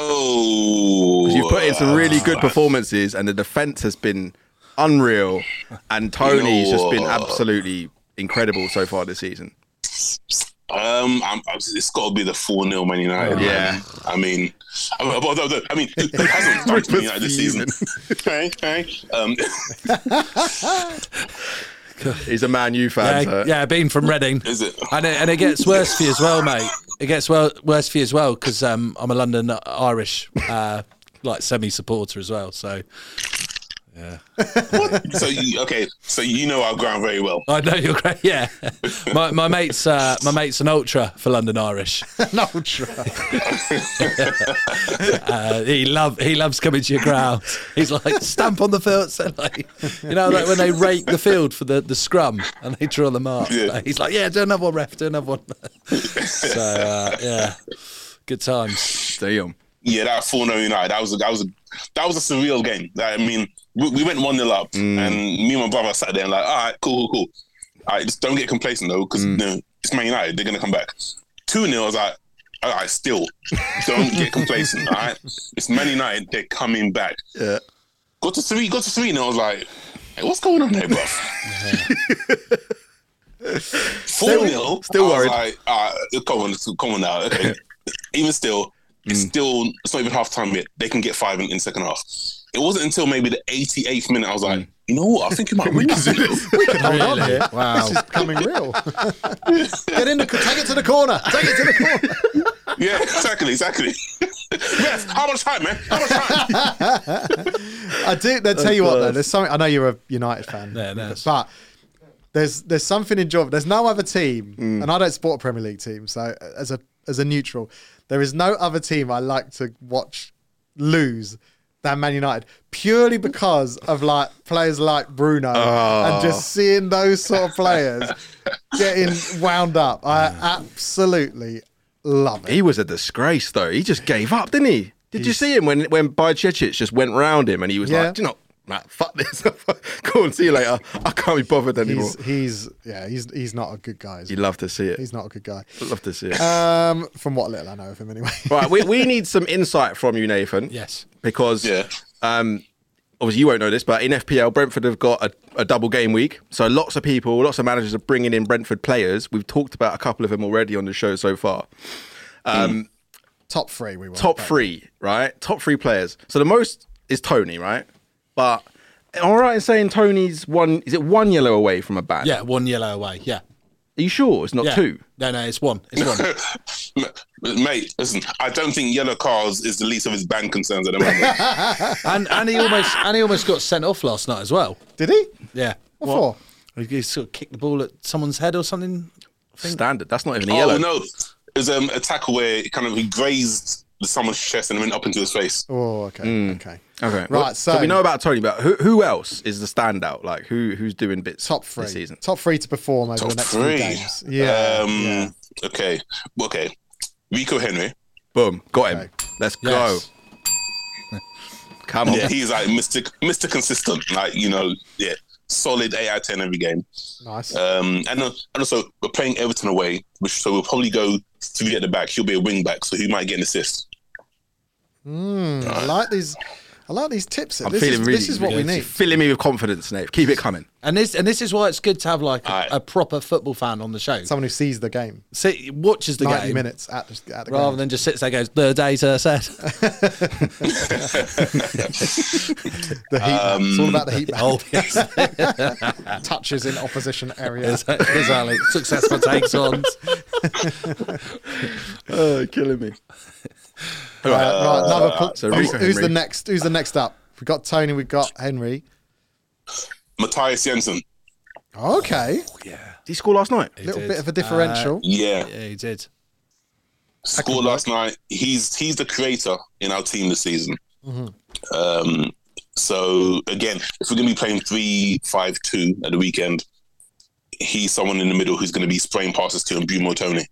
Speaker 6: Oh,
Speaker 2: You've put in some really good performances, and the defence has been unreal, and Tony's just been absolutely incredible so far this season.
Speaker 6: Um, I'm, I'm- it's got to be the four 0 Man United.
Speaker 2: Yeah.
Speaker 6: I mean, I mean, although- although- I mean, who hasn't done Man United this season? okay, okay. Um,
Speaker 2: He's a Man U fan.
Speaker 3: Yeah,
Speaker 2: so-
Speaker 3: Uh, yeah, being from Reading.
Speaker 6: Is it?
Speaker 3: And it, and it gets worse for you as well, mate. It gets well, worse for you as well because um, I'm a London Irish uh, like semi supporter as well. So
Speaker 6: so you, okay, so you know our ground very well.
Speaker 3: I know Oh, you're great. Yeah, my, my mates uh, my mates an ultra for London Irish.
Speaker 1: An ultra.
Speaker 3: Uh, he love he loves coming to your ground. He's like stamp on the field. So like, you know, like when they rake the field for the, the scrum and they draw the mark.
Speaker 6: Yeah.
Speaker 3: Like, he's like, yeah, do another one, ref, do another one. so uh, yeah, good times.
Speaker 2: Damn.
Speaker 6: Yeah, that four 0 United. That was a, that was a, that was a surreal game. Like, I mean, we, we went one 0 up, and me and my brother sat there and like, all right, cool, cool, cool. All right, just don't get complacent though, because
Speaker 2: Mm.
Speaker 6: it's Man United. They're gonna come back. Two 0 I was like, all right, still, don't get complacent. All right, it's Man United. They're coming back.
Speaker 2: Yeah.
Speaker 6: Got to three. Got to three, and I was like, hey, what's going on there, bro? Four
Speaker 2: still
Speaker 6: 0 I was
Speaker 2: worried.
Speaker 6: Like, all right, uh, come on, come on now. Okay. Even still, it's
Speaker 2: Mm.
Speaker 6: still it's not even half time yet. They can get five in, in second half. It wasn't until maybe the 88th minute I was
Speaker 2: Mm.
Speaker 6: like, you know what? I think you might win this.
Speaker 3: Really?
Speaker 1: Wow, this is becoming real. Get in the co- take it to the corner. Take it to the corner.
Speaker 6: yeah, exactly, exactly. Ref, how much time, man? How much time?
Speaker 1: I do. They tell you what though. There's something. I know you're a United fan,
Speaker 3: Yeah, no, it's-
Speaker 1: but there's there's something enjoyable. There's no other team, and I don't support a Premier League team. So uh, as a as a neutral, there is no other team I like to watch lose than Man United purely because of like players like Bruno and just seeing those sort of players getting wound up. I absolutely love it.
Speaker 2: He was a disgrace, though. He just gave up, didn't he? Did you see him when when Bajicic just went round him and he was
Speaker 1: Yeah.
Speaker 2: like, "Do you know, Matt, fuck this. Go and see you later. I can't be bothered anymore."
Speaker 1: He's he's yeah he's he's not a good guy. is he?
Speaker 2: You'd love to see it.
Speaker 1: He's not a good guy.
Speaker 2: love to see it.
Speaker 1: Um, from what little I know of him, anyway.
Speaker 2: right, we, we need some insight from you, Nathan.
Speaker 3: Yes.
Speaker 2: Because
Speaker 6: Yeah.
Speaker 2: um, obviously you won't know this, but in FPL, Brentford have got a, a double game week. So lots of people, lots of managers are bringing in Brentford players. We've talked about a couple of them already on the show so far.
Speaker 1: Top three, we were.
Speaker 2: Top three, right? Top three players. So the most is Tony, right? But all right in saying Tony's one, is it one yellow away from a ban?
Speaker 3: Yeah, one yellow away. Yeah.
Speaker 2: Are you sure it's not
Speaker 3: yeah.
Speaker 2: two?
Speaker 3: No, no, it's one. It's one.
Speaker 6: M- Mate, listen, I don't think yellow cars is the least of his ban concerns at the moment.
Speaker 3: and and he almost and he almost got sent off last night as well.
Speaker 1: Did he?
Speaker 3: Yeah.
Speaker 1: What, for?
Speaker 3: He just sort of kicked the ball at someone's head or something.
Speaker 2: Standard. That's not even a
Speaker 6: oh,
Speaker 2: yellow.
Speaker 6: no. It was um, a tackle where it kind of he grazed someone's chest and went up into his face.
Speaker 1: Oh, okay.
Speaker 2: Hmm.
Speaker 1: Okay.
Speaker 2: Okay.
Speaker 1: Right,
Speaker 2: well,
Speaker 1: so,
Speaker 2: we know about Tony, but who, who else is the standout? Like who who's doing bits
Speaker 1: top three.
Speaker 2: this season?
Speaker 1: Top three to perform over the next few
Speaker 6: three.
Speaker 1: games. Yeah.
Speaker 6: Um,
Speaker 1: yeah.
Speaker 6: Okay. Okay. Rico Henry.
Speaker 2: Boom, got him. Let's
Speaker 3: Yes.
Speaker 2: go. Come on.
Speaker 6: Yeah, he's like Mr. Mr. Consistent. Like, you know, yeah, solid 8 out of 10 every game.
Speaker 1: Nice.
Speaker 6: Um, and, uh, and also, we're playing Everton away, which so we'll probably go three at the back. He'll be a wing back, so he might get an assist.
Speaker 1: I like these. I like these tips.
Speaker 2: I'm
Speaker 1: this,
Speaker 2: feeling
Speaker 1: is,
Speaker 2: really
Speaker 1: this is what we
Speaker 2: really-
Speaker 1: need.
Speaker 2: Filling me with confidence, Nate. Keep it coming.
Speaker 3: And this and this is why it's good to have like a,
Speaker 6: Aye.
Speaker 3: a proper football fan on the show.
Speaker 1: Someone who sees the game.
Speaker 3: Sit, watches the
Speaker 1: 90
Speaker 3: game
Speaker 1: minutes at the, at the
Speaker 3: rather
Speaker 1: game.
Speaker 3: than just sits there and goes the data said.
Speaker 1: The heat
Speaker 2: Um,
Speaker 1: map. It's all about the heat map.
Speaker 3: oh yes,
Speaker 1: Touches in opposition area.
Speaker 3: exactly. Successful takes ons.
Speaker 2: Oh, killing me.
Speaker 1: Right, right, another pl-
Speaker 2: uh, so
Speaker 1: who's,
Speaker 2: Rico
Speaker 1: who's the
Speaker 2: Henry.
Speaker 1: next? Who's the next up? We've got Tony. We've got Henry.
Speaker 6: Matthias Jensen.
Speaker 1: Okay,
Speaker 2: Did he score last night?
Speaker 1: a little bit of a differential.
Speaker 6: Yeah.
Speaker 3: Yeah, he did.
Speaker 6: Scored last night. He's he's the creator in our team this season. Um, so again, if we're going to be playing three five two at the weekend, he's someone in the middle who's going to be spraying passes to Mbumo Tony.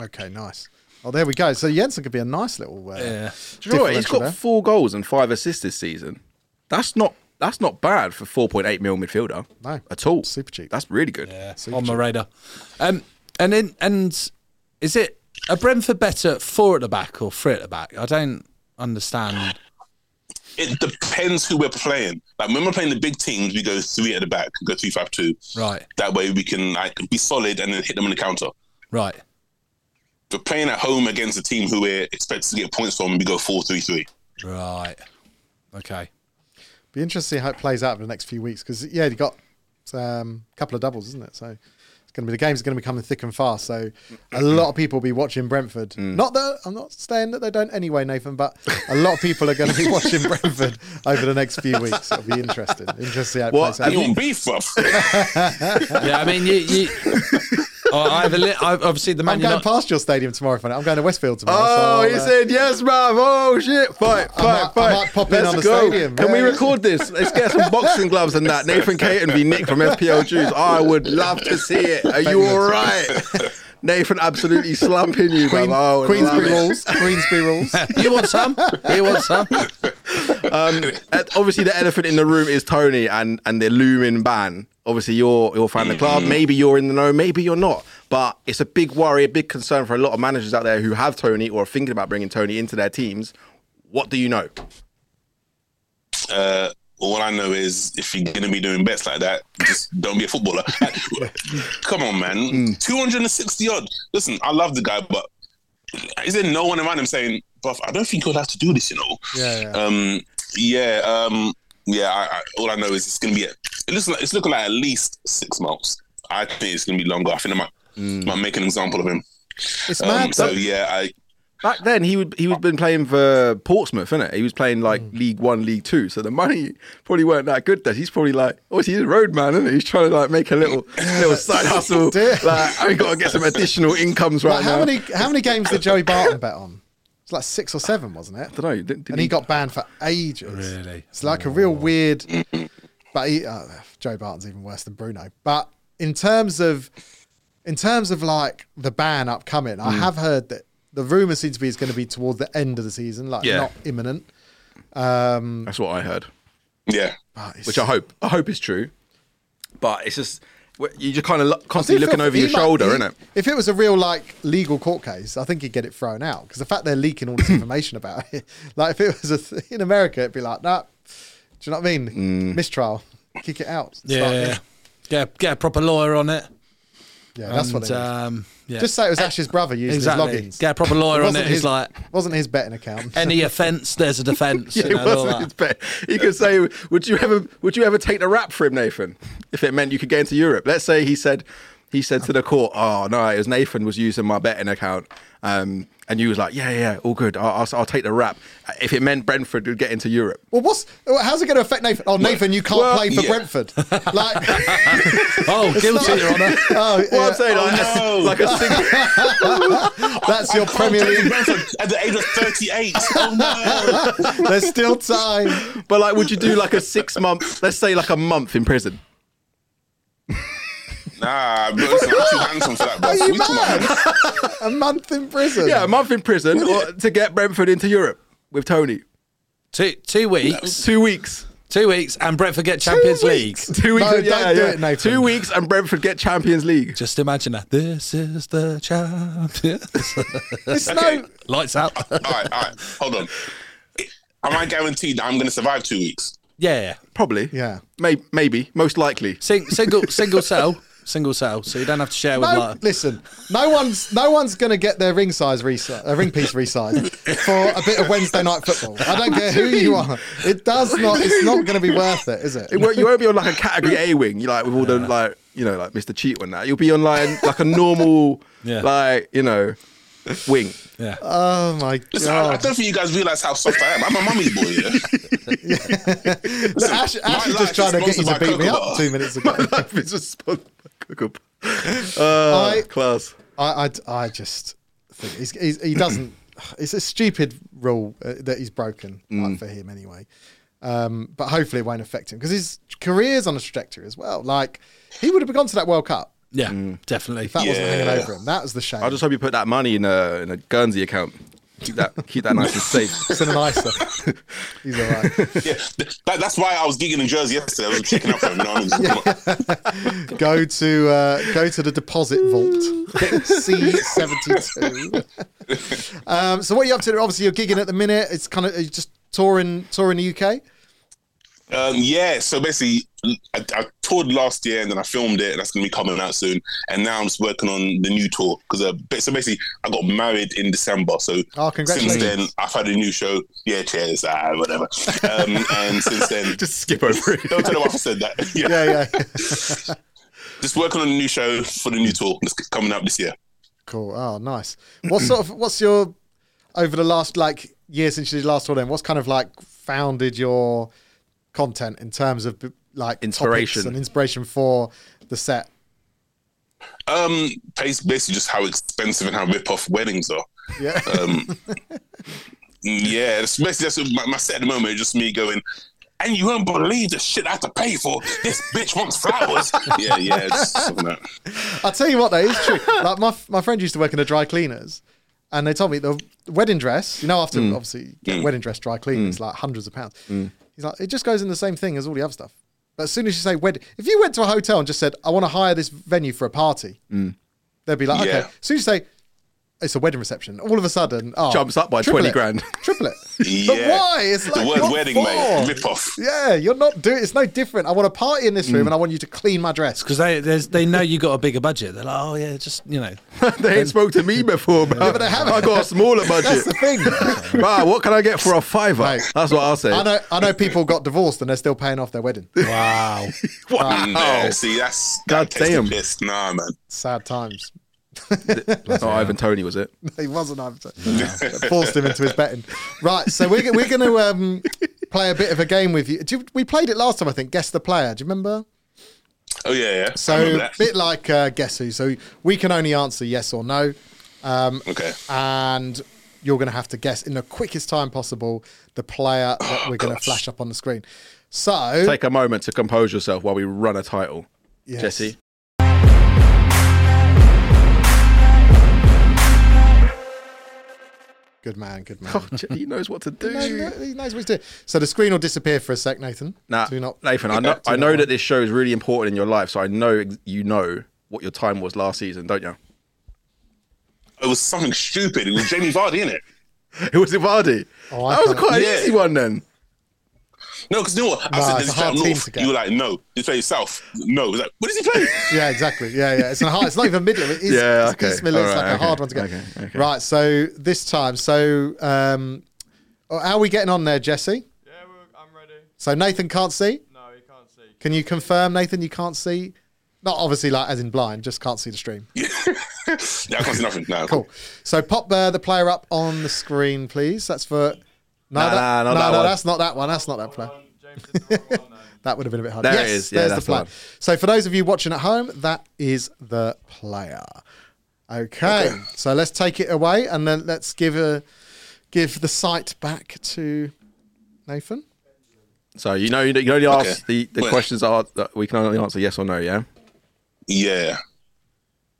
Speaker 1: okay, nice. Oh, there we go. So Jensen could be a nice little. Uh,
Speaker 3: Yeah.
Speaker 2: Do you know what? He's
Speaker 1: differential
Speaker 2: got
Speaker 1: there.
Speaker 2: four goals and five assists this season. That's not that's not bad for 4.8 mil midfielder.
Speaker 1: No.
Speaker 2: At all.
Speaker 1: Super cheap.
Speaker 2: That's really good.
Speaker 3: Yeah, on my radar. Um, and then and is it a Brentford better four at the back or three at the back? I don't understand.
Speaker 6: It depends who we're playing. Like when we're playing the big teams, we go three at the back, go three five two.
Speaker 3: Right,
Speaker 6: That way we can like be solid and then hit them on the counter.
Speaker 3: right.
Speaker 6: If we're playing at home against a team who we're expected to get points from, we go four three three.
Speaker 3: Right. Okay.
Speaker 1: Be interesting how it plays out over the next few weeks because yeah, you got um, a couple of doubles, isn't it? So it's going to be the game's going to be coming thick and fast. So a lot of people will be watching Brentford.
Speaker 2: Mm.
Speaker 1: Not that I'm not saying that they don't anyway, Nathan, but a lot of people are going to be watching Brentford over the next few weeks. It'll be interesting. Interesting how it
Speaker 2: What?
Speaker 1: plays out.
Speaker 6: You want beef, bruv?
Speaker 3: Yeah, I mean, you. you oh, I have a li- I've obviously the
Speaker 1: I'm
Speaker 3: man.
Speaker 1: going
Speaker 3: United-
Speaker 1: past your stadium tomorrow, funny. I'm going to Westfield tomorrow.
Speaker 2: Oh,
Speaker 1: so I'll,
Speaker 2: he
Speaker 1: uh,
Speaker 2: said yes, bruv. Oh shit, fight,
Speaker 1: I
Speaker 2: fight,
Speaker 1: might- I
Speaker 2: fight.
Speaker 1: might pop in on the stadium.
Speaker 2: Can we
Speaker 1: Yeah, yeah.
Speaker 2: record this? Let's get some boxing gloves and that. Nathan Caton v Nick from FPL Jews. I would love to see it. Are you all right? Nathan absolutely slumping you,
Speaker 1: Queen,
Speaker 2: bruv. I would
Speaker 1: Queensbury
Speaker 2: love it.
Speaker 1: rules. Queensbury rules.
Speaker 3: You want some? You want some?
Speaker 2: Um, and obviously, the elephant in the room is Tony and and the looming ban. Obviously, you're you're a fan of the club. Maybe you're in the know. Maybe you're not. But it's a big worry, a big concern for a lot of managers out there who have Tony or are thinking about bringing Tony into their teams. What do you know?
Speaker 6: uh, all I know is if you're gonna be doing bets like that, just don't be a footballer. Come on, man.
Speaker 1: Hmm.
Speaker 6: 260 odd. Listen, I love the guy, but is there no one around him saying, "Buff, I don't think you'll have to do this," you know?
Speaker 1: Yeah, yeah.
Speaker 6: Um, yeah, um, yeah. I, I, all I know is it's gonna be. It looks like it's looking like at least six months. I think it's gonna be longer. I think I might, might make an example of him.
Speaker 1: Hmm. It's
Speaker 6: Um,
Speaker 1: mad.
Speaker 6: so
Speaker 1: though.
Speaker 6: yeah, I
Speaker 2: Back then, he would he would been playing for Portsmouth, innit? He was playing like
Speaker 1: Mm.
Speaker 2: League One, League Two, so the money probably weren't that good. Then he's probably like, oh, he's a road man, isn't he? He's trying to like make a little little side hustle.
Speaker 1: Dear.
Speaker 2: like I got to get some additional incomes right
Speaker 1: But how
Speaker 2: now.
Speaker 1: many how many games did Joey Barton bet on? It's like six or seven, wasn't it?
Speaker 2: I don't know. Did, did
Speaker 1: and he got banned for ages.
Speaker 3: Really?
Speaker 1: It's like a real weird. But he, uh, Joe Barton's even worse than Bruno. But in terms of, in terms of like the ban upcoming,
Speaker 2: Mm.
Speaker 1: I have heard that the rumor seems to be it's going to be towards the end of the season, like
Speaker 2: Yeah.
Speaker 1: not imminent.
Speaker 2: That's what I heard,
Speaker 6: yeah.
Speaker 1: But it's-
Speaker 2: which I hope I hope is true. But it's just you just kind of lo-
Speaker 1: I do
Speaker 2: constantly looking
Speaker 1: feel
Speaker 2: over
Speaker 1: he
Speaker 2: your
Speaker 1: might-
Speaker 2: shoulder,
Speaker 1: he-
Speaker 2: innit?
Speaker 1: If it was a real like legal court case, I think he'd get it thrown out because the fact they're leaking all this information about it, like if it was a th- in America, it'd be like, nah, Do you know what I mean?
Speaker 2: Mm.
Speaker 1: Mistrial. Kick it out. Start
Speaker 3: Yeah,
Speaker 1: it.
Speaker 3: yeah. Get, get a proper lawyer on it.
Speaker 1: Yeah, that's what it is.
Speaker 3: and, um, yeah.
Speaker 1: Just say it was Ash's brother using
Speaker 3: exactly.
Speaker 1: his logins.
Speaker 3: Get a proper lawyer on it.
Speaker 1: his,
Speaker 3: It's like
Speaker 1: wasn't his betting account.
Speaker 3: any offence, there's a defence.
Speaker 2: Yeah,
Speaker 3: you
Speaker 2: it
Speaker 3: know, and all
Speaker 2: wasn't
Speaker 3: that.
Speaker 2: his bet. You could say, "Would you ever, would you ever take the rap for him, Nathan? If it meant you could get into Europe?" Let's say he said, he said to the court, "Oh no, it was Nathan was using my betting account," um, and you was like, "Yeah, yeah, all good. I'll, I'll, I'll take the rap if it meant Brentford would get into Europe."
Speaker 1: well, what's how's it going to affect Nathan? Oh, Nathan, you can't
Speaker 2: well,
Speaker 1: play for
Speaker 6: yeah.
Speaker 1: Brentford. Like,
Speaker 3: Oh, guilty, Your Honour.
Speaker 1: oh,
Speaker 2: Well,
Speaker 1: yeah, Oh,
Speaker 2: I'm saying, like,
Speaker 6: no.
Speaker 2: like a single.
Speaker 1: that's your Premier League.
Speaker 6: at the age of 38. Oh no!
Speaker 1: There's still time.
Speaker 2: But like, would you do like a six month? Let's say like a month in prison.
Speaker 6: Nah, but listen, I'm too handsome for that.
Speaker 1: Are
Speaker 6: boss.
Speaker 1: you
Speaker 6: We come on.
Speaker 1: mad? A month in prison.
Speaker 2: Yeah, a month in prison or, to get Brentford into Europe with Tony.
Speaker 3: Two, two weeks.
Speaker 2: Two weeks.
Speaker 3: Two weeks, and Brentford get Champions League.
Speaker 2: Two weeks.
Speaker 1: No,
Speaker 2: yeah,
Speaker 1: don't do
Speaker 2: yeah.
Speaker 1: it, Nathan.
Speaker 2: Two weeks and Brentford get Champions League.
Speaker 3: Just imagine that. This is the champions.
Speaker 1: It's
Speaker 6: Okay.
Speaker 1: no.
Speaker 3: Lights out. yeah,
Speaker 6: All right, all right. Hold on. Am I guaranteed that I'm going to survive two weeks?
Speaker 3: yeah.
Speaker 2: Probably.
Speaker 1: Yeah.
Speaker 2: May- maybe. Most likely.
Speaker 3: Sing, single, single cell, single cell. So you don't have to share with
Speaker 1: No,
Speaker 3: like.
Speaker 1: listen. No one's no one's going to get their ring size resize, uh, ring piece resized for a bit of Wednesday night football. I don't care who you are. It does not. It's not going to be worth it, is it?
Speaker 2: It won't, you won't be on like a category A wing, you like with all the like, you know, like Mr. Cheat on that. You'll be on like, like a normal,
Speaker 3: Yeah.
Speaker 2: like you know, wing.
Speaker 3: Yeah.
Speaker 1: Oh my
Speaker 6: Listen, I, I
Speaker 1: god!
Speaker 6: don't think you guys realize how soft I am. I'm a mummy's boy. Yeah?
Speaker 1: Look, Ash, Ash is
Speaker 6: life
Speaker 1: just trying to
Speaker 6: is
Speaker 1: get you to
Speaker 6: sponsored by
Speaker 1: beat me up
Speaker 6: Coca-Cola.
Speaker 1: two minutes ago.
Speaker 2: My life is just sponsored by Coca. Uh,
Speaker 1: I-
Speaker 2: class.
Speaker 1: I, I, I just think he's, he's, he doesn't. It's a stupid rule uh, that he's broken like, for him anyway. Um, but hopefully it won't affect him because his career's on a trajectory as well. Like he would have gone to that World Cup.
Speaker 3: yeah, definitely.
Speaker 1: That wasn't hanging
Speaker 6: Yeah.
Speaker 1: over him. That was the shame.
Speaker 2: I just hope you put that money in a in a Guernsey account. Keep that keep that nice and safe.
Speaker 1: it's in an ISA. he's all right.
Speaker 6: yeah. th- That, that's why I was gigging in Jersey yesterday. I was checking out for him. You know what I mean?
Speaker 1: Go to uh, go to the deposit vault. C seventy two. Um, so what are you up to? Obviously you're gigging at the minute. It's kind of just touring touring the UK.
Speaker 6: Um, yeah, so basically, I, I toured last year and then I filmed it. That's going to be coming out soon. And now I'm just working on the new tour because uh, ba- so basically, I got married in December. So
Speaker 1: Oh,
Speaker 6: since
Speaker 1: congratulations.
Speaker 6: then, I've had a new show. Yeah, cheers, ah, whatever. Um, and since then,
Speaker 2: Just skip over it.
Speaker 6: don't tell them why I said that. Yeah.
Speaker 1: Yeah, yeah.
Speaker 6: just working on a new show for the new tour that's coming up this year.
Speaker 1: Cool. Oh, nice. What sort of what's your over the last like year since you did last tour? Then what's kind of like founded your content in terms of like topics
Speaker 2: Inspiration.
Speaker 1: and inspiration for the set?
Speaker 6: Um, bas- basically, just how expensive and how rip off weddings are.
Speaker 1: Yeah.
Speaker 6: Um, yeah, it's basically that's my, my set at the moment. It's just me going, and you won't believe the shit I have to pay for. This bitch wants flowers. yeah, yeah, it's something like that.
Speaker 1: I'll tell you what, that is true. Like my my friend used to work in a dry cleaners, and they told me the wedding dress. You know, after
Speaker 2: Mm.
Speaker 1: obviously you get wedding dress dry cleaners, like hundreds of pounds. He's like, it just goes in the same thing as all the other stuff. But as soon as you say wedding, if you went to a hotel and just said, I want to hire this venue for a party,
Speaker 2: Mm.
Speaker 1: they'd be like,
Speaker 6: Yeah.
Speaker 1: okay. As soon as you say. It's a wedding reception. All of a sudden, oh,
Speaker 2: Jumps up by
Speaker 1: triple
Speaker 2: 20
Speaker 1: it,
Speaker 2: grand.
Speaker 1: Triple it. But
Speaker 6: Yeah.
Speaker 1: why? It's like
Speaker 6: the word
Speaker 1: what
Speaker 6: wedding,
Speaker 1: for?
Speaker 6: mate, rip off.
Speaker 1: Yeah, you're not doing. It's no different. I want a party in this
Speaker 2: Mm.
Speaker 1: room, and I want you to clean my dress.
Speaker 3: Because they there's, they know you got a bigger budget. They're like, oh yeah, just you know,
Speaker 2: they ain't spoke to me before, but,
Speaker 1: but they haven't.
Speaker 2: I got a smaller
Speaker 1: That's
Speaker 2: budget.
Speaker 1: the thing.
Speaker 2: Wow, what can I get for a fiver?
Speaker 1: Mate.
Speaker 2: That's what I'll say.
Speaker 1: I know, I know people got divorced and they're still paying off their wedding.
Speaker 3: wow.
Speaker 2: Wow.
Speaker 6: Yeah, uh, see, that's
Speaker 2: God
Speaker 6: that takes the
Speaker 2: damn.
Speaker 6: piss. Nah, man.
Speaker 1: Sad times.
Speaker 2: That's not Ivan Tony, was it?
Speaker 1: He wasn't over. Forced him into his betting. Right, so we're, we're going to um, play a bit of a game with you. Do you. We played it last time, I think. Guess the player. Do you remember?
Speaker 6: Oh yeah, yeah. I
Speaker 1: So
Speaker 6: remember
Speaker 1: a
Speaker 6: that.
Speaker 1: bit like uh, guess who. So we can only answer yes or no,
Speaker 6: okay.
Speaker 1: and you're going to have to guess in the quickest time possible the player
Speaker 6: Oh,
Speaker 1: that we're going to flash up on the screen. So
Speaker 2: Take a moment to compose yourself while we run a title.
Speaker 1: Yes.
Speaker 2: Jesse.
Speaker 1: good man, good man.
Speaker 2: Oh, Je- he knows what to do.
Speaker 1: He knows- he knows what he's doing. So the screen will disappear for a sec, Nathan.
Speaker 2: Nah,
Speaker 1: Do not
Speaker 2: Nathan, I know,
Speaker 1: do
Speaker 2: I
Speaker 1: not
Speaker 2: know
Speaker 1: worry.
Speaker 2: that this show is really important in your life, so I know ex- you know what your time was last season, don't you?
Speaker 6: It was something stupid. It was Jamie Vardy in it.
Speaker 2: It was Ivardi.
Speaker 1: I
Speaker 2: that was
Speaker 1: can't-
Speaker 2: quite an
Speaker 6: Yeah.
Speaker 2: easy one then.
Speaker 6: No, because you know what? I
Speaker 1: Nah,
Speaker 6: said,
Speaker 1: it's
Speaker 6: does
Speaker 1: a
Speaker 6: he play
Speaker 1: hard
Speaker 6: up
Speaker 1: team
Speaker 6: north?
Speaker 1: to get.
Speaker 6: You were like, no. He plays south. No. He's like, what does he play?
Speaker 1: Yeah, exactly. Yeah, yeah. It's an hard. It's not even middle. It is.
Speaker 2: Yeah,
Speaker 1: it's,
Speaker 2: okay.
Speaker 1: it's middle. it's
Speaker 2: All right,
Speaker 1: like a
Speaker 2: okay,
Speaker 1: hard one to get.
Speaker 2: okay, okay.
Speaker 1: Right. So this time, so um, how are we getting on there, Jesse?
Speaker 7: Yeah, we're, I'm ready.
Speaker 1: So Nathan can't see.
Speaker 7: No, you can't see.
Speaker 1: Can you confirm, Nathan? You can't see. Not obviously like as in blind, just can't see the stream.
Speaker 6: yeah, I can't see nothing. No.
Speaker 1: Cool. So pop uh, the player up on the screen, please. That's for. No,
Speaker 2: Nah,
Speaker 1: that,
Speaker 2: nah,
Speaker 1: no,
Speaker 2: not that
Speaker 1: no,
Speaker 2: one.
Speaker 1: that's not that one. That's not that player.
Speaker 7: Um, James did the wrong one then.
Speaker 1: That would have been a bit hard.
Speaker 2: There it
Speaker 1: yes,
Speaker 2: is. Yeah,
Speaker 1: there's the
Speaker 2: that's the
Speaker 1: player.
Speaker 2: one.
Speaker 1: So for those of you watching at home, that is the player. Okay. So let's take it away and then let's give a give the site back to Nathan.
Speaker 2: So you know you can only ask
Speaker 6: Okay.
Speaker 2: the, the
Speaker 6: Well-
Speaker 2: questions that are that we can only answer yes or no. Yeah.
Speaker 6: Yeah.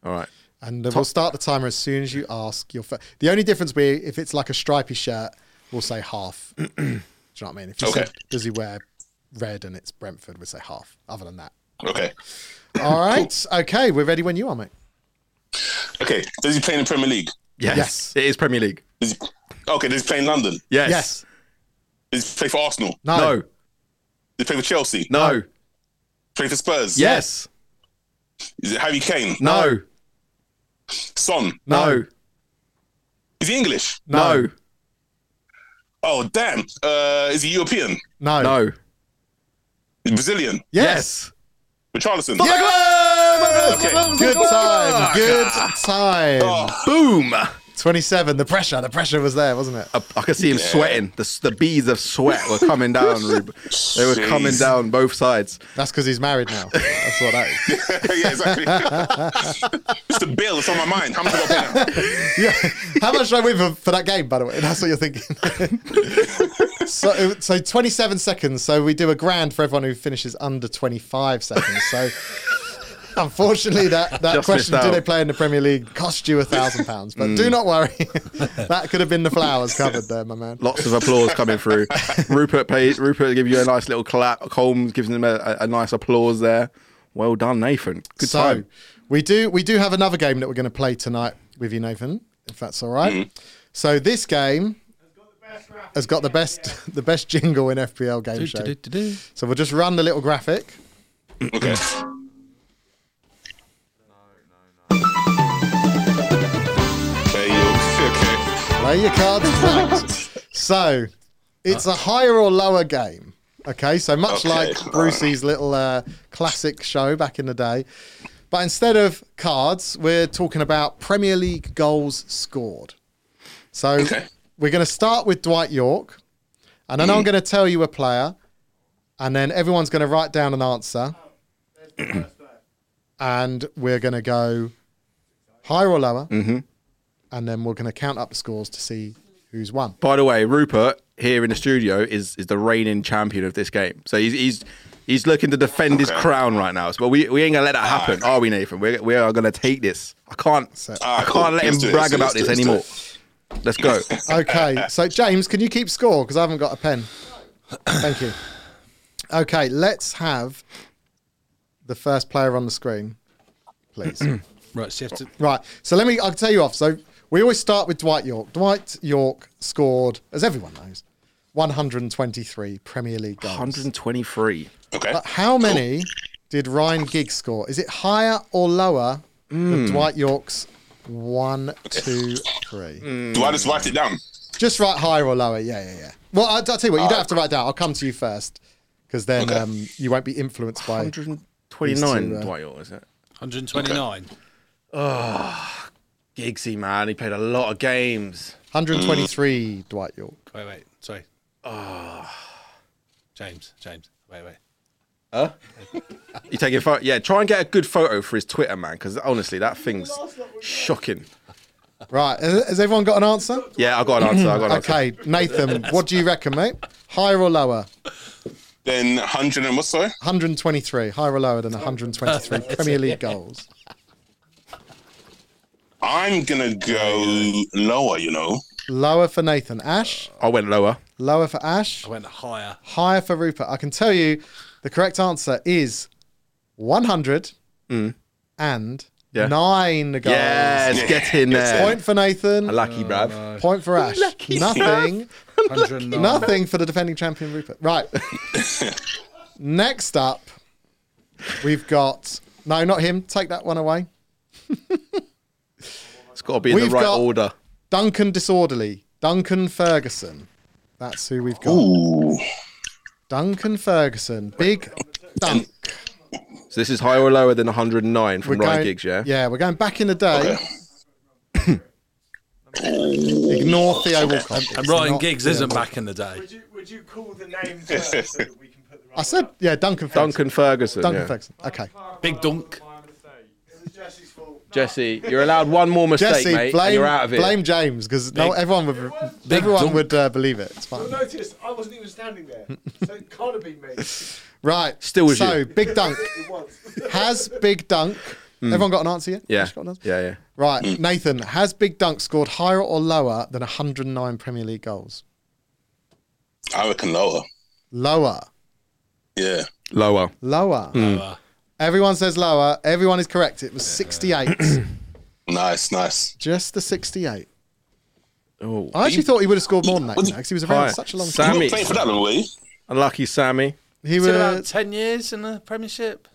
Speaker 2: All right.
Speaker 1: And uh, we'll start the timer as soon as you ask your first. The only difference be if it's like a stripy shirt, we'll say half. Do you know what I mean? If you
Speaker 6: Okay.
Speaker 1: said, does he wear red and it's Brentford, we'd say half. Other than that.
Speaker 6: Okay.
Speaker 1: All right. Okay. We're ready when you are, mate.
Speaker 6: Okay. Does he play in the Premier League?
Speaker 2: Yes.
Speaker 1: Yes.
Speaker 2: It is Premier League.
Speaker 6: Does he... Okay. Does he play in London?
Speaker 2: Yes.
Speaker 1: Yes.
Speaker 6: Does he play for Arsenal?
Speaker 1: No.
Speaker 2: No.
Speaker 6: Does he play for Chelsea?
Speaker 2: No.
Speaker 6: Play for Spurs?
Speaker 2: Yes.
Speaker 6: Is it Harry Kane?
Speaker 2: No.
Speaker 6: Son?
Speaker 2: No.
Speaker 6: Is he English?
Speaker 2: No.
Speaker 6: Oh, damn. Uh, is he European?
Speaker 1: No.
Speaker 2: No.
Speaker 6: Is he Brazilian?
Speaker 2: Yes.
Speaker 6: Richarlison?
Speaker 2: Yes. Ah,
Speaker 1: Good time. Good time.
Speaker 2: Boom. I,
Speaker 1: 27. The pressure. The pressure was there, wasn't it?
Speaker 2: I could see him sweating. The, the beads of sweat were coming down. Rube. They were coming
Speaker 6: Jeez.
Speaker 2: down both sides.
Speaker 1: That's because he's married now. That's what that is.
Speaker 6: yeah, exactly. Mr. Bill, it's on my mind. How much have I paid?
Speaker 1: How much did I win for, for that game, by the way? That's what you're thinking. so, so 27 seconds. So we do a grand for everyone who finishes under 25 seconds. So unfortunately, that, that
Speaker 2: Just
Speaker 1: question,
Speaker 2: missed
Speaker 1: do
Speaker 2: out. Hmm.
Speaker 1: they play in the Premier League, cost you a thousand pounds. But do not worry. that could have been the flowers covered there, my man.
Speaker 2: Lots of applause coming through. Rupert pays. Rupert give you a nice little clap. Holmes gives him a, a, a nice applause there. Well done, Nathan. Good
Speaker 1: so
Speaker 2: time.
Speaker 1: we do we do have another game that we're going to play tonight with you, Nathan, if that's all right.
Speaker 2: Hmm.
Speaker 1: So this game has got the best the best jingle in FPL game show.
Speaker 3: Do-do-do-do-do.
Speaker 1: So we'll just run the little graphic.
Speaker 6: Okay. Okay, you- okay.
Speaker 1: Play your cards right. so it's a higher or lower game. Okay, so much
Speaker 6: Okay,
Speaker 1: like Brucey's little uh, classic show back in the day. But instead of cards, we're talking about Premier League goals scored. So
Speaker 6: Okay. Mm.
Speaker 1: we're going to start with Dwight York. And then I'm going to tell you a player. And then everyone's going to write down an answer. and we're going to go higher or lower. And then we're going to count up the scores to see who's won.
Speaker 2: By the way, Rupert here in the studio is is the reigning champion of this game. So he's he's he's looking to defend his
Speaker 6: Okay. Ah,
Speaker 2: crown right now. But we, we ain't gonna let that happen, are we, Nathan? We're, we are gonna take this. I can't I
Speaker 6: Ah,
Speaker 2: can't
Speaker 6: cool.
Speaker 2: let
Speaker 6: Let's
Speaker 2: him
Speaker 6: do it,
Speaker 2: brag
Speaker 6: let's
Speaker 2: about
Speaker 6: do it,
Speaker 2: this
Speaker 6: let's do
Speaker 2: anymore. Let's go.
Speaker 1: Okay, so James, can you keep score? Because I haven't got a pen. Thank you. Okay, let's have the first player on the screen, please.
Speaker 3: Right, so you have to.
Speaker 1: right, so let me, I'll tell you off. So we always start with Dwight York. Dwight York scored, as everyone knows, 123 Premier League goals.
Speaker 2: 123.
Speaker 6: Okay.
Speaker 1: But
Speaker 2: Uh,
Speaker 1: how many did Ryan Giggs score? Is it higher or lower than Dwight York's one, two, three?
Speaker 6: Do I just write it down?
Speaker 1: Just write higher or lower. Yeah, yeah, yeah. Well, I'll, I'll tell you what. You don't have to write down. I'll come to you first, because then
Speaker 6: Okay.
Speaker 1: um, you won't be influenced by.
Speaker 2: 129
Speaker 1: These two, uh,
Speaker 2: Dwight York, is it?
Speaker 3: 129.
Speaker 2: Giggsy man, he played a lot of games.
Speaker 1: 123 Dwight York.
Speaker 3: Wait, wait. Sorry. James, James. Wait, wait.
Speaker 2: You take a photo, yeah. Try and get a good photo for his Twitter, man, because honestly, that thing's shocking.
Speaker 1: Right. Has has everyone got an answer?
Speaker 2: Yeah, I got an answer. I got an answer.
Speaker 1: Okay, Nathan. what do you reckon, mate? Higher or lower?
Speaker 6: Then 100 and what's sorry?
Speaker 1: 123. Higher or lower than 123 Premier League goals?
Speaker 6: I'm gonna go lower, you know.
Speaker 1: Lower for Nathan. Ash.
Speaker 2: I went lower.
Speaker 1: Lower for Ash.
Speaker 3: I went higher.
Speaker 1: Higher for Rupert. I can tell you, the correct answer is 100 and
Speaker 2: Mm. Yeah.
Speaker 1: nine goals.
Speaker 2: Yes, get in there.
Speaker 1: Point for Nathan.
Speaker 2: Lucky, bruv.
Speaker 1: Point for Ash. Nothing.
Speaker 3: 109.
Speaker 1: Nothing for the defending champion Rupert. Right. Next up, we've got no, not him. Take that one away.
Speaker 2: It's got to be in the
Speaker 1: We've
Speaker 2: right
Speaker 1: got-
Speaker 2: order.
Speaker 1: Duncan Disorderly. Duncan Ferguson. That's who we've got.
Speaker 6: Ooh.
Speaker 1: Duncan Ferguson. Big Dunk.
Speaker 2: So this is higher or lower than 109 from Ryan
Speaker 1: going-
Speaker 2: Giggs, yeah?
Speaker 1: Yeah, we're going back in the day. Ignore Theo Walcott.
Speaker 3: And
Speaker 1: It's
Speaker 3: Ryan
Speaker 1: not
Speaker 3: Giggs
Speaker 1: Theo
Speaker 3: isn't
Speaker 1: Walcott.
Speaker 3: back in the day.
Speaker 4: Would you, would you call the name first so that we can put the right
Speaker 1: I said, yeah, Duncan Ferguson.
Speaker 2: Duncan Ferguson.
Speaker 1: Duncan
Speaker 2: yeah.
Speaker 1: Ferguson. Okay.
Speaker 3: Big dunk.
Speaker 7: My mistake.
Speaker 4: It was Jesse's fault.
Speaker 2: Jesse, you're allowed one more mistake,
Speaker 1: Jesse,
Speaker 2: mate, and
Speaker 1: blame,
Speaker 2: you're out of it.
Speaker 1: blame James because no,
Speaker 3: Big-
Speaker 1: everyone would
Speaker 3: Big
Speaker 1: everyone
Speaker 3: dunk.
Speaker 1: would uh, believe it. It's fine.
Speaker 4: You'll notice I wasn't even standing there, so it can't have been me. It
Speaker 1: Right.
Speaker 2: Still was
Speaker 1: so
Speaker 2: you.
Speaker 1: Big Dunk
Speaker 4: was.
Speaker 1: has Big Dunk. Everyone got an answer yet?
Speaker 2: Yeah.
Speaker 1: Just got an answer?
Speaker 2: Yeah, yeah.
Speaker 1: Right. Nathan has Big Dunk scored higher or lower than 109 Premier League goals.
Speaker 6: I reckon lower.
Speaker 1: Lower.
Speaker 6: Yeah.
Speaker 2: Lower.
Speaker 1: Lower.
Speaker 3: Uh,
Speaker 1: Everyone says lower. Everyone is correct. It was 68.
Speaker 6: Nice, nice.
Speaker 1: Just the 68.
Speaker 2: Oh,
Speaker 1: I actually thought he would have scored more than that, you
Speaker 6: Was
Speaker 1: know,
Speaker 6: he-
Speaker 1: because he was around
Speaker 2: Hi.
Speaker 1: such a long
Speaker 2: Sam-
Speaker 1: time.
Speaker 2: Sammy.
Speaker 6: You not playing for that long, were you?
Speaker 2: unlucky Sammy.
Speaker 1: He
Speaker 3: it's been about
Speaker 1: was
Speaker 3: 10 years in the Premiership.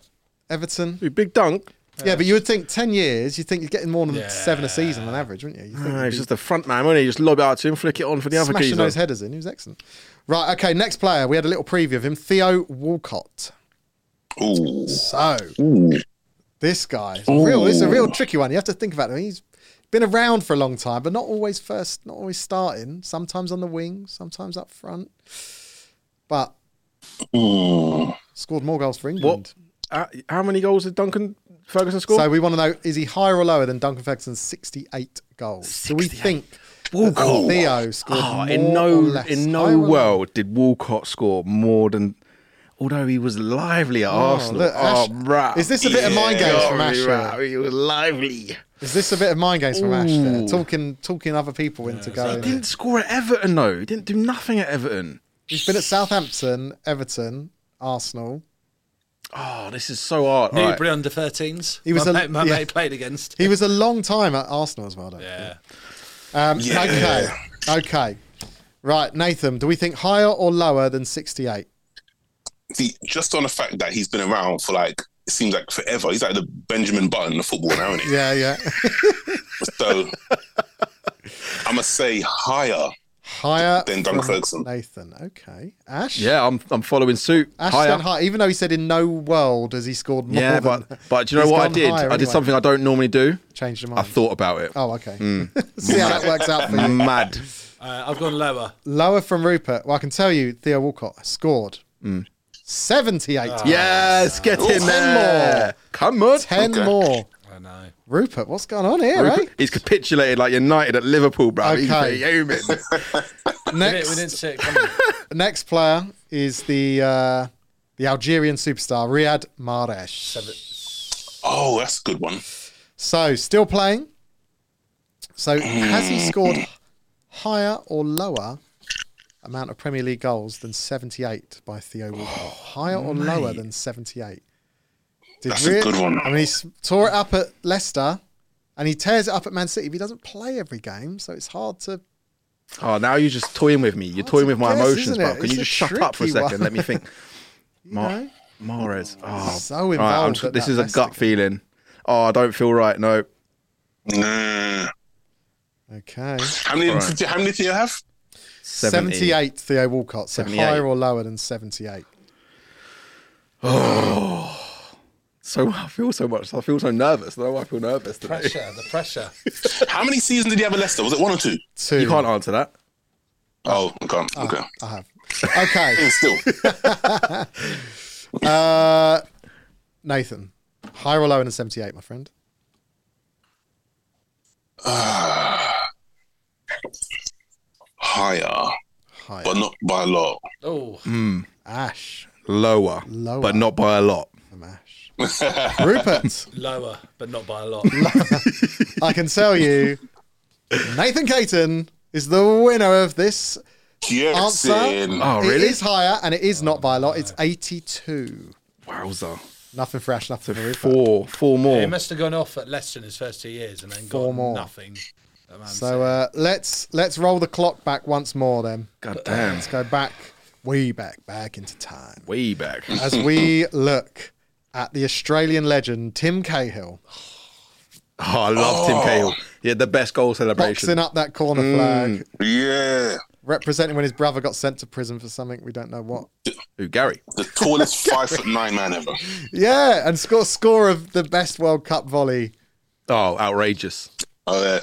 Speaker 1: Everton.
Speaker 2: Ooh, Big dunk.
Speaker 1: Yeah, but you would think 10 years, you'd think you're getting more than
Speaker 3: Yeah.
Speaker 1: seven a season on average, wouldn't you? you think
Speaker 2: Ah,
Speaker 1: you'd
Speaker 2: he's
Speaker 1: be
Speaker 2: just the front man, wasn't he? Just lob it out to him, flick it on for the other
Speaker 1: smashing
Speaker 2: geezer.
Speaker 1: those headers in. He was excellent. Right, okay, next player. We had a little preview of him Theo Walcott.
Speaker 6: Ooh.
Speaker 1: So, this guy, is a real, this is a real tricky one. You have to think about him. He's been around for a long time, but not always first, not always starting. Sometimes on the wing, sometimes up front. But scored more goals for England.
Speaker 2: Uh, how many goals did Duncan Ferguson score?
Speaker 1: So we want to know: is he higher or lower than Duncan Ferguson's 68 goals? Do we think that Theo scored
Speaker 2: Ah,
Speaker 1: more
Speaker 2: in
Speaker 1: or
Speaker 2: no
Speaker 1: less?
Speaker 2: in
Speaker 1: Higher
Speaker 2: no
Speaker 1: or lower?
Speaker 2: world did Walcott score more than. Although he was lively at Arsenal.
Speaker 1: look,
Speaker 2: oh,
Speaker 1: Ash-
Speaker 2: right.
Speaker 1: Is this a bit of mind
Speaker 2: Yeah,
Speaker 1: games from
Speaker 2: right,
Speaker 1: Ash?
Speaker 2: right,
Speaker 1: here?
Speaker 2: He was lively.
Speaker 1: Is this a bit of mind games from Ash? There? Talking talking other people into
Speaker 2: He
Speaker 1: going.
Speaker 2: didn't score at Everton, though. He didn't do nothing at Everton.
Speaker 1: He's been at Southampton, Everton, Arsenal.
Speaker 2: Oh, this is so hard. All right.
Speaker 3: Newbury under 13s.
Speaker 1: He was
Speaker 3: my
Speaker 1: a-
Speaker 3: mate, my
Speaker 1: yeah.
Speaker 3: mate played against.
Speaker 1: He was a long time at Arsenal as well. Don't you?
Speaker 3: yeah.
Speaker 1: Um,
Speaker 6: Yeah.
Speaker 1: Okay. Okay. Right, Nathan. Do we think higher or lower than 68?
Speaker 6: See, just on the fact that he's been around for like, it seems like forever. He's like the Benjamin Button of football now, isn't he?
Speaker 1: Yeah, yeah.
Speaker 6: So I must say higher.
Speaker 1: higher
Speaker 6: Than Duncan
Speaker 1: from
Speaker 6: Ferguson.
Speaker 1: Nathan. Okay. Ash.
Speaker 2: Yeah, I'm, I'm following suit.
Speaker 1: Ash
Speaker 2: Higher.
Speaker 1: said high, even though he said in no world has he scored more.
Speaker 2: Yeah,
Speaker 1: than-
Speaker 2: but but do you know
Speaker 1: He's
Speaker 2: what I
Speaker 1: gone
Speaker 2: did?
Speaker 1: higher
Speaker 2: I did
Speaker 1: anyway.
Speaker 2: something I don't normally do.
Speaker 1: Changed your
Speaker 2: I
Speaker 1: mind.
Speaker 2: thought about it.
Speaker 1: Oh, okay.
Speaker 6: Hmm.
Speaker 1: See how that works out for you.
Speaker 2: Mad.
Speaker 3: Uh, I've gone lower.
Speaker 1: Lower from Rupert. Well, I can tell you, Theo Walcott scored 78.
Speaker 2: Ah. Yes, get in there. Come on.
Speaker 1: 10
Speaker 6: Okay.
Speaker 1: more.
Speaker 3: I know.
Speaker 1: Rupert, what's going on here, eh?
Speaker 2: Rupert- He's capitulated like United at Liverpool, bro. He's
Speaker 1: Okay.
Speaker 2: a human.
Speaker 1: eh?
Speaker 3: We didn't, we didn't
Speaker 1: Next,
Speaker 3: see it coming.
Speaker 1: next player is the uh, the Algerian superstar, Riyad Mahrez.
Speaker 6: Oh, that's a good one.
Speaker 1: So, still playing. So, has he scored higher or lower amount of Premier League goals than 78 by Theo Walcott?
Speaker 2: Oh,
Speaker 1: higher or lower than 78? Did
Speaker 6: That's a good one.
Speaker 1: I mean, he s- tore it up at Leicester and he tears it up at Man City, but he doesn't play every game, so it's hard to.
Speaker 2: oh, now you're just toying with me. You're toying with my
Speaker 1: guess,
Speaker 2: emotions,
Speaker 1: isn't it?
Speaker 2: bro. Can
Speaker 1: It's
Speaker 2: you
Speaker 1: a
Speaker 2: just shut up for a
Speaker 1: tricky
Speaker 2: second?
Speaker 1: one.
Speaker 2: Let me think. Ma-
Speaker 1: know?
Speaker 2: Mares. Oh,
Speaker 1: So
Speaker 2: all right, I'm
Speaker 1: involved
Speaker 2: just-
Speaker 1: at
Speaker 2: this
Speaker 1: that
Speaker 2: is a
Speaker 1: Leicester
Speaker 2: gut
Speaker 1: game.
Speaker 2: feeling. Oh, I don't feel right. No.
Speaker 6: Nah.
Speaker 1: Okay.
Speaker 6: How many, how many do you have?
Speaker 2: 70.
Speaker 1: 78 Theo Walcott, so
Speaker 2: 78.
Speaker 1: higher or lower than 78.
Speaker 2: So I feel so much. I feel so nervous. No, I feel nervous today.
Speaker 3: Pressure, the pressure.
Speaker 6: How many seasons did he have at Leicester? Was it one or two?
Speaker 1: Two.
Speaker 2: You can't answer that.
Speaker 6: Oh, I can't. Okay.
Speaker 1: I have. Okay.
Speaker 6: And still,
Speaker 1: Uh, Nathan, higher or lower than 78, my friend?
Speaker 6: higher,
Speaker 1: Higher.
Speaker 6: but not by a lot.
Speaker 3: Oh,
Speaker 1: Mm. Ash.
Speaker 2: Lower,
Speaker 1: Lower.
Speaker 2: but not by a lot.
Speaker 1: I'm Ash. Rupert,
Speaker 3: lower, but not by a lot.
Speaker 1: I can tell you, Nathan Caton is the winner of this.
Speaker 6: Yes. in.
Speaker 2: Oh,
Speaker 1: It
Speaker 2: really?
Speaker 1: is higher, and it is not by a lot. It's 82.
Speaker 2: Wowza.
Speaker 1: Nothing for Ash, nothing for Rupert.
Speaker 2: Four, four more.
Speaker 3: He must have gone off at Leicester in his first two years and then
Speaker 1: Four
Speaker 3: got
Speaker 1: more.
Speaker 3: nothing That man
Speaker 1: So uh, let's let's roll the clock back once more. Then
Speaker 2: God damn.
Speaker 1: let's go back way back back into time
Speaker 2: Way back.
Speaker 1: as we look at the Australian legend Tim Cahill
Speaker 2: Oh, I love Tim Cahill. He had the best goal celebration.
Speaker 1: boxing up that corner flag,
Speaker 6: Yeah.
Speaker 1: representing when his brother got sent to prison for something we don't know what.
Speaker 2: Who, Gary?
Speaker 6: The tallest five foot nine man ever.
Speaker 1: Yeah, and score score of the best World Cup volley.
Speaker 2: Oh, outrageous.
Speaker 6: Oh, yeah.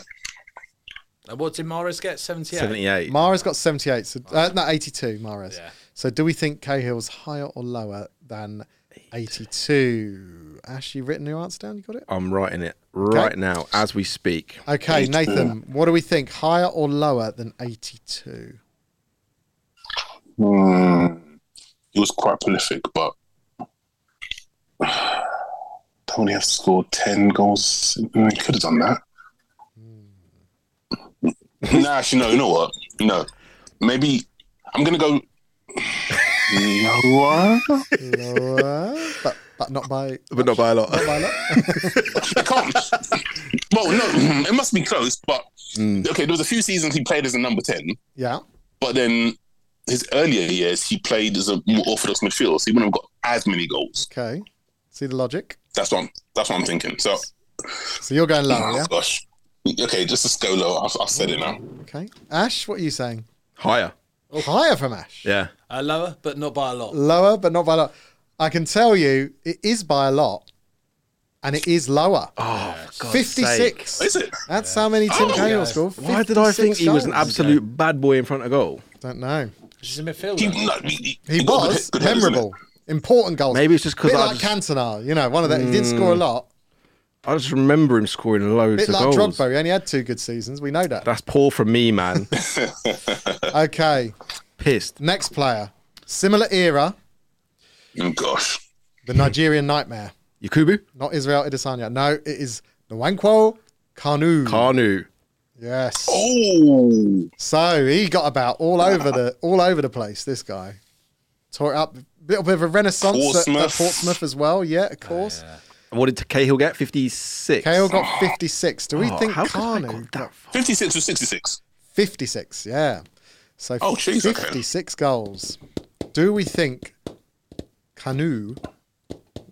Speaker 3: Uh, what did Morris get? 78?
Speaker 2: 78.
Speaker 1: Mara's got seventy eight, so uh, no eighty two. Mara's.
Speaker 3: Yeah.
Speaker 1: So do we think Cahill's higher or lower than eighty two? Ash, you written your answer down? You got it.
Speaker 2: I'm writing it right now as we speak.
Speaker 1: Okay, Nathan, what do we think? Higher or lower than 82?
Speaker 6: Hmm. He was quite prolific, but don't only have scored ten goals. Mm, He could have done that. nah, actually, no. You know what? No, maybe I'm gonna go. you know what?
Speaker 1: Lower, but, but not by
Speaker 2: But not by a lot.
Speaker 1: by a lot.
Speaker 6: I can't. well, no, it must be close. But okay, there was a few seasons he played as a number ten,
Speaker 1: Yeah.
Speaker 6: but then his earlier years he played as a more orthodox midfielder, so he wouldn't have got as many goals.
Speaker 1: Okay. See the logic.
Speaker 6: That's what I'm, that's what I'm thinking. So.
Speaker 1: So you're going lower,
Speaker 6: Oh
Speaker 1: yeah?
Speaker 6: gosh. Okay, just a scolo. I've, I've said it now.
Speaker 1: Okay. Ash, what are you saying?
Speaker 2: Higher.
Speaker 1: Oh, Higher from Ash.
Speaker 2: Yeah.
Speaker 3: Uh, lower, but not by a lot.
Speaker 1: Lower, but not by a lot. I can tell you it is by a lot, and it is lower.
Speaker 2: Oh, for God's sake.
Speaker 1: 56.
Speaker 6: Is it?
Speaker 1: That's how many Tim
Speaker 6: Oh.
Speaker 1: Cahill scored.
Speaker 2: Why did I
Speaker 1: 56
Speaker 2: think he was an
Speaker 1: goals.
Speaker 2: absolute bad boy in front of goal?
Speaker 1: Don't know.
Speaker 3: He's a midfielder.
Speaker 6: He, no, he,
Speaker 1: He
Speaker 6: got
Speaker 1: was
Speaker 6: good- good headers,
Speaker 1: memorable, important goals.
Speaker 2: Maybe it's just 'cause
Speaker 1: Bit
Speaker 2: I
Speaker 1: like
Speaker 2: just- Mm.
Speaker 1: Cantona, you know, one of them. He did score a lot.
Speaker 2: I just remember him scoring loads
Speaker 1: Bit
Speaker 2: of
Speaker 1: like
Speaker 2: goals.
Speaker 1: Drogba, he only had two good seasons. We know that.
Speaker 2: That's poor from me, man.
Speaker 1: Okay,
Speaker 2: Pissed.
Speaker 1: next player, similar era,
Speaker 6: isn't it? Oh, gosh.
Speaker 1: the
Speaker 2: Hmm.
Speaker 1: Nigerian nightmare.
Speaker 2: Yakubu?
Speaker 1: Not Israel Idisanya. No, it is Nwankwo Kanu.
Speaker 2: Mm. Kanu.
Speaker 1: yes.
Speaker 6: Oh,
Speaker 1: So he got about all over the all over the place. This guy tore it up. Little bit of a renaissance at- At,
Speaker 6: Portsmouth.
Speaker 1: Portsmouth as well. Yeah, of course.
Speaker 2: What did Cahill get? 56.
Speaker 1: Cahill got 56. Do we
Speaker 2: Oh,
Speaker 1: think
Speaker 2: how could I
Speaker 1: Kanu
Speaker 2: got that far?
Speaker 6: 56 to 66.
Speaker 1: 56, yeah. So
Speaker 6: Oh, jeez, okay.
Speaker 1: 56 goals. Do we think Canu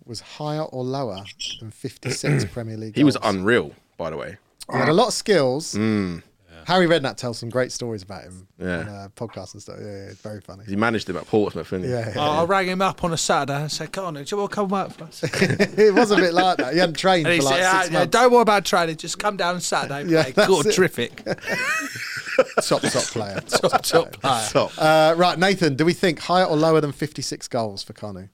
Speaker 1: was higher or lower than 56 Premier League?
Speaker 2: He was
Speaker 1: goals?
Speaker 2: unreal, by the way.
Speaker 1: He had a lot of skills. Harry Redknapp tells some great stories about him
Speaker 2: Mm. Yeah.
Speaker 1: on uh, podcasts and stuff. Yeah, yeah, it's very funny.
Speaker 2: He managed him at Portsmouth, didn't he?
Speaker 1: Yeah,
Speaker 3: I, I rang him up on a Saturday and said, Come on, do you want to come work for us?
Speaker 1: it was a bit like that. He hadn't trained
Speaker 3: And he
Speaker 1: for like
Speaker 3: said, "Ah, "Yeah,
Speaker 1: six
Speaker 3: yeah,
Speaker 1: months.
Speaker 3: Don't worry about training, just come down on Saturday. and
Speaker 1: Yeah,
Speaker 3: play.
Speaker 1: that's
Speaker 3: Good,
Speaker 1: it.
Speaker 3: terrific.
Speaker 1: Top, top player.
Speaker 3: top, top player.
Speaker 2: Top.
Speaker 1: Uh, right, Nathan, do we think higher or lower than 56 goals for Kanu?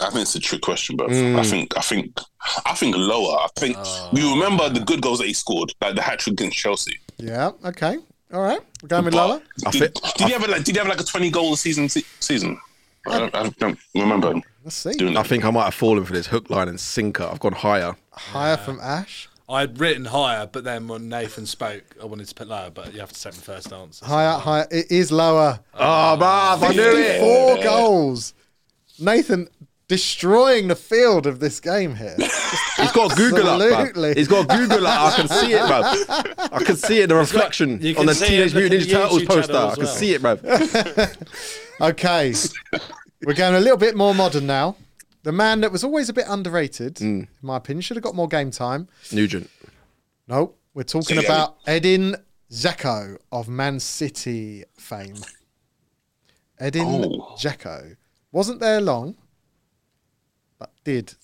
Speaker 6: I think it's a trick question, but
Speaker 1: Hmm.
Speaker 6: I think I think I think lower. I think we remember the good goals that he scored, like the hat trick against Chelsea.
Speaker 1: Yeah, okay. All right. We're going with
Speaker 6: But
Speaker 1: lower.
Speaker 6: Did,
Speaker 2: I thi-
Speaker 6: did he have a, like? Did he have like a twenty goal season? Se- season? I don't, I don't remember him
Speaker 1: Let's see.
Speaker 6: doing
Speaker 2: I
Speaker 6: that.
Speaker 2: think I might have fallen for this hook, line, and sinker. I've gone higher.
Speaker 1: Higher from Ash.
Speaker 3: I'd written higher, but then when Nathan spoke, I wanted to put lower, but you have to take the first answer.
Speaker 1: Higher, higher. It is lower.
Speaker 2: Oh, Marv, I knew it.
Speaker 1: Four goals. Nathan destroying the field of this game here.
Speaker 2: He's got Google up,
Speaker 1: Absolutely.
Speaker 2: man. He's got Google up. I can see it, man. I can see it in the reflection
Speaker 3: you
Speaker 2: on
Speaker 3: can
Speaker 2: the
Speaker 3: see
Speaker 2: Teenage
Speaker 3: it in the
Speaker 2: Mutant Ninja Turtles
Speaker 3: YouTube
Speaker 2: poster.
Speaker 3: channel
Speaker 2: I
Speaker 3: as
Speaker 2: can
Speaker 3: well.
Speaker 2: see it, man.
Speaker 1: Okay. We're going a little bit more modern now. The man that was always a bit underrated, in my opinion, should have got more game time.
Speaker 2: Nugent.
Speaker 1: Nope. We're talking
Speaker 6: Yeah.
Speaker 1: about Edin Dzeko of Man City fame. Edin
Speaker 6: Oh.
Speaker 1: Dzeko wasn't there long, but did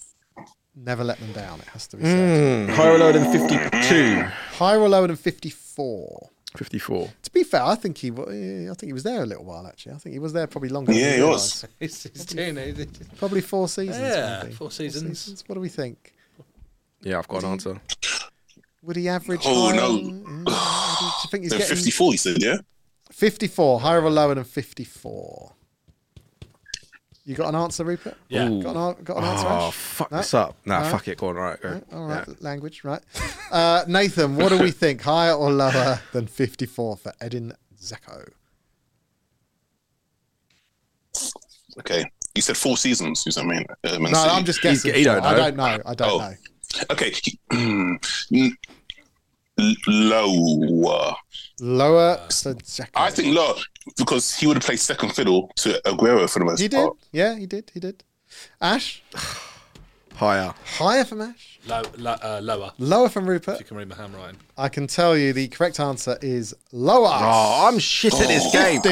Speaker 1: never let them down. It has to be said.
Speaker 2: Higher or lower than 52?
Speaker 6: Hmm.
Speaker 1: Higher or lower than fifty-four?
Speaker 2: 54.
Speaker 1: To be fair, I think he, wa- eh, I think he was there a little while actually. I think he was there probably longer. than
Speaker 6: Yeah,
Speaker 1: we
Speaker 6: he was.
Speaker 1: realised.
Speaker 3: He's, he's doing it.
Speaker 1: Probably four seasons.
Speaker 3: Yeah,
Speaker 1: maybe.
Speaker 3: four seasons.
Speaker 1: What do we think?
Speaker 2: Yeah, I've got an answer.
Speaker 1: Would he average?
Speaker 6: Oh,
Speaker 1: higher?
Speaker 6: no.
Speaker 1: Mm, Do you think he's
Speaker 6: Then
Speaker 1: getting
Speaker 6: Fifty-four. He said, yeah.
Speaker 1: 54, higher or lower than 54? You got an answer, Rupert?
Speaker 3: Yeah.
Speaker 1: Got an, an- got an answer,
Speaker 2: Oh,
Speaker 1: Ash?
Speaker 2: fuck
Speaker 1: No?
Speaker 2: this up. Nah, fuck it. Go on. All right. Go.
Speaker 1: All right, language, right. Uh, Nathan, what do we think, higher or lower than 54 for Edin Zeko?
Speaker 6: Okay. You said four seasons. You said, I mean, uh, Man
Speaker 1: No,
Speaker 6: City.
Speaker 1: I'm just guessing.
Speaker 2: he don't
Speaker 1: I
Speaker 2: know.
Speaker 1: don't know. I don't
Speaker 6: Oh.
Speaker 1: know.
Speaker 6: Okay. he- mm, L- lower.
Speaker 1: Lower Sajako.
Speaker 6: I think lower because he would have played second fiddle to Aguero for the most
Speaker 1: he did.
Speaker 6: part.
Speaker 1: Yeah, he did. He did. Ash,
Speaker 2: Higher.
Speaker 1: higher from Ash,
Speaker 3: Low, lo, uh, lower.
Speaker 1: lower from
Speaker 3: If you
Speaker 1: Rupert.
Speaker 3: can read my handwriting.
Speaker 1: I can tell you the correct answer is lower.
Speaker 2: Oh, I'm shit at this game.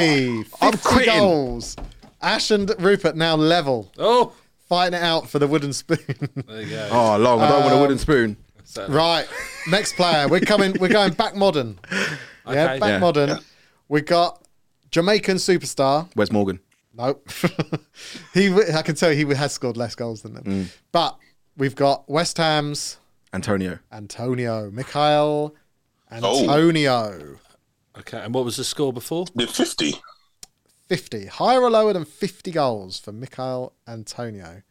Speaker 1: 50,
Speaker 2: I'm
Speaker 1: 50
Speaker 2: quitting.
Speaker 1: goals. Ash and Rupert now level,
Speaker 3: Oh,
Speaker 1: fighting it out for the wooden spoon.
Speaker 3: there you go.
Speaker 2: Oh, long. I don't want a wooden spoon.
Speaker 3: So-
Speaker 1: right, next player. We're coming. We're going back modern. Yeah,
Speaker 3: Okay.
Speaker 1: back
Speaker 2: Yeah.
Speaker 1: modern. We got Jamaican superstar.
Speaker 2: Where's Morgan?
Speaker 1: Nope. he. w- I can tell he has scored less goals than them.
Speaker 2: Mm.
Speaker 1: But we've got West Ham's
Speaker 2: Antonio.
Speaker 1: Antonio, Mikhail
Speaker 2: Oh.
Speaker 1: Antonio.
Speaker 3: Okay, and what was the score before?
Speaker 6: Did 50.
Speaker 1: 50. Higher or lower than 50 goals for Mikhail Antonio?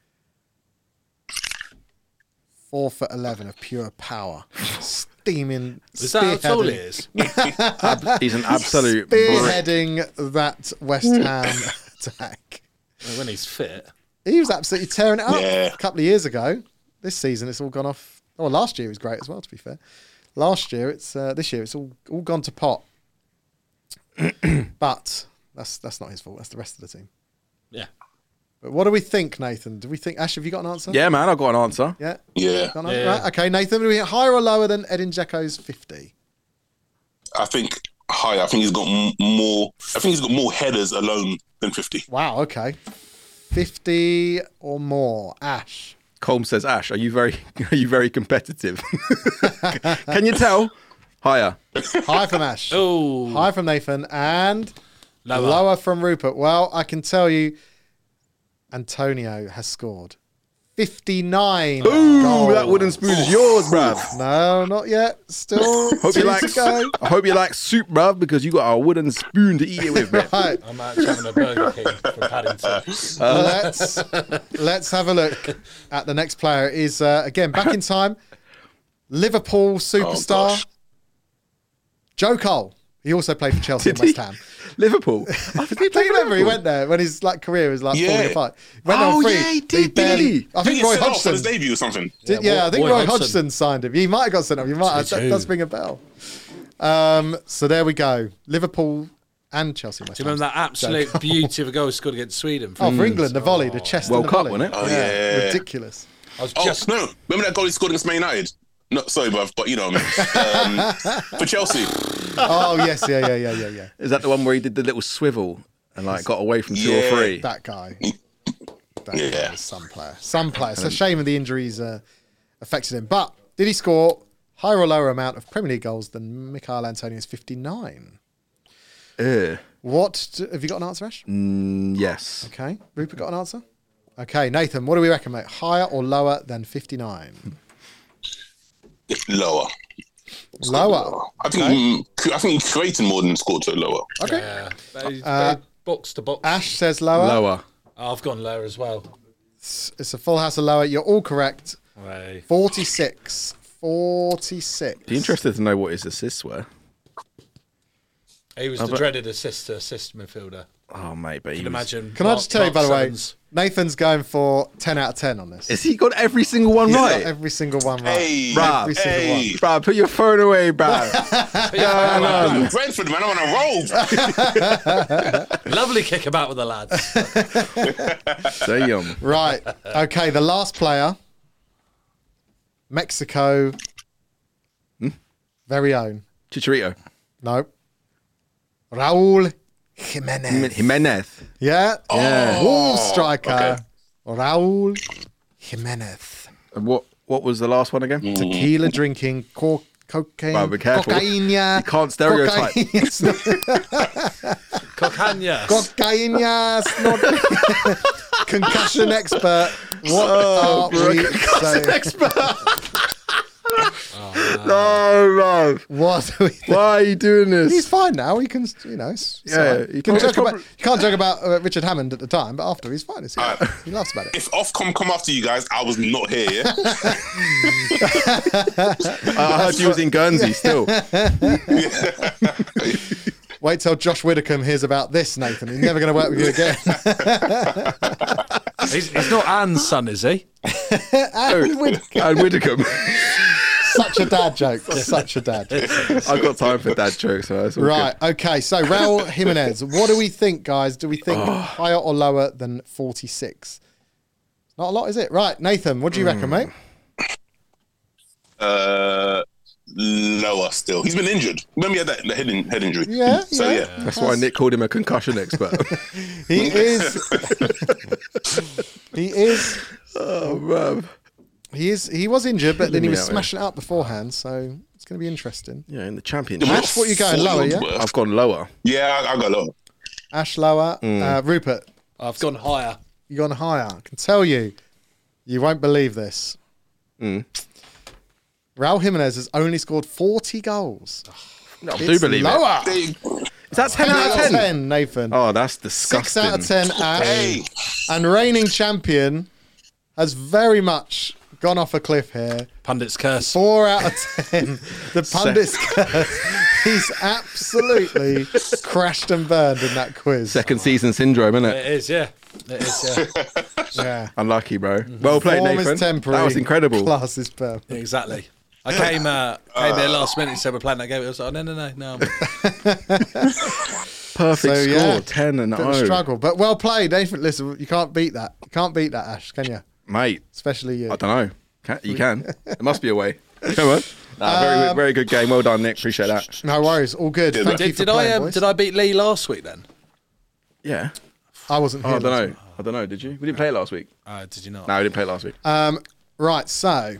Speaker 1: Four foot 11 of pure power. Steaming.
Speaker 3: Is that how tall it
Speaker 1: spearheading-
Speaker 3: is?
Speaker 2: He's an absolute. brick.
Speaker 1: Spearheading that West Ham attack.
Speaker 3: Well, when he's fit.
Speaker 1: He was absolutely tearing it up
Speaker 6: Yeah.
Speaker 1: a couple of years ago. This season, it's all gone off. Oh, last year was great as well. To be fair, last year it's uh, this year it's all all gone to pot. but that's that's not his fault. That's the rest of the team.
Speaker 3: Yeah.
Speaker 1: But what do we think, Nathan? Do we think Ash? Have you got an answer?
Speaker 2: Yeah, man, I got an answer.
Speaker 1: Yeah.
Speaker 6: Yeah.
Speaker 1: Got an answer?
Speaker 3: Yeah.
Speaker 1: Right, Okay, Nathan. Are we higher or lower than Edin Dzeko's fifty?
Speaker 6: I think higher. I think he's got m- more. I think he's got more headers alone than 50.
Speaker 1: Wow. Okay, fifty or more. Ash.
Speaker 2: Colm says, Ash, are you very, are you very competitive? Can you tell? Higher.
Speaker 1: High from Ash.
Speaker 3: Oh,
Speaker 1: High from Nathan and.
Speaker 3: lower.
Speaker 1: Lower from Rupert. Well, I can tell you, Antonio has scored 59.
Speaker 2: Ooh, that wooden spoon is yours, bruv.
Speaker 1: No, not yet. Still
Speaker 2: Hope
Speaker 1: two
Speaker 2: you like.
Speaker 1: to go.
Speaker 2: I hope you like soup, bruv, because you got a wooden spoon to eat it with, mate.
Speaker 1: Right,
Speaker 3: I'm actually having a Burger King from Paddington.
Speaker 1: let's let's have a look at the next player. It Is uh, again back in time, Liverpool
Speaker 2: Oh,
Speaker 1: superstar
Speaker 6: gosh.
Speaker 1: Joe Cole. He also played for Chelsea and
Speaker 2: Did he?
Speaker 1: West Ham.
Speaker 2: Liverpool.
Speaker 1: Do you remember he went there when his like career was like
Speaker 6: Yeah.
Speaker 1: falling apart? Went
Speaker 2: Oh,
Speaker 1: on free.
Speaker 2: yeah, he did, didn't he?
Speaker 1: I think
Speaker 6: Didn't
Speaker 1: Roy
Speaker 6: he set off on
Speaker 1: Hodgson
Speaker 6: his debut or something?
Speaker 1: Did,
Speaker 3: Yeah,
Speaker 1: yeah,
Speaker 3: Roy-
Speaker 1: I think
Speaker 3: Roy
Speaker 1: Roy
Speaker 3: Hodgson.
Speaker 1: Hodgson. signed him. He might have got sent off. You might.
Speaker 3: Says
Speaker 1: That
Speaker 3: who?
Speaker 1: does ring a bell. Um, so there we go. Liverpool and Chelsea.
Speaker 3: Do you remember that absolute beauty of a goal he scored against Sweden?
Speaker 1: Oh, for England, the volley, the chest. and
Speaker 2: Hmm. World
Speaker 1: the
Speaker 2: Cup,
Speaker 1: volley.
Speaker 2: wasn't it?
Speaker 6: Oh, yeah.
Speaker 1: ridiculous.
Speaker 3: I was
Speaker 6: Oh,
Speaker 3: just
Speaker 6: no. Remember that goal he scored against Man United? No, sorry, bruv, but you know what I mean. Um, for Chelsea.
Speaker 1: Oh yes, yeah, yeah, yeah, yeah, yeah.
Speaker 2: Is that the one where he did the little swivel and like got away from two or
Speaker 6: Yeah.
Speaker 2: three?
Speaker 1: That guy. That guy
Speaker 6: Yeah.
Speaker 1: was some player. Some player. It's a shame of the injuries uh, affected him. But did he score higher or lower amount of Premier League goals than Mikhail Antonio's fifty-nine?
Speaker 2: Ugh.
Speaker 1: What do- have you got an answer, Ash?
Speaker 2: Mm, Yes.
Speaker 1: Okay. Rupert got an answer? Okay, Nathan, what do we reckon, mate? Higher or lower than 59?
Speaker 6: Lower.
Speaker 1: Lower.
Speaker 6: I think mm, cu- I think he created more than scored to lower.
Speaker 1: Okay.
Speaker 3: yeah. But he's-
Speaker 1: Uh,
Speaker 3: but box to box.
Speaker 1: Ash says lower.
Speaker 2: Lower.
Speaker 3: Oh, I've gone lower as well.
Speaker 1: It's, it's a full house of lower. You're all correct.
Speaker 3: Hey.
Speaker 1: 46. 46.
Speaker 2: Be interested to know what his assists were.
Speaker 3: He was the dreaded assist to assist midfielder.
Speaker 2: Oh mate, but he
Speaker 3: Can
Speaker 2: was-
Speaker 3: imagine.
Speaker 1: Can I
Speaker 3: Mark-
Speaker 1: just tell you,
Speaker 3: Mark
Speaker 1: by the way,
Speaker 3: Sevens.
Speaker 1: Nathan's going for 10 out of 10 on this.
Speaker 2: Has he got every single one
Speaker 1: He's got
Speaker 2: right?
Speaker 1: every single one right.
Speaker 6: Hey,
Speaker 2: Bruv.
Speaker 1: Every single
Speaker 6: Hey.
Speaker 1: one.
Speaker 2: Bruh, put your phone away, bruh.
Speaker 6: I'm Brentford, man. I'm on a roll. bruv.
Speaker 3: Lovely kick about with the lads.
Speaker 2: Damn.
Speaker 1: Right. Okay, the last player Mexico,
Speaker 2: Hmm?
Speaker 1: very own.
Speaker 2: Chicharito.
Speaker 1: No. Raul Jimenez.
Speaker 2: Jimenez.
Speaker 1: Yeah.
Speaker 2: Yeah.
Speaker 1: Wolves striker. Raul Jimenez.
Speaker 2: And What what was the last one again?
Speaker 1: Tequila drinking, cor- cocaine.
Speaker 2: Well, be careful.
Speaker 1: Cocaine.
Speaker 2: You can't stereotype.
Speaker 1: Cocaine. it's not-
Speaker 3: Cocagna.
Speaker 1: cocaine, it's not- Concussion expert. What
Speaker 2: Oh,
Speaker 1: are we saying?
Speaker 2: No, bruv.
Speaker 1: What are we
Speaker 2: Why are you doing
Speaker 1: He's
Speaker 2: this?
Speaker 1: fine now. He can, you know, it's, it's
Speaker 2: Yeah,
Speaker 1: all right.
Speaker 2: he
Speaker 1: you,
Speaker 2: can-
Speaker 1: can joke
Speaker 2: it's
Speaker 1: about,
Speaker 2: probably-
Speaker 1: you can't joke about uh, Richard Hammond at the time, but after he's fine. It's, he laughs about it.
Speaker 6: If Ofcom come after you guys, I was not here. Yeah?
Speaker 2: I heard you was in Guernsey still.
Speaker 1: Wait till Josh Widdicombe hears about this, Nathan. He's never going to work with you again.
Speaker 3: he's, he's not Anne's son, is he?
Speaker 2: and Widdicombe.
Speaker 1: Such a dad joke. Such a dad. joke.
Speaker 2: I've got time for dad jokes, so it's all
Speaker 1: Right. Okay. So Raul Jimenez. What do we think, guys? Do we think
Speaker 2: Oh.
Speaker 1: higher or lower than 46? Not a lot, is it? Right. Nathan, what do you reckon,
Speaker 2: Hmm.
Speaker 1: mate?
Speaker 6: Uh, lower still. He's been injured. Remember he had that, that head, in, head injury.
Speaker 1: Yeah,
Speaker 6: So
Speaker 1: yeah.
Speaker 6: yeah.
Speaker 2: Good. Mm. That's why Nick called him a concussion expert.
Speaker 1: He is. he is.
Speaker 2: oh, man.
Speaker 1: He is. He was injured, but then he
Speaker 2: me
Speaker 1: was
Speaker 2: out, yeah.
Speaker 1: smashing it up beforehand. So it's going to be interesting.
Speaker 2: Yeah, in the championship.
Speaker 1: Ash, what you going lower? Yeah.
Speaker 2: I've gone lower.
Speaker 6: Yeah, I, I got lower.
Speaker 1: Ash lower.
Speaker 2: Mm.
Speaker 1: Uh, Rupert,
Speaker 3: I've gone higher.
Speaker 1: you gone higher. I can tell you, you won't believe this.
Speaker 2: Mm.
Speaker 1: Raul Jimenez has only scored 40 goals.
Speaker 2: No, I do
Speaker 1: It's
Speaker 2: believe it.
Speaker 1: lower.
Speaker 6: They-
Speaker 2: Is that 10
Speaker 1: 10
Speaker 2: out of 10?
Speaker 1: Nathan.
Speaker 2: Oh, that's
Speaker 1: Six
Speaker 2: disgusting.
Speaker 1: out of 10, Ash.
Speaker 6: Hey,
Speaker 1: And reigning champion has very much gone off a cliff here.
Speaker 3: Pundit's curse.
Speaker 1: Four out of ten. The pundits curse. He's absolutely crashed and burned in that quiz.
Speaker 2: Second season syndrome, isn't
Speaker 3: It
Speaker 2: it?
Speaker 3: is, yeah. It is, yeah.
Speaker 1: Yeah.
Speaker 2: Unlucky, bro. Well played,
Speaker 1: Mm-hmm. Form
Speaker 2: Nathan.
Speaker 1: is temporary.
Speaker 2: That was incredible.
Speaker 1: Class is permanent.
Speaker 3: exactly. I came, uh, came there last minute and said we're playing that game. I was like, no, no, no, no. I'm-
Speaker 2: Perfect
Speaker 1: So,
Speaker 2: score,
Speaker 1: yeah.
Speaker 2: 10 and oh.
Speaker 1: Bit of a
Speaker 2: 0.
Speaker 1: struggle, but well played, Nathan. Listen, you can't beat that. You can't beat that, Ash, can you?
Speaker 2: Mate,
Speaker 1: Especially you.
Speaker 2: I don't know. Can, you can. There must be a way. Come on. Nah, very,
Speaker 1: Um,
Speaker 2: good- very good game. Well done, Nick. Appreciate that.
Speaker 1: No worries, all good. Thank you
Speaker 3: Did,
Speaker 1: for
Speaker 3: did
Speaker 1: playing,
Speaker 3: I um,
Speaker 1: boys.
Speaker 3: did I beat Lee last week then?
Speaker 2: Yeah.
Speaker 1: I wasn't
Speaker 2: Oh,
Speaker 1: here.
Speaker 2: I don't
Speaker 1: last
Speaker 2: know. I don't know. Did you? We didn't play it last week.
Speaker 1: Oh.
Speaker 3: Uh, did you not?
Speaker 2: No, we didn't play it last week.
Speaker 1: Um, right, so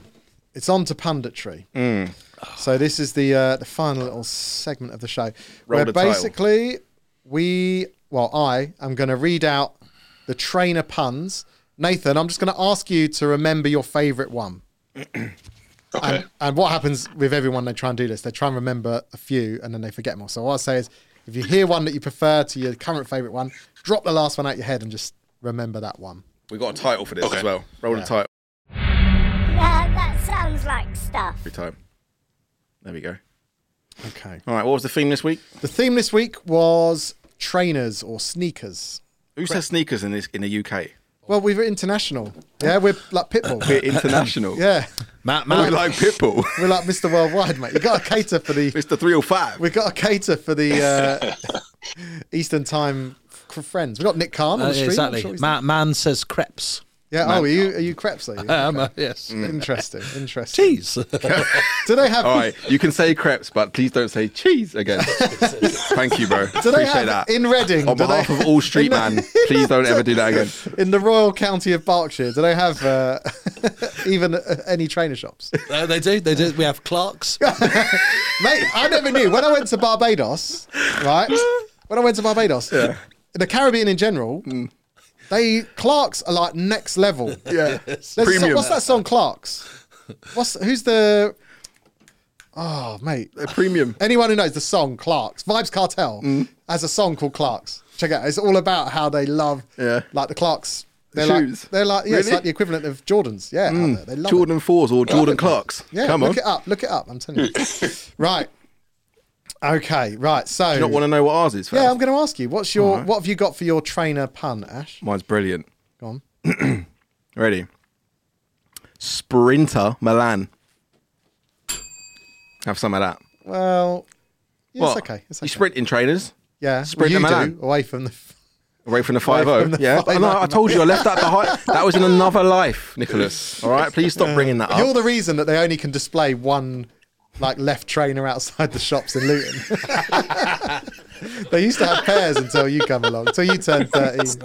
Speaker 1: it's on to punditry.
Speaker 2: Mm.
Speaker 1: So this is the uh, the final little segment of the show, where
Speaker 2: the title.
Speaker 1: basically we, well, I am going to read out the trainer puns. Nathan, I'm just going to ask you to remember your favourite one.
Speaker 6: okay.
Speaker 1: And, and what happens with everyone they try and do this? They try and remember a few and then they forget more. So what I say is, if you hear one that you prefer to your current favourite one, drop the last one out your head and just remember that one.
Speaker 2: We got a title for this
Speaker 6: Okay.
Speaker 2: as well. Roll the title
Speaker 8: That, that sounds like stuff.
Speaker 2: every time. There we go.
Speaker 1: Okay.
Speaker 2: All right, what was the theme this week?
Speaker 1: The theme this week was trainers or sneakers.
Speaker 2: Who says sneakers in this in the UK?
Speaker 1: Well, we were international. Yeah, we're like
Speaker 2: We're
Speaker 1: Pitbull.
Speaker 2: international.
Speaker 1: yeah,
Speaker 3: Matt,
Speaker 2: We're
Speaker 3: Matt.
Speaker 2: like Pitbull.
Speaker 1: we're like Mr. Worldwide, mate. You got to cater for the.
Speaker 2: It's the 305.
Speaker 1: We got to cater for the uh, Eastern Time f- friends. We got Nick Khan on
Speaker 3: Uh,
Speaker 1: the street. I'm
Speaker 3: exactly.
Speaker 1: sure he's-
Speaker 3: Matt Man says crepes.
Speaker 1: yeah. Oh, are you are you Krebs? Are you?
Speaker 3: Um, uh, yes.
Speaker 1: Interesting. Interesting.
Speaker 3: Cheese.
Speaker 1: Do they have?
Speaker 2: All right, you can say crepes, but please don't say cheese again. Thank you, bro.
Speaker 1: Do they
Speaker 2: Appreciate
Speaker 1: have
Speaker 2: that.
Speaker 1: in Reading?
Speaker 2: On
Speaker 1: do they-
Speaker 2: behalf of all street man, please don't ever do that again.
Speaker 1: in the Royal County of Berkshire, do they have uh, even uh, any trainer shops?
Speaker 3: Uh, they do. They do. We have Clark's.
Speaker 1: Mate, I never knew. When I went to Barbados, right? When I went to Barbados, in the Caribbean in general, they Clark's are like next level.
Speaker 2: Mm. Yeah,
Speaker 1: There's a song-
Speaker 2: premium.
Speaker 1: what's that song, Clark's? What's who's the? Oh, mate.
Speaker 2: premium.
Speaker 1: Anyone who knows the song Clark's, Vibes Cartel
Speaker 2: Mm.
Speaker 1: has a song called Clark's. Check it out. It's all about how they love
Speaker 2: Yeah.
Speaker 1: like the Clark's. They're
Speaker 2: Shoes.
Speaker 1: like they're like yeah, it's
Speaker 2: Really? Mm.
Speaker 1: like the equivalent of Jordans. Yeah, out there. they love it.
Speaker 2: Jordan fours or Jordan Clarks.
Speaker 1: Yeah,
Speaker 2: Come on.
Speaker 1: look
Speaker 2: Do
Speaker 1: it up. Look it up. I'm telling you. right. Okay. Right. So,
Speaker 2: you not want to know what ours is?
Speaker 1: yeah,
Speaker 2: fam?
Speaker 1: I'm going to ask you. What's your What have you got for your trainer pun, Ash?
Speaker 2: Mine's brilliant.
Speaker 1: Go on.
Speaker 2: Ready? Sprinter Milan. Have some of that.
Speaker 1: Well, yeah,
Speaker 2: What?
Speaker 1: it's okay. It's okay.
Speaker 2: You sprint in trainers
Speaker 1: yeah,
Speaker 2: sprint
Speaker 1: well,
Speaker 2: them
Speaker 1: you
Speaker 2: out.
Speaker 1: do away from the.
Speaker 2: away from the five zero.
Speaker 1: from the oh.
Speaker 2: Yeah, I, know, I
Speaker 1: 5-0.
Speaker 2: told you I left that behind. That was in another life, Nicholas. All right, please stop bringing that up.
Speaker 1: You're the reason that they only can display one, like left trainer outside the shops in Luton. they used to have pairs until you come along, until you turn 13.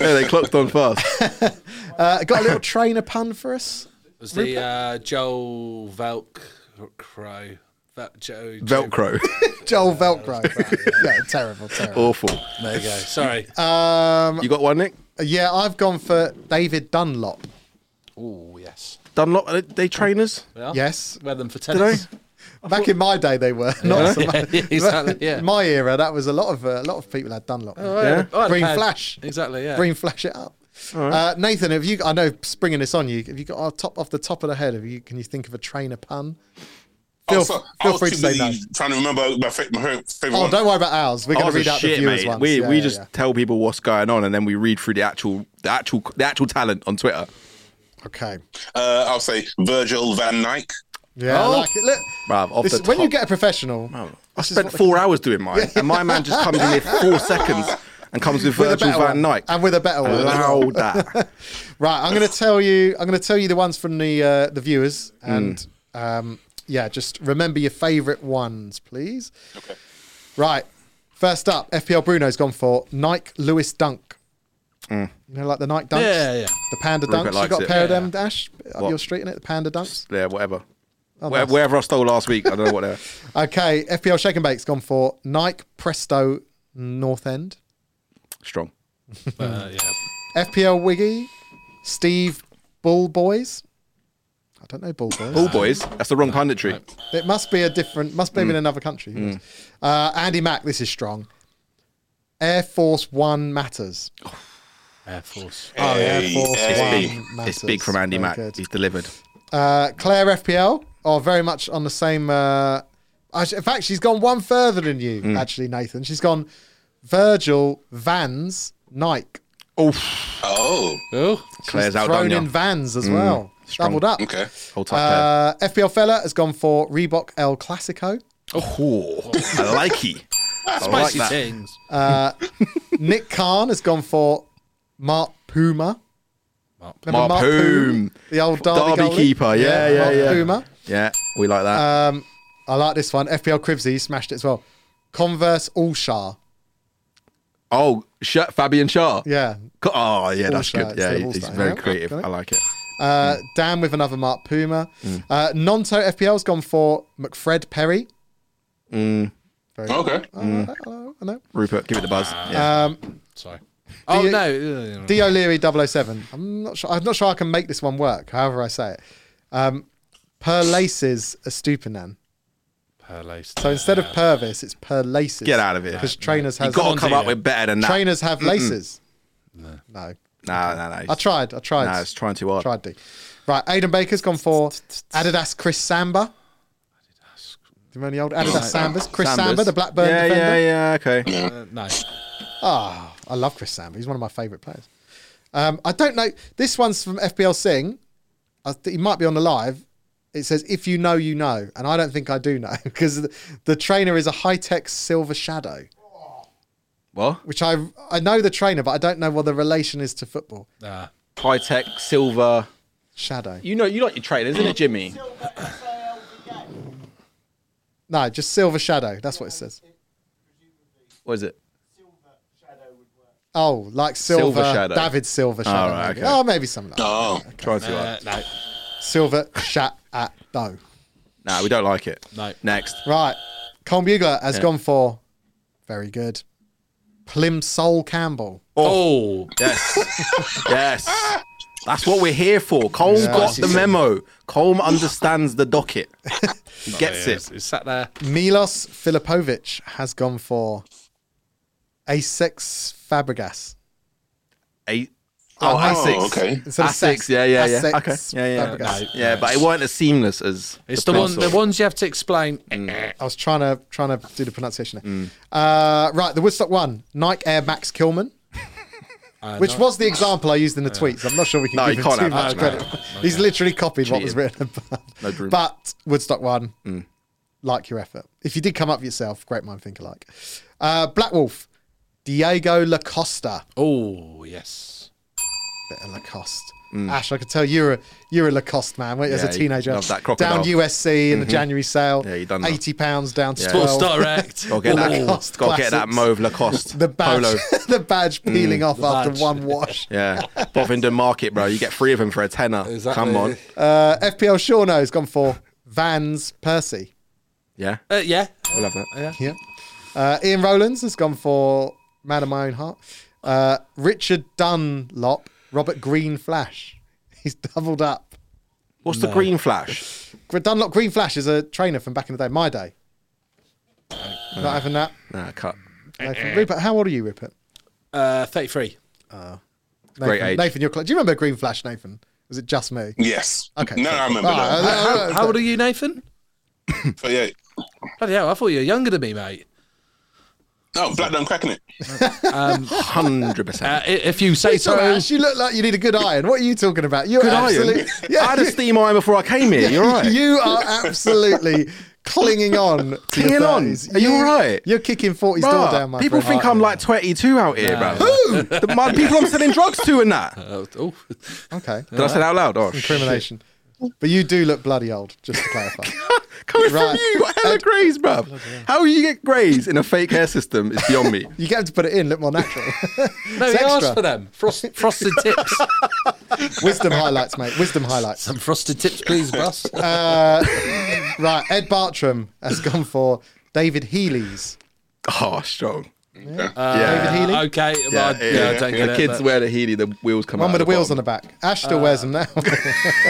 Speaker 2: Yeah, they clocked on fast.
Speaker 1: Uh, got a little trainer pun for us?
Speaker 3: was the uh, Joel Velcro. Vel- Joe, Joe-
Speaker 2: Velcro.
Speaker 1: Joel Velcro. yeah, terrible, terrible.
Speaker 2: Awful.
Speaker 3: There you go. Sorry.
Speaker 2: You got one, Nick?
Speaker 1: Yeah, I've gone for David Dunlop.
Speaker 3: oh yes.
Speaker 2: Dunlop, are they trainers?
Speaker 3: Yeah.
Speaker 1: Yes.
Speaker 3: Wear them for
Speaker 2: I?
Speaker 3: tennis.
Speaker 1: Back in my day, they were not so much.
Speaker 3: yeah, exactly. Yeah.
Speaker 1: In my era, that was a lot of uh, a lot of people had Dunlop.
Speaker 3: I had a- I had a
Speaker 1: Green
Speaker 3: pair-
Speaker 1: flash.
Speaker 3: Exactly. Yeah.
Speaker 1: Green flash it up. Uh, Nathan, have you? I know springing this on you. Have you got off top off the top of the head? Have you? Can you think of a trainer pun?
Speaker 2: Oh,
Speaker 6: I
Speaker 1: Feel,
Speaker 6: was so- I
Speaker 1: feel
Speaker 6: was
Speaker 1: free
Speaker 6: too
Speaker 1: to say no.
Speaker 6: busy Trying to remember my, fa- my her- favorite
Speaker 1: Oh,
Speaker 6: one.
Speaker 1: don't worry about ours. We're going
Speaker 2: Ours
Speaker 1: to
Speaker 2: are
Speaker 1: read out
Speaker 2: shit,
Speaker 1: the viewers'
Speaker 2: mate.
Speaker 1: ones.
Speaker 2: We,
Speaker 1: Yeah,
Speaker 2: we
Speaker 1: yeah,
Speaker 2: just
Speaker 1: yeah.
Speaker 2: tell people what's going on, and then we read through the actual, the actual, the actual talent on Twitter.
Speaker 1: okay.
Speaker 6: Uh, I'll say Virgil Van Nike.
Speaker 1: Yeah, I
Speaker 2: Oh.
Speaker 1: like it. Look,
Speaker 2: Bruv, off
Speaker 1: this-
Speaker 2: the
Speaker 1: when you
Speaker 2: top.
Speaker 1: get a professional,
Speaker 2: I spent four hours doing mine, and my man just comes in here four seconds and comes with,
Speaker 1: with a
Speaker 2: Virgil
Speaker 1: better one,
Speaker 2: Van Dyke.
Speaker 1: and with a better one, as well.
Speaker 2: Allow that.
Speaker 1: Right, I'm going to tell you. I'm going to tell you the ones from the uh, the viewers,
Speaker 2: Hmm.
Speaker 1: and um, yeah, just remember your favourite ones, please.
Speaker 6: Okay.
Speaker 1: Right, first up, FPL Bruno's gone for Nike Lewis Dunk. You know, like the Nike dunks,
Speaker 3: Yeah, yeah.
Speaker 1: the Panda
Speaker 2: Rupert
Speaker 1: dunks. You
Speaker 2: Hmm. likes
Speaker 1: got a
Speaker 2: it.
Speaker 1: pair of
Speaker 3: Yeah.
Speaker 1: them, Dash, up
Speaker 2: What?
Speaker 1: your street in it. The Panda dunks.
Speaker 2: Yeah, whatever. Where,
Speaker 1: Oh, nice.
Speaker 2: wherever I stole last week, I don't know what they're.
Speaker 1: Okay, FPL Shake and Bake's gone for Nike Presto North End.
Speaker 2: Strong.
Speaker 3: But, uh, yeah.
Speaker 1: FPL Wiggy, Steve Bull Boys. I don't know Bull Boys.
Speaker 2: Bull boys. That's the wrong punditry.
Speaker 1: It must be a different, must
Speaker 2: Mm.
Speaker 1: be in another country. Uh, Andy Mack, this is strong. Air Force One matters.
Speaker 2: Oh,
Speaker 3: Air Force.
Speaker 1: Oh, Air Force
Speaker 2: It's
Speaker 1: One
Speaker 2: big.
Speaker 1: matters.
Speaker 2: It's big from Andy
Speaker 1: Very
Speaker 2: Mack.
Speaker 1: good.
Speaker 2: He's delivered.
Speaker 1: Uh, Claire FPL are very much on the same. Uh, actually- in fact, she's gone one further than you,
Speaker 2: Mm.
Speaker 1: actually, Nathan. She's gone Virgil Vans Nike.
Speaker 6: Oh,
Speaker 3: Oh,
Speaker 2: Claire's
Speaker 1: She's
Speaker 2: outdone
Speaker 1: thrown in
Speaker 2: you.
Speaker 1: Vans as well.
Speaker 2: Mm. Strong.
Speaker 1: Doubled up.
Speaker 6: okay.
Speaker 2: Hold tight, Claire.
Speaker 1: Uh, FPL fella has gone for Reebok El Clasico.
Speaker 2: Oh, I like it. I like
Speaker 3: spicy
Speaker 2: that.
Speaker 3: things.
Speaker 1: Nick Khan has gone for Mark Puma. Remember
Speaker 2: Mark Poom.
Speaker 1: The old Derby,
Speaker 2: Derby
Speaker 1: goalie?
Speaker 2: keeper. Yeah, yeah,
Speaker 1: Mark
Speaker 2: yeah.
Speaker 1: Puma.
Speaker 2: Yeah, we like that.
Speaker 1: I like this one. FPL Cribsy smashed it as well. Converse Allshar.
Speaker 2: oh, Sh- Fabian Shaw.
Speaker 1: Yeah.
Speaker 2: Co- Oh, yeah, that's
Speaker 1: All-star
Speaker 2: good. Yeah,
Speaker 1: instead of
Speaker 2: he's
Speaker 1: all-star,
Speaker 2: very
Speaker 1: yeah.
Speaker 2: creative.
Speaker 1: Got it.
Speaker 2: I like it.
Speaker 1: Uh,
Speaker 2: Hmm.
Speaker 1: Dan with another Mark Puma. Uh, Nonto FPL's gone for McFred Perry.
Speaker 2: Hmm.
Speaker 1: Uh,
Speaker 6: Okay.
Speaker 1: I know, I know.
Speaker 2: Rupert, give it the buzz.
Speaker 1: Ah.
Speaker 2: Yeah.
Speaker 1: Uh,
Speaker 3: Sorry. Oh
Speaker 1: you-
Speaker 3: no.
Speaker 1: D O'Leary 007. I'm not sure. I'm not sure I can make this one work. However, I say it. Um, Perlaces Estupinan.
Speaker 3: Perlace.
Speaker 1: So instead of Purvis, it's Perlaces.
Speaker 2: Get out of here.
Speaker 1: Because trainers
Speaker 2: you
Speaker 1: has
Speaker 2: got to come
Speaker 3: Come on,
Speaker 2: up with better than that.
Speaker 1: trainers have laces. No.
Speaker 2: Nah, nah, nah.
Speaker 1: I tried. I tried.
Speaker 2: Nah, it's trying too hard.
Speaker 1: Tried to. Right, Aidan Baker's gone for Adidas Chris Samba. Do you remember the old Adidas Sambas? Chris Samba, the Blackburn
Speaker 2: yeah,
Speaker 1: defender.
Speaker 2: Yeah, yeah, okay.
Speaker 3: Uh, no.
Speaker 1: Oh, I love Chris Samba. He's one of my favourite players. Um, I don't know. This one's from FBL Singh. I th- he might be on the live. It says, if you know, you know. And I don't think I do know because the, the trainer is a high tech silver shadow,
Speaker 2: What?
Speaker 1: which I I know the trainer, but I don't know what the relation is to football.
Speaker 3: Nah.
Speaker 2: High tech, silver.
Speaker 1: Shadow.
Speaker 2: You know, you like your train, isn't it, Jimmy?
Speaker 1: No, just silver shadow. That's what it says.
Speaker 2: What is it?
Speaker 1: Oh, like silver,
Speaker 2: Silver Shadow.
Speaker 1: David Silver Shadow.
Speaker 2: right,
Speaker 1: maybe.
Speaker 2: okay.
Speaker 1: Oh, maybe something like that.
Speaker 6: Oh,
Speaker 2: Trying too
Speaker 3: Uh,
Speaker 2: hard.
Speaker 3: no.
Speaker 1: Silver uh, Shadow.
Speaker 2: Nah, we don't like it.
Speaker 3: No.
Speaker 2: Next.
Speaker 1: Right. Colm Bugler has
Speaker 2: Yeah.
Speaker 1: gone for very good. Plimsoll Campbell.
Speaker 3: Oh.
Speaker 2: Yes. yes. That's what we're here for. Cole got the memo. Cole understands the docket. He gets
Speaker 3: Oh, Yeah,
Speaker 2: it.
Speaker 3: it's, it's sat there.
Speaker 1: Milos Filipovic has gone for Asex Fabregas.
Speaker 2: Eight. Oh, Asics.
Speaker 6: okay.
Speaker 1: Instead of
Speaker 2: Asics,
Speaker 1: sex,
Speaker 2: yeah, yeah, yeah.
Speaker 1: Asics
Speaker 2: Okay. Yeah, yeah.
Speaker 1: Fabregas.
Speaker 2: Yeah, but it weren't as seamless as.
Speaker 3: It's the, one,
Speaker 2: pencil.
Speaker 3: the ones you have to explain.
Speaker 1: I was trying to trying to do the pronunciation there.
Speaker 2: Mm.
Speaker 1: Uh, right, the Woodstock one, Nike Air Max Kilman.
Speaker 2: Uh,
Speaker 1: Which was the example I used in the tweets. I'm not sure we can
Speaker 2: No,
Speaker 1: give
Speaker 2: you
Speaker 1: him
Speaker 2: can't
Speaker 1: too much
Speaker 2: have that,
Speaker 1: credit. He's literally copied what was
Speaker 2: Cheated.
Speaker 1: written above.
Speaker 2: No Mm. dream.
Speaker 1: but Woodstock one, like your effort. If you did come up with yourself, great mind think alike. Uh, Black Wolf, Diego Lacosta.
Speaker 3: Oh yes.
Speaker 1: Bit of Lacoste. Ash, I could tell you're a you're a Lacoste man. weren't you, as
Speaker 2: Mm. Yeah,
Speaker 1: a
Speaker 2: you
Speaker 1: teenager,
Speaker 2: love that crocodile. Mm-hmm.
Speaker 1: down USC in the January sale.
Speaker 2: Yeah, you done that.
Speaker 1: eighty pounds down to
Speaker 3: Sports
Speaker 1: twelve.
Speaker 3: Direct.
Speaker 2: Gotta get that.
Speaker 1: Lacoste
Speaker 2: Gotta get that
Speaker 1: classics.
Speaker 2: mauve Lacoste
Speaker 1: The badge,
Speaker 2: polo. Mm.
Speaker 1: the badge peeling off after
Speaker 3: badge.
Speaker 1: one wash.
Speaker 2: Yeah, Bovingdon Market, bro. You get three of them for a tenner. Come on.
Speaker 1: Uh, FPL Shawno has gone for Vans Percy.
Speaker 2: Yeah,
Speaker 3: Uh, yeah.
Speaker 2: we'll have that.
Speaker 1: Yeah. Uh, Ian Rowlands has gone for Man of My Own Heart. Uh, Richard Dunlop, Robert Green Flash. He's doubled up.
Speaker 2: What's the green flash?
Speaker 1: Gr- Dunlop Green Flash is a trainer from back in the day, my day. Not having that.
Speaker 2: Nah, cut.
Speaker 3: Eh.
Speaker 1: Nathan. Rupert, how old are you, Rupert?
Speaker 3: Uh, Thirty-three.
Speaker 1: Nathan,
Speaker 2: Great age.
Speaker 1: Nathan, you're cl- do you remember Green Flash, Nathan? Was it just me?
Speaker 6: yes.
Speaker 1: Okay.
Speaker 6: No, I remember
Speaker 1: Ah,
Speaker 6: that.
Speaker 1: I- I-
Speaker 3: How old are you, Nathan?
Speaker 6: But yeah,
Speaker 3: Bloody hell! I thought you were younger than me, mate.
Speaker 6: No, Blackdown Oh, cracking it.
Speaker 2: Hundred
Speaker 3: Uh,
Speaker 2: percent.
Speaker 3: i- if you say so.
Speaker 1: So, Ash, you look like you need a good iron. What are you talking about? You're absolutely,
Speaker 2: I had a steam iron before I came here. You're right.
Speaker 1: you are absolutely clinging on. To your
Speaker 2: Clinging on?
Speaker 1: 30s.
Speaker 2: Are you all right?
Speaker 1: You're kicking 40s
Speaker 2: Bruh,
Speaker 1: door down, my
Speaker 2: people
Speaker 1: friend.
Speaker 2: think I'm like 22 out here, bro. Who? The my, people I'm selling drugs to and that.
Speaker 3: Oh, oh.
Speaker 1: okay.
Speaker 2: Did I say that out loud? Oh, shit.
Speaker 1: Incrimination. But you do look bloody old, just to clarify.
Speaker 2: Coming
Speaker 1: Right.
Speaker 2: from you, you got hella grays,
Speaker 1: Oh,
Speaker 2: bro. How you get grays in a fake hair system is beyond me.
Speaker 1: you get to put it in, look more natural.
Speaker 3: No, he
Speaker 1: It's extra.
Speaker 3: asked for them. Frost, frosted tips.
Speaker 1: Wisdom highlights, mate. Wisdom highlights.
Speaker 3: Some frosted tips, please, boss.
Speaker 1: Uh, right, Ed Bartram has gone for David Healy's.
Speaker 2: Oh, strong. Yeah.
Speaker 1: David Healy?
Speaker 3: okay, well,
Speaker 2: Yeah,
Speaker 3: I-
Speaker 2: yeah,
Speaker 3: yeah, I don't
Speaker 2: When
Speaker 3: get
Speaker 2: the
Speaker 3: it.
Speaker 2: kids
Speaker 3: but-
Speaker 2: wear the Healy, the wheels come
Speaker 1: One
Speaker 2: out.
Speaker 1: with the
Speaker 2: at
Speaker 1: wheels on
Speaker 2: bottom.
Speaker 1: the back. Ash still wears them now.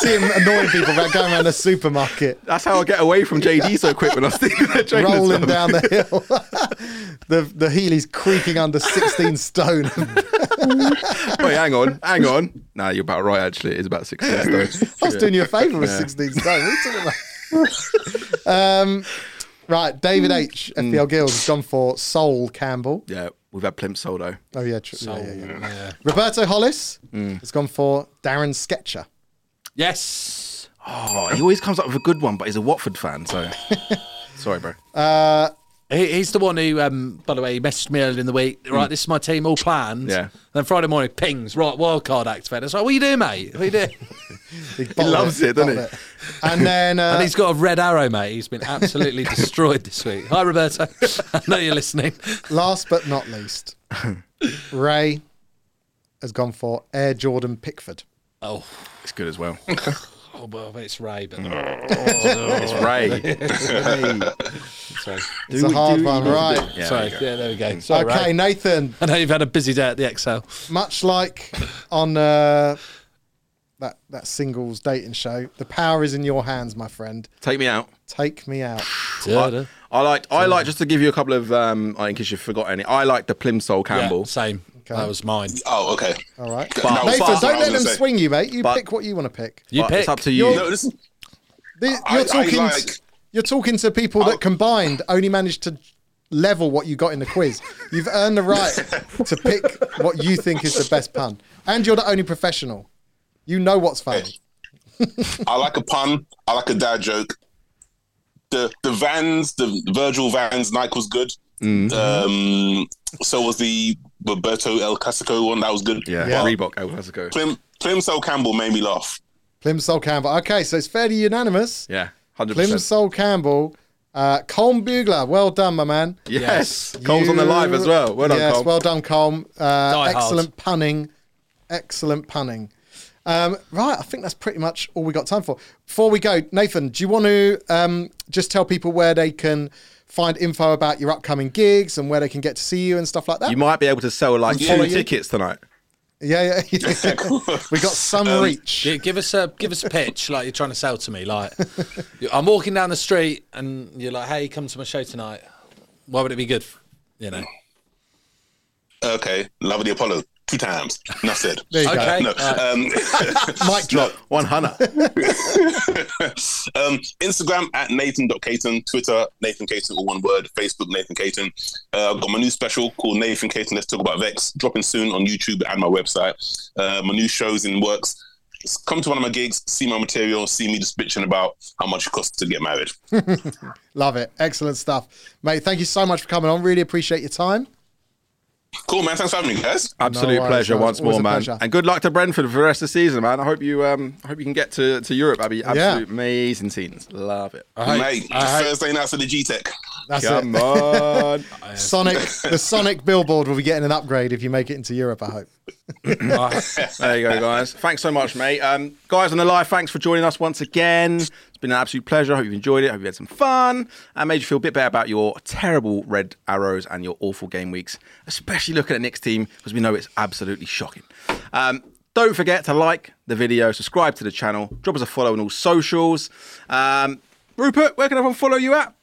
Speaker 1: See him annoying people about going around the supermarket,
Speaker 2: That's how I get away from JD so quick when I see the trainers.
Speaker 1: rolling
Speaker 2: on.
Speaker 1: down the hill. the the Healy's creaking under 16 stone.
Speaker 2: Wait, hang on, hang on. Nah, you're about right. Actually, it's about six minutes.
Speaker 1: I was doing you a favour with 16 stone. What are you talking about? um, right, David H. FPL Guild has gone for Sol Campbell.
Speaker 2: yeah, we've had Plimsoll though.
Speaker 1: Oh, yeah, true. Yeah, yeah, yeah.
Speaker 3: Yeah.
Speaker 1: Roberto Hollis has gone for Darren Sketcher.
Speaker 3: Yes.
Speaker 2: Oh, he always comes up with a good one, but he's a Watford fan, so sorry, bro.
Speaker 3: He, he's the one who, um, by the way, he messaged me earlier in the week. Right, this is my team, all planned.
Speaker 2: Mm. Yeah.
Speaker 3: Then Friday morning, pings. Right, wild card activated. It's like, what you doing, mate? What you doing?
Speaker 1: He bottled
Speaker 2: loves it, doesn't he?
Speaker 1: bottled And then uh,
Speaker 3: and he's got a red arrow, mate. He's been absolutely destroyed this week. Hi, Roberto. I know you're listening.
Speaker 1: last but not least, Ray has gone for Air Jordan Pickford.
Speaker 3: Oh,
Speaker 2: it's good as well.
Speaker 3: oh well, it's Ray, but
Speaker 2: Mm, It's Ray.
Speaker 3: sorry.
Speaker 1: It's a hard one, right?
Speaker 2: Yeah,
Speaker 3: sorry.
Speaker 2: there you Mm.
Speaker 3: Yeah, there we go. Sorry,
Speaker 1: Okay,
Speaker 3: Ray.
Speaker 1: Nathan.
Speaker 3: I know you've had a busy day at the Excel.
Speaker 1: Much like on uh, that that singles dating show, the power is in your hands, my friend.
Speaker 2: go. Take me out.
Speaker 1: Take me out.
Speaker 3: Da-da.
Speaker 2: I liked. I like just to give you a couple of. Um, in case you've forgot any, I like the Plimsoll Campbell.
Speaker 3: Yeah, same.
Speaker 1: Okay.
Speaker 3: That was mine.
Speaker 6: Oh, okay.
Speaker 1: All right,
Speaker 6: But-
Speaker 1: Nathan,
Speaker 6: but-
Speaker 1: don't let
Speaker 6: I was
Speaker 1: them
Speaker 6: gonna say-
Speaker 1: swing you, mate. You
Speaker 2: but-
Speaker 1: pick what you want to pick.
Speaker 3: You
Speaker 2: But
Speaker 3: pick.
Speaker 2: It's up to you.
Speaker 6: No, listen.
Speaker 1: The-
Speaker 6: I-
Speaker 1: you're
Speaker 6: I
Speaker 1: talking.
Speaker 6: like-
Speaker 1: to, you're talking to people that combined only managed to level what you got in the quiz. You've earned the right to pick what you think is the best pun, and you're the only professional. You know what's funny.
Speaker 6: I like a pun. I like a dad joke. The the Vans, the Virgil Vans Nike was good. Um, so was the Roberto El Clasico one. That was good.
Speaker 2: Yeah,
Speaker 1: Yeah.
Speaker 2: Reebok. Oh, how's it go?
Speaker 6: Plim, Plimsoll Campbell made me laugh.
Speaker 1: Plimsoll Campbell. Okay, so it's fairly unanimous.
Speaker 2: Yeah, hundred percent.
Speaker 1: Plimsoll Campbell, uh, Colm Bugler. Well done, my man.
Speaker 2: Yes, Cole's on the
Speaker 1: You-
Speaker 2: live as well. Well done,
Speaker 1: yes,
Speaker 2: Cole.
Speaker 1: well done, Colm. Uh,
Speaker 3: hard.
Speaker 1: excellent punning. Excellent punning. Um, right, I think that's pretty much all we got time for. Before we go, Nathan, do you want to um, just tell people where they can find info about your upcoming gigs and where they can get to see you and stuff like that?
Speaker 2: you might be able to sell like
Speaker 6: Yeah.
Speaker 2: two tickets tonight.
Speaker 1: yeah, yeah. yeah. we got some
Speaker 2: Um,
Speaker 1: reach.
Speaker 3: Gi- Give us a give us a pitch like you're trying to sell to me. Like you- I'm walking down the street and you're like, "Hey, come to my show tonight." Why would it be good? You know.
Speaker 6: Okay, Love of the Apollo two times. And that's it.
Speaker 1: There you go.
Speaker 3: Okay.
Speaker 6: No,
Speaker 3: right.
Speaker 6: um,
Speaker 1: Mic drop.
Speaker 2: One hundred.
Speaker 6: um, Instagram at Nathan.Caton, Twitter, Nathan Caton, all one word, Facebook, Nathan Caton. Uh, I've got my new special called Nathan Caton, Let's Talk About Vex, dropping soon on YouTube and my website. Uh, my new show's in works. Just Come to one of my gigs, see my material, see me just bitching about how much it costs to get married.
Speaker 1: Love it. Excellent stuff. Mate, thank you so much for coming on. Really appreciate your time.
Speaker 6: Cool, man. Thanks for having me, guys.
Speaker 2: Absolute
Speaker 1: worries,
Speaker 2: pleasure
Speaker 1: man.
Speaker 2: once
Speaker 1: Always
Speaker 2: more,
Speaker 1: a
Speaker 2: man.
Speaker 1: pleasure.
Speaker 2: And good luck to Brentford for the rest of the season, man. I hope you um I hope you can get to, to Europe. That'd be absolute amazing scenes. Love it.
Speaker 6: Mate, Thursday night for the G Tech.
Speaker 1: That's it.
Speaker 2: Come on.
Speaker 1: Sonic, the Sonic billboard will be getting an upgrade if you make it into Europe. I hope.
Speaker 2: There you go, guys. Thanks so much, mate. Um, guys on the live, thanks for joining us once again. It's been an absolute pleasure. Hope you've enjoyed it. Hope you had some fun and made you feel a bit better about your terrible red arrows and your awful game weeks, especially looking at Nick's team because we know it's absolutely shocking. Um, don't forget to like the video, subscribe to the channel, drop us a follow on all socials. Um, Rupert, where can everyone follow you at?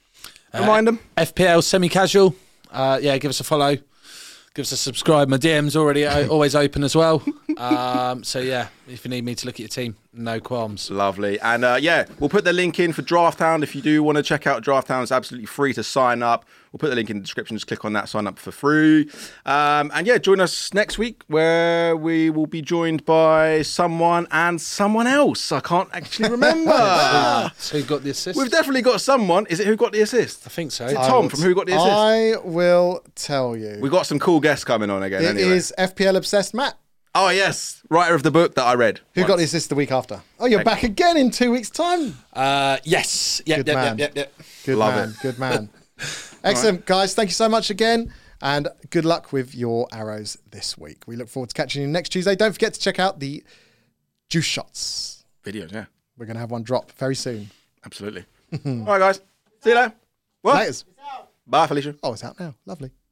Speaker 2: Remind them.
Speaker 3: FPL semi casual. Uh, yeah, give us a follow. uh, Give us a subscribe. My DM's already o- always open as well. Um, so yeah, if you need me to look at your team, no qualms.
Speaker 2: Lovely. And uh, yeah, we'll put the link in for Draft Hound. If you do want to check out Draft Hound, it's absolutely free to sign up. We'll put the link in the description. Just click on that, sign up for free. Um, and yeah, join us next week where we will be joined by someone and someone else. I can't actually remember.
Speaker 3: So who got the assist?
Speaker 2: We've definitely got someone. Is it who got the assist?
Speaker 3: I think so.
Speaker 2: Tom from Who Got the Assist?
Speaker 1: I will tell you.
Speaker 2: We've got some cool guests coming on again.
Speaker 1: It
Speaker 2: anyway.
Speaker 1: is FPL obsessed Matt.
Speaker 2: Oh, yes. Writer of the book that I read.
Speaker 1: Who
Speaker 2: once.
Speaker 1: got the assist the week after? Oh, you're back again in two weeks' time.
Speaker 3: Uh, yes. Yep,
Speaker 1: Good
Speaker 3: yep,
Speaker 1: man.
Speaker 3: yep, yep, yep.
Speaker 1: Good
Speaker 2: Love
Speaker 1: man.
Speaker 2: it.
Speaker 1: Good man. Excellent, guys. Thank you so much again. And good luck with your arrows this week. We look forward to catching you next Tuesday. Don't forget to check out the juice shots.
Speaker 2: Videos, yeah.
Speaker 1: We're going to have one drop very soon.
Speaker 2: Absolutely. All right, guys. See you later. Well,
Speaker 1: Laters.
Speaker 2: bye, Felicia.
Speaker 1: Oh, it's out now. Lovely.